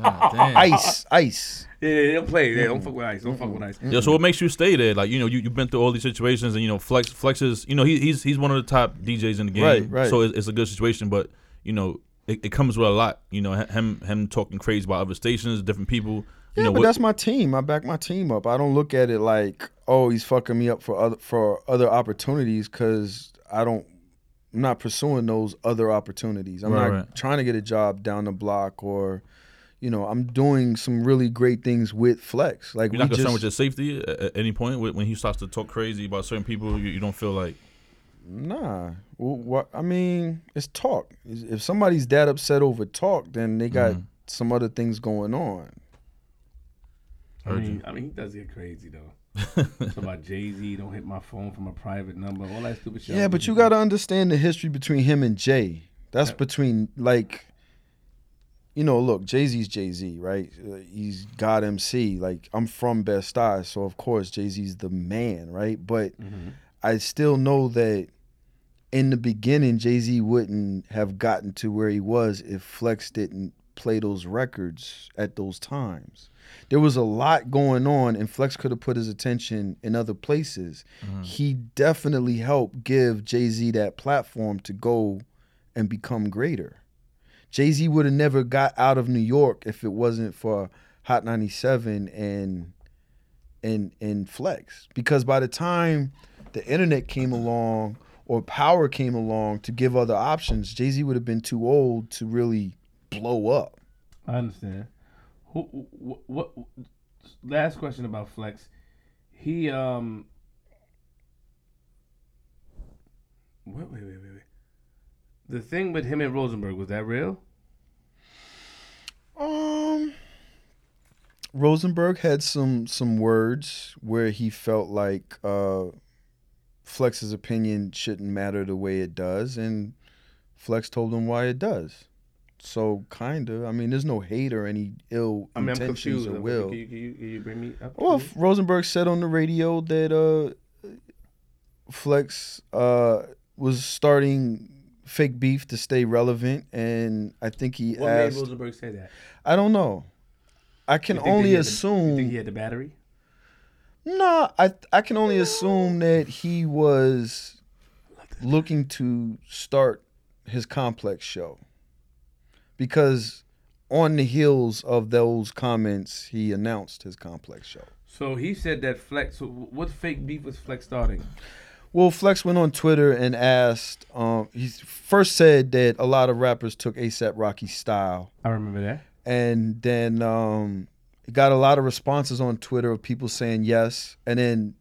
Speaker 6: God damn.
Speaker 4: Ice, ice.
Speaker 1: Yeah, yeah, they don't play. They don't fuck with ice. Don't fuck with ice.
Speaker 2: Yeah, so what makes you stay there? Like you know, you you've been through all these situations, and you know, Flex Flex is you know he, he's he's one of the top DJs in the game,
Speaker 4: Right, right.
Speaker 2: So it's, it's a good situation, but you know, it, it comes with a lot. You know, h- him him talking crazy about other stations, different people. you
Speaker 4: Yeah,
Speaker 2: know,
Speaker 4: but
Speaker 2: what-
Speaker 4: that's my team. I back my team up. I don't look at it like, oh, he's fucking me up for other for other opportunities because I don't. I'm not pursuing those other opportunities. I'm
Speaker 2: Right,
Speaker 4: not
Speaker 2: right.
Speaker 4: trying to get a job down the block or, you know, I'm doing some really great things with Flex. Like
Speaker 2: you're
Speaker 4: we
Speaker 2: not concerned
Speaker 4: just,
Speaker 2: with your safety at, at any point when when he starts to talk crazy about certain people. You, you don't feel like
Speaker 4: Nah. Well, what I mean, it's talk. If somebody's that upset over talk, then they got
Speaker 2: Mm-hmm.
Speaker 4: some other things going on.
Speaker 1: I mean, I mean, he does get crazy, though.
Speaker 4: <laughs>
Speaker 1: Talk about Jay Z, don't hit my phone from a private number, all that stupid shit.
Speaker 4: Yeah, but you gotta understand the history between him and Jay. That's between like, you know, look, Jay Z's Jay Z, right? Uh, He's God MC. Like I'm from Best Eye, so of course Jay Z's the man, right? But
Speaker 1: Mm-hmm.
Speaker 4: I still know that in the beginning, Jay Z wouldn't have gotten to where he was if Flex didn't play those records at those times. There was a lot going on, and Flex could have put his attention in other places. He definitely helped give Jay Z that platform to go and become greater. Jay Z would have never got out of New York if it wasn't for Hot 97 and and and Flex because by the time the internet came along or power came along to give other options, Jay Z would have been too old to really blow up.
Speaker 1: I understand. Who? What? what last question about Flex. He um. Wait, wait, wait, wait, wait. The thing with him and Rosenberg was that real?
Speaker 4: Um, Rosenberg had some some words where he felt like uh, Flex's opinion shouldn't matter the way it does, and Flex told him why it does. So kinda, I mean, there's no hate or any ill
Speaker 1: I mean, I'm
Speaker 4: intentions
Speaker 1: confused.
Speaker 4: or
Speaker 1: Can
Speaker 4: will.
Speaker 1: you, can, you, can you bring me up? to
Speaker 4: Well,
Speaker 1: date?
Speaker 4: if Rosenberg said on the radio that uh, Flex uh, was starting fake beef to stay relevant, and I think he
Speaker 1: what made
Speaker 4: asked.
Speaker 1: Rosenberg say that?
Speaker 4: I don't know. I can
Speaker 1: You think that he
Speaker 4: only
Speaker 1: had the- you think
Speaker 4: assume.
Speaker 1: he had the battery.
Speaker 4: No, I I can only assume that he was looking to start his complex show because on the heels of those comments, he announced his complex show.
Speaker 1: So he said that Flex. So what fake beef was Flex starting?
Speaker 4: Well, Flex went on Twitter and asked. Um, he first said that a lot of rappers took ASAP Rocky's style,
Speaker 1: I remember that.
Speaker 4: and then um, it got a lot of responses on Twitter of people saying yes, and then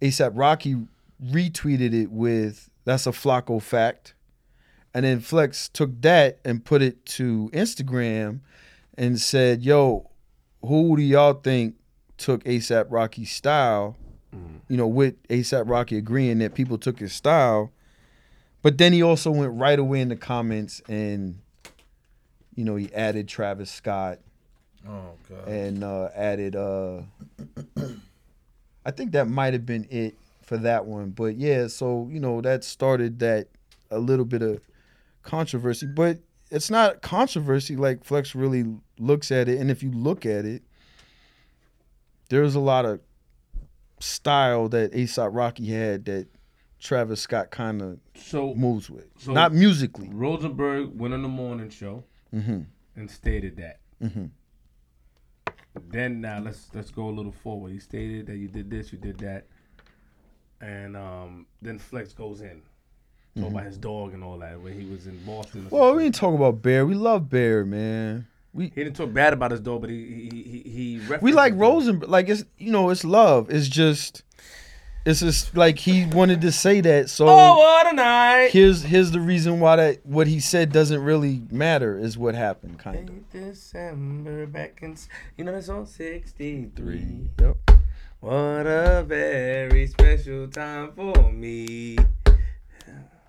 Speaker 4: ASAP Rocky retweeted it with "That's a Flocko fact," and then Flex took that and put it to Instagram and said, "Yo, who do y'all think took ASAP Rocky's style?" you know, with ASAP Rocky agreeing that people took his style. But then he also went right away in the comments and, you know, he added Travis Scott
Speaker 2: Oh god.
Speaker 4: and uh, added. Uh, I think that might have been it for that one, but yeah. So you know that started that a little bit of controversy, but it's not controversy like Flex really looks at it. And if you look at it, there's a lot of style that Aesop Rocky had that Travis Scott kind of
Speaker 1: So
Speaker 4: moves with,
Speaker 1: So-
Speaker 4: not musically.
Speaker 1: Rosenberg went on the morning show
Speaker 4: Mm-hmm.
Speaker 1: and stated that. Then now let's let's go a little forward. He stated that you did this, you did that, and um, then Flex goes in, talk about his dog and all that when he was in Boston. or
Speaker 4: Mm-hmm. Well,
Speaker 1: something.
Speaker 4: we ain't talking about Bear. We love Bear, man. We
Speaker 1: he didn't talk bad about his dog, but he he he, he referenced
Speaker 4: we like
Speaker 1: his dog.
Speaker 4: Rosenberg. Like it's you know it's love. It's just it's just like he wanted to say that. So
Speaker 1: Oh, what a night!
Speaker 4: here's here's the reason why that what he said doesn't really matter is what happened kind of.
Speaker 1: December back in, s- you know, that's on sixty-three.
Speaker 4: Yep. Mm-hmm.
Speaker 1: What a very special time for me. <sighs>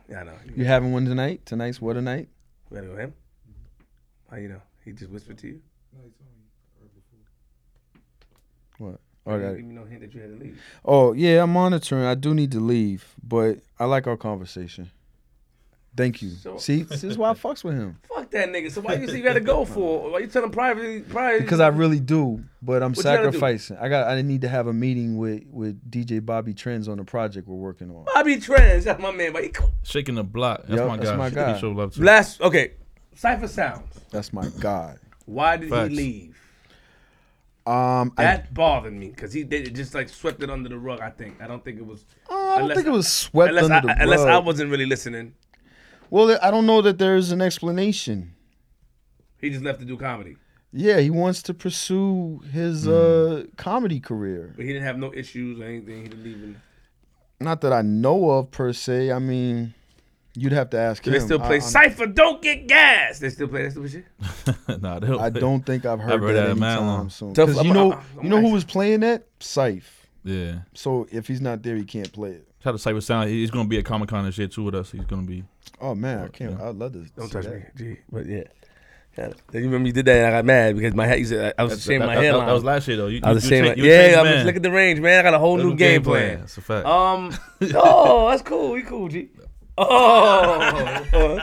Speaker 1: Yeah, I know.
Speaker 4: You having one tonight? Tonight's what a night.
Speaker 1: We gotta go him.
Speaker 4: Mm-hmm.
Speaker 1: How you know? He just whispered to you.
Speaker 4: What? Oh,
Speaker 1: You
Speaker 4: that-
Speaker 1: didn't give me no hint that you had to leave.
Speaker 4: oh yeah, I'm monitoring. I do need to leave, but I like our conversation. Thank you.
Speaker 1: So-
Speaker 4: See, this is why I fucks
Speaker 1: <laughs>
Speaker 4: with him
Speaker 1: Fuck that nigga. So why you say you gotta
Speaker 4: <laughs>
Speaker 1: go for? Why you telling privately? Private?
Speaker 4: because I really do. But I'm
Speaker 1: What you gotta do?
Speaker 4: sacrificing. I got. I need to have a meeting with with DJ Bobby Trends on the project we're working on.
Speaker 1: Bobby Trends. That's my man. But he cool.
Speaker 2: Shaking the block. That's
Speaker 4: Yup,
Speaker 2: my guy.
Speaker 4: that's my guy.
Speaker 2: He show love to.
Speaker 1: last okay. Cipher Sounds.
Speaker 4: That's my god.
Speaker 1: Why did
Speaker 2: Facts.
Speaker 1: he leave?
Speaker 4: Um, I,
Speaker 1: That bothered me because he they just like swept it under the rug. I think. I don't think it was.
Speaker 4: I don't
Speaker 1: unless-
Speaker 4: think it was swept
Speaker 1: Unless
Speaker 4: under
Speaker 1: I,
Speaker 4: the rug.
Speaker 1: unless I wasn't really listening,
Speaker 4: well, I don't know that there is an explanation.
Speaker 1: he just left to do comedy.
Speaker 4: Yeah, he wants to pursue his uh, comedy career.
Speaker 1: But he didn't have no issues or anything. He didn't leave. in-
Speaker 4: Not that I know of per se. I mean, you'd have to ask
Speaker 1: Do
Speaker 4: him.
Speaker 1: they still play
Speaker 4: I, I'm-
Speaker 1: Cipher? Don't get gas. They still play that stupid shit.
Speaker 2: <laughs> nah, they don't-
Speaker 4: I don't think I've heard,
Speaker 2: I've heard
Speaker 4: that,
Speaker 2: that in my
Speaker 4: anytime
Speaker 2: long.
Speaker 4: soon.
Speaker 1: Tough-
Speaker 4: 'Cause
Speaker 1: I'm-
Speaker 4: you know,
Speaker 1: I'm- I'm
Speaker 4: you know who
Speaker 1: nice.
Speaker 4: was playing that? Syph.
Speaker 2: Yeah.
Speaker 4: So if he's not there, he can't play it.
Speaker 2: Try to cyber sound. He's gonna be at Comic Con and shit too with us. He's gonna be.
Speaker 4: Oh man, I can't. I'd love to.
Speaker 1: Don't
Speaker 4: see
Speaker 1: touch
Speaker 4: that.
Speaker 1: me, G. But yeah. Yeah. You remember you did that and I got mad because my hat. You said I I was
Speaker 2: That's-
Speaker 1: shaving
Speaker 2: that,
Speaker 1: my
Speaker 2: that-
Speaker 1: hairline.
Speaker 2: That, was last year though. You,
Speaker 1: I was
Speaker 2: you,
Speaker 1: ashamed.
Speaker 2: you change- you
Speaker 1: yeah,
Speaker 2: change
Speaker 1: I'm
Speaker 2: man.
Speaker 1: just look at the range, man. I got a whole
Speaker 2: That
Speaker 1: new, game, plan.
Speaker 2: That's a fact. <laughs>
Speaker 1: Um, oh, that's cool. We cool, G. Oh,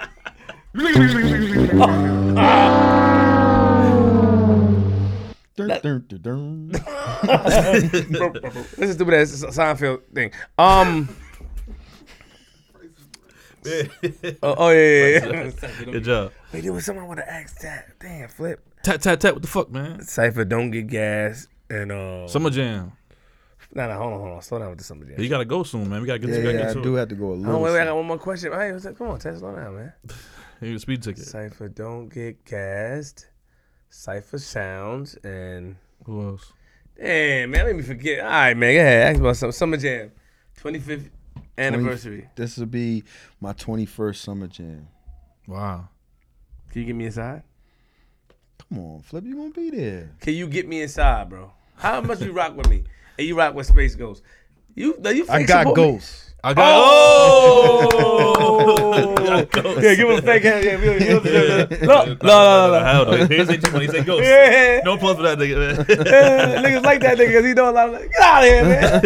Speaker 1: <laughs>
Speaker 4: Dun, dun, dun,
Speaker 1: <laughs>
Speaker 4: dun.
Speaker 1: this is stupid ass Seinfeld thing.
Speaker 2: <laughs>
Speaker 1: Um, oh, oh, yeah, yeah, yeah.
Speaker 2: Good job.
Speaker 1: Wait, there was something I want to ask that. Damn, flip.
Speaker 2: Tap tap tap. What the fuck, man?
Speaker 1: Cipher, don't get gas. And uh,
Speaker 2: Summer Jam.
Speaker 1: nah, nah, hold on, hold on. Slow down with the summer jam.
Speaker 2: You gotta go soon, man. We gotta get
Speaker 4: Yeah,
Speaker 2: to,
Speaker 4: yeah,
Speaker 2: yeah,
Speaker 4: I
Speaker 2: get
Speaker 4: do
Speaker 2: to it.
Speaker 4: have to go a
Speaker 1: Oh,
Speaker 4: little.
Speaker 1: wait, wait, I
Speaker 4: soon.
Speaker 1: got one more question. Hey, what's that? Come on, Ted, slow down, man.
Speaker 2: You get a speed ticket.
Speaker 1: Cipher don't get gassed. Cipher sounds and
Speaker 2: Who else?
Speaker 1: damn man, let me forget. All right, man, go ahead. Ask about some Summer Jam, 25th anniversary.
Speaker 4: This will be my 21st summer jam.
Speaker 2: Wow.
Speaker 1: Can you get me inside?
Speaker 4: Come on, Flip, you gonna be there?
Speaker 1: Can you get me inside, bro? How much you rock with me? And you rock with Space Ghost. You, no, you.
Speaker 4: I
Speaker 1: fake
Speaker 4: got
Speaker 1: support me.
Speaker 4: ghosts.
Speaker 2: I got.
Speaker 1: Oh. yeah, give him a fake hand. Yeah, we don't- we <laughs> don't deserve that.
Speaker 2: <laughs>
Speaker 1: Look, <laughs> no, no, no, no.
Speaker 2: Hell no. He didn't say too much. He said ghost.
Speaker 1: <laughs> Yeah.
Speaker 2: No plus for that nigga, man.
Speaker 1: Yeah, Niggas like that nigga because he know a lot of Get out of here, man.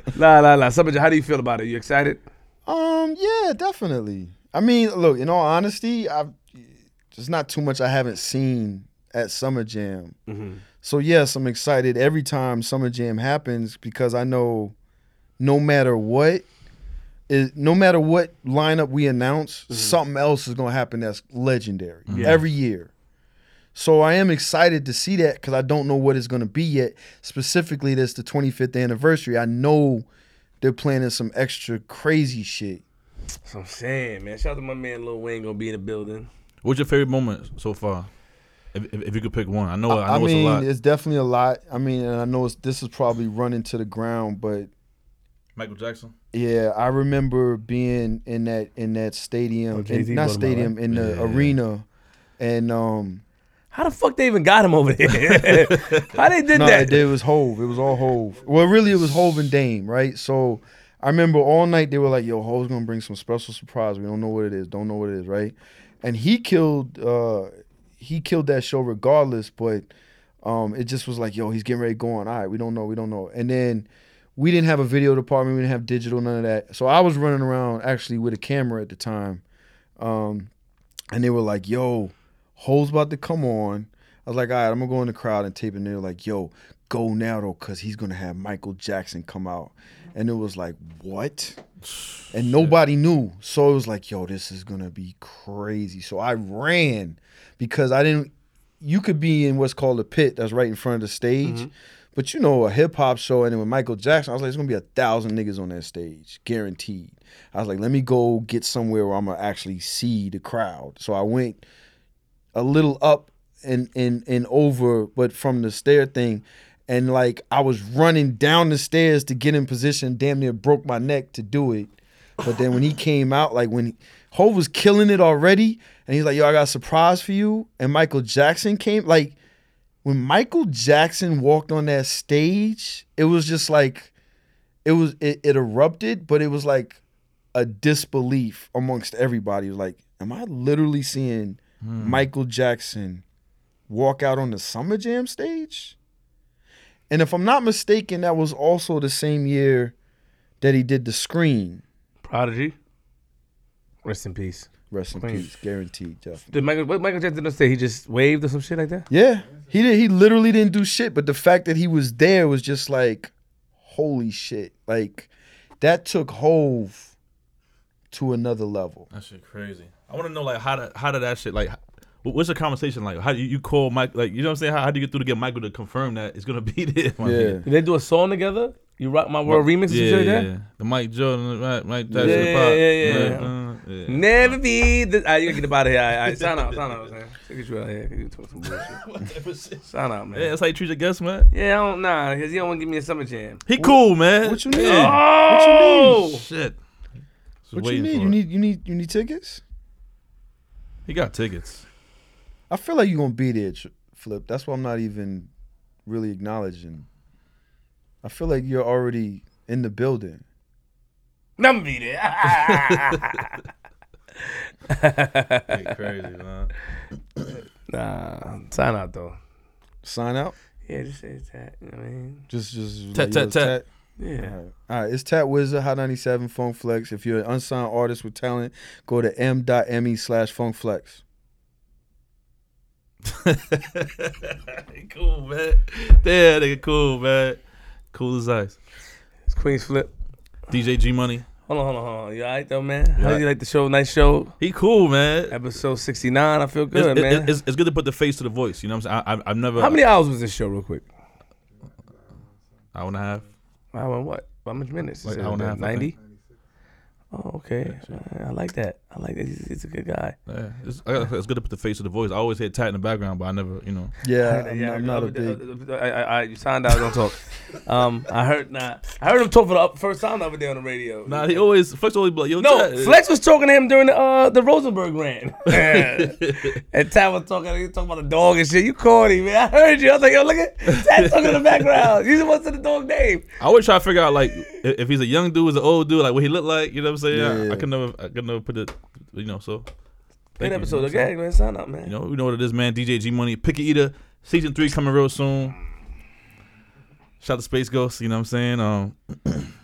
Speaker 1: <laughs> nah, nah, nah. Summer Jam, how do you feel about it? You excited?
Speaker 4: Um, yeah, definitely. I mean, look, in all honesty, I've there's not too much I haven't seen at Summer Jam. So yes, I'm excited every time Summer Jam happens because I know no matter what is no matter what lineup we announce, something else is gonna happen that's legendary every year. So I am excited to see that because I don't know what it's gonna be yet. Specifically, that's the 25th anniversary. I know they're planning some extra crazy shit.
Speaker 1: That's what I'm saying, man. Shout out to my man Lil Wayne gonna be in the building.
Speaker 2: <laughs> What's your favorite moment so far? If, if, if you could pick one, I know. Oh, I, know
Speaker 4: mean,
Speaker 2: it's a lot.
Speaker 4: definitely a lot. I mean, and I know it's, this is probably running to the ground, but
Speaker 2: Michael Jackson.
Speaker 4: yeah, I remember being in that in that stadium,
Speaker 1: Jay-Z
Speaker 4: in, not
Speaker 1: bought him out,
Speaker 4: stadium, in the arena, and um,
Speaker 1: How the fuck they even got him over <laughs> there? how they did
Speaker 4: no,
Speaker 1: that?
Speaker 4: it, it was Hove. It was all Hove. Well, really, it was Hove and Dame, right? So I remember all night they were like, "Yo, Hove's gonna bring some special surprise. We don't know what it is. Don't know what it is, right?" And he killed. uh He killed that show regardless, but Um, it just was like, yo, he's getting ready to go on. All right, we don't know, we don't know. And then we didn't have a video department, we didn't have digital, none of that. So I was running around actually with a camera at the time. Um, and they were like, yo, Hole's about to come on. I was like, all right, I'm gonna go in the crowd and tape it. And they were like, yo, go now though, cause he's gonna have Michael Jackson come out. And it was like, what? And nobody knew. So it was like, yo, this is gonna be crazy. So I ran because I didn't you could be in what's called a pit that's right in front of the stage. But you know, a hip hop show, and then with Michael Jackson, I was like, there's gonna be a thousand niggas on that stage, guaranteed. I was like, let me go get somewhere where I'm gonna actually see the crowd. So I went a little up and and and over, but from the stair thing. And like I was running down the stairs to get in position, damn near broke my neck to do it. But then when he came out, like when he, Hov was killing it already, and he's like, "Yo, I got a surprise for you." And Michael Jackson came, like when Michael Jackson walked on that stage, it was just like it was it, it erupted, but it was like a disbelief amongst everybody. It was like, am I literally seeing Michael Jackson walk out on the Summer Jam stage? And if I'm not mistaken, that was also the same year that he did the Scream.
Speaker 1: Prodigy. Rest in peace.
Speaker 4: Rest in
Speaker 1: Queen.
Speaker 4: peace, guaranteed, Jeff.
Speaker 1: Did Michael what Michael Jackson did say? He just waved or some shit like that.
Speaker 4: Yeah, he did. He literally didn't do shit, but the fact that he was there was just like, holy shit! Like, that took Hove to another level.
Speaker 2: That shit crazy. I want to know like how did how did that shit like. wh- What's the conversation like? How do you, you call Mike? Like you know what I'm saying? How, how do you get through to get Michael to confirm that it's gonna <laughs> be there? my
Speaker 4: Yeah,
Speaker 2: nigga?
Speaker 1: Did they do a song together? You rock my world remix and
Speaker 2: yeah,
Speaker 1: shit like
Speaker 2: yeah,
Speaker 1: that.
Speaker 2: yeah. The Mike Jordan, right? Mike Jackson,
Speaker 1: Yeah,
Speaker 2: pop.
Speaker 1: yeah, yeah,
Speaker 2: yeah. yeah.
Speaker 1: Never be. The, I you gotta get up out of here. All right, all right, sign out, sign out, man. Get you out of here. You talk some bullshit. sign out, man.
Speaker 2: Yeah, that's how you treat your guests, man.
Speaker 1: Yeah, I don't nah, cause you don't want to give me a summer jam.
Speaker 2: He cool, man.
Speaker 4: what you need?
Speaker 2: Yeah.
Speaker 1: Oh,
Speaker 2: Shit. Just
Speaker 4: what
Speaker 2: waiting
Speaker 4: you need?
Speaker 2: for
Speaker 4: You
Speaker 2: it.
Speaker 4: need you need you need tickets.
Speaker 2: He got tickets.
Speaker 4: I feel like you're gonna be there, Tr- Flip. That's why I'm not even really acknowledging. I feel like you're already in the building.
Speaker 1: never be
Speaker 2: <laughs>
Speaker 1: there.
Speaker 2: crazy, man.
Speaker 1: nah, sign out though.
Speaker 4: Sign out.
Speaker 1: Yeah, just say it's that. You know what I mean,
Speaker 4: Just just
Speaker 2: Tat,
Speaker 4: like,
Speaker 2: tat,
Speaker 4: yo, it's
Speaker 2: tat.
Speaker 1: yeah.
Speaker 4: All right. All right, it's Tat Wizard, Hot 97, Funk Flex. If you're an unsigned artist with talent, go to m.me e slash Funk Flex.
Speaker 2: <laughs> cool, man. Yeah, nigga, cool, man. Cool as ice.
Speaker 1: It's Queen's flip.
Speaker 2: DJ G Money.
Speaker 1: Hold on, hold on, hold on. You all right though, man? How
Speaker 2: Yeah.
Speaker 1: you like the show? Nice show.
Speaker 2: He cool, man.
Speaker 1: Episode sixty nine. I feel
Speaker 2: It's,
Speaker 1: good,
Speaker 2: it-
Speaker 1: man.
Speaker 2: it- it's, it's good to put the face to the voice. You know what I'm saying? I, I, I've never.
Speaker 1: How many hours was this show, real quick?
Speaker 2: Hour and a half.
Speaker 1: Hour and what? How much minutes?
Speaker 2: Like hour and a half, I
Speaker 1: Ninety. Oh, okay. I like that. I like that. He's, he's a good guy.
Speaker 2: Yeah, it's, I gotta say, it's good to put the face to the voice. I always hear Tat in the background, but I never, you know.
Speaker 4: <laughs> Yeah, I'm, not, I'm not a big.
Speaker 1: uh, I, I, I, you signed out. Don't talk. <laughs> um, I heard nah, I heard him talk for the up- first time the other day on the radio.
Speaker 2: Nah, he always Flex always be like, yo,
Speaker 1: no,
Speaker 2: Tat.
Speaker 1: Flex was talking to him during the uh, the Rosenberg
Speaker 2: <laughs>
Speaker 1: rant. <laughs> and Tad was talking. He was talking about the dog and shit. You corny, man. I heard you. I was like, yo, look at Tad talking in the background. You the one said the dog name.
Speaker 2: I always try to figure out like i- if he's a young dude, is an old dude, like what he look like. You know what I'm saying? I,
Speaker 4: Yeah.
Speaker 2: I could never, I could never put it, you know. So,
Speaker 1: Good
Speaker 2: thank you.
Speaker 1: episode. Okay, man. Sign up, man.
Speaker 2: You know, we know what it is, man. DJ G Money, Picky Eater, season three coming real soon. Shout out to Space Ghost, you know what I'm saying? Um, <clears throat>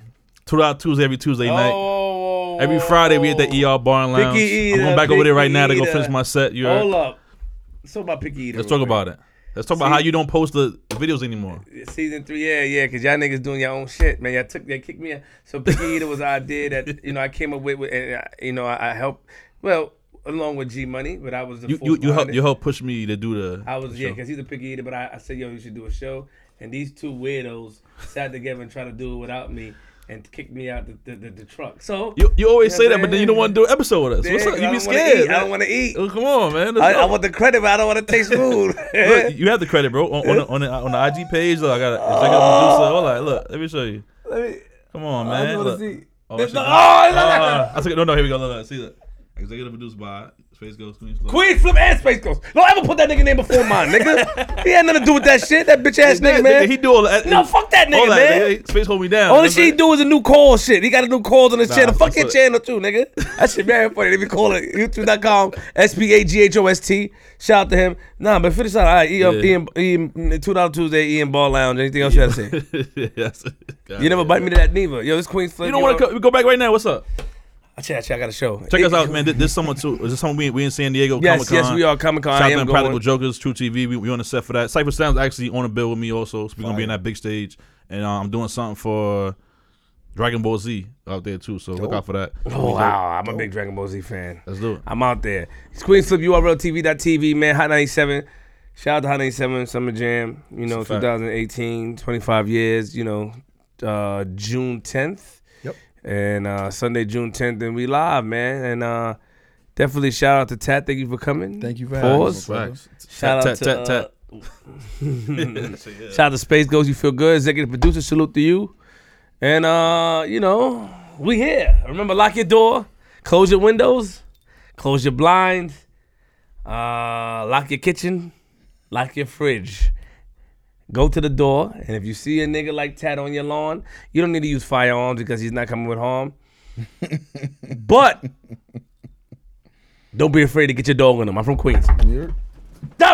Speaker 2: Two Dollar Tuesday every Tuesday night.
Speaker 1: Oh,
Speaker 2: Every Friday we at the ER Bar and Lounge.
Speaker 1: Picky
Speaker 2: I'm going
Speaker 1: Eater,
Speaker 2: back over there right now to go
Speaker 1: Picky
Speaker 2: finish
Speaker 1: Eater.
Speaker 2: my set. You heard?
Speaker 1: Hold up. Let's talk about picky eater.
Speaker 2: Let's talk about it. Let's talk about
Speaker 1: See-
Speaker 2: how you don't post the the videos anymore.
Speaker 1: it. Season three, yeah, yeah, because y'all niggas doing your own shit, man. Y'all took, they kicked me out. So <laughs> picky eater was an idea that you know I came up with, with and I, you know I, I helped, well, along with G Money, but I was the
Speaker 2: You
Speaker 1: force
Speaker 2: you, you
Speaker 1: behind
Speaker 2: help
Speaker 1: it.
Speaker 2: you help push me to do the.
Speaker 1: I was
Speaker 2: the
Speaker 1: yeah,
Speaker 2: show.
Speaker 1: because he's a picky eater, but I, I said yo, you should do a show, and these two weirdos sat together and tried to do it without me and kicked me out the the, the, the truck. So
Speaker 2: You, you always
Speaker 1: Yeah,
Speaker 2: say that, but then you don't
Speaker 1: man.
Speaker 2: want to do an episode with us. What's
Speaker 1: Yeah, I
Speaker 2: up? You be
Speaker 1: don't wanna
Speaker 2: scared.
Speaker 1: eat. I don't want to eat.
Speaker 2: Oh, come on, man. Let's
Speaker 1: I, I
Speaker 2: go.
Speaker 1: want the credit, but I don't want to taste food. <laughs>
Speaker 2: Look, you have the credit, bro. On, on,
Speaker 1: Eh?
Speaker 2: the, on, the, on the IG page, look, I got a executive producer. Hold on, look, let me show you.
Speaker 1: Let me-
Speaker 2: Come on,
Speaker 1: Ah. I just
Speaker 2: man.
Speaker 1: wanna
Speaker 2: Look.
Speaker 1: see.
Speaker 2: Oh, Ah.
Speaker 1: There's
Speaker 2: shit.
Speaker 1: no- oh, look, look, look.
Speaker 2: Uh, I took it. No, no, here we go. Look, look, see that. Executive produced by Space Ghost, Queen Slow.
Speaker 1: Queen Flip and Space Ghost. Don't ever put that nigga name before mine, nigga. he had nothing to do with that shit. That bitch ass nigga, man.
Speaker 2: He do all that.
Speaker 1: No, fuck that
Speaker 2: all
Speaker 1: nigga, man.
Speaker 2: Hey, hey, Space hold me down.
Speaker 1: Only
Speaker 2: That's
Speaker 1: shit he
Speaker 2: it. <laughs>
Speaker 1: do is a new call shit. He got a new calls on his
Speaker 2: Nah,
Speaker 1: channel. Fuck
Speaker 2: that's
Speaker 1: your
Speaker 2: what-
Speaker 1: channel too, nigga. That shit very funny. They be calling youtube.com S P A G H O S T. Shout out to him. Nah, but finish out. All right, Ian,
Speaker 2: Yeah.
Speaker 1: Ian, Ian, um, two dollar Tuesday, Ian Ball Lounge. Anything else you gotta
Speaker 2: <laughs>
Speaker 1: say?
Speaker 2: yes. God
Speaker 1: You never
Speaker 2: damn.
Speaker 1: bite me to that neither. Yo, this Queen's Flip.
Speaker 2: You don't want to go back right now. What's up?
Speaker 1: Check, check, I got a show.
Speaker 2: Check us out, man. This, this someone too. Is this someone we, we in San Diego?
Speaker 1: Yes,
Speaker 2: Comic-Con.
Speaker 1: yes, we are Comic-Con. I
Speaker 2: Shout out
Speaker 1: am
Speaker 2: to Impractical
Speaker 1: going.
Speaker 2: Jokers, True TV. We, we on the set for that. Cypher Sounds actually on a bill with me also. So we're gonna be in that big stage, and uh, I'm doing something for Dragon Ball Z out there too. So look out for that.
Speaker 1: Oh, wow. I'm a big Dragon Ball Z fan.
Speaker 2: Let's do it.
Speaker 1: I'm out there. It's Queen Flip URL TV.tv, man. Hot 97. Shout out to Hot 97 Summer Jam. You know,
Speaker 2: It's a fact.
Speaker 1: 2018, 25 years, you know, uh, June 10th.
Speaker 4: Yep.
Speaker 1: And uh, Sunday, June 10th, and we live, man. And uh, definitely shout out to Tat. Thank you for coming.
Speaker 4: Thank you for having
Speaker 1: Pause.
Speaker 4: us.
Speaker 2: Facts.
Speaker 1: Shout out
Speaker 2: Tat,
Speaker 1: to
Speaker 2: tat,
Speaker 1: uh,
Speaker 2: tat,
Speaker 1: <laughs>
Speaker 2: <laughs>
Speaker 1: Shout out to Space Ghost. You feel good. Executive producer, salute to you. And uh, you know, we here. Remember, lock your door, close your windows, close your blinds, uh, lock your kitchen, lock your fridge. Go to the door, and if you see a nigga like Tat on your lawn, you don't need to use firearms because he's not coming with harm. but don't be afraid to get your dog on him. I'm from Queens.
Speaker 4: You're-
Speaker 1: Dog!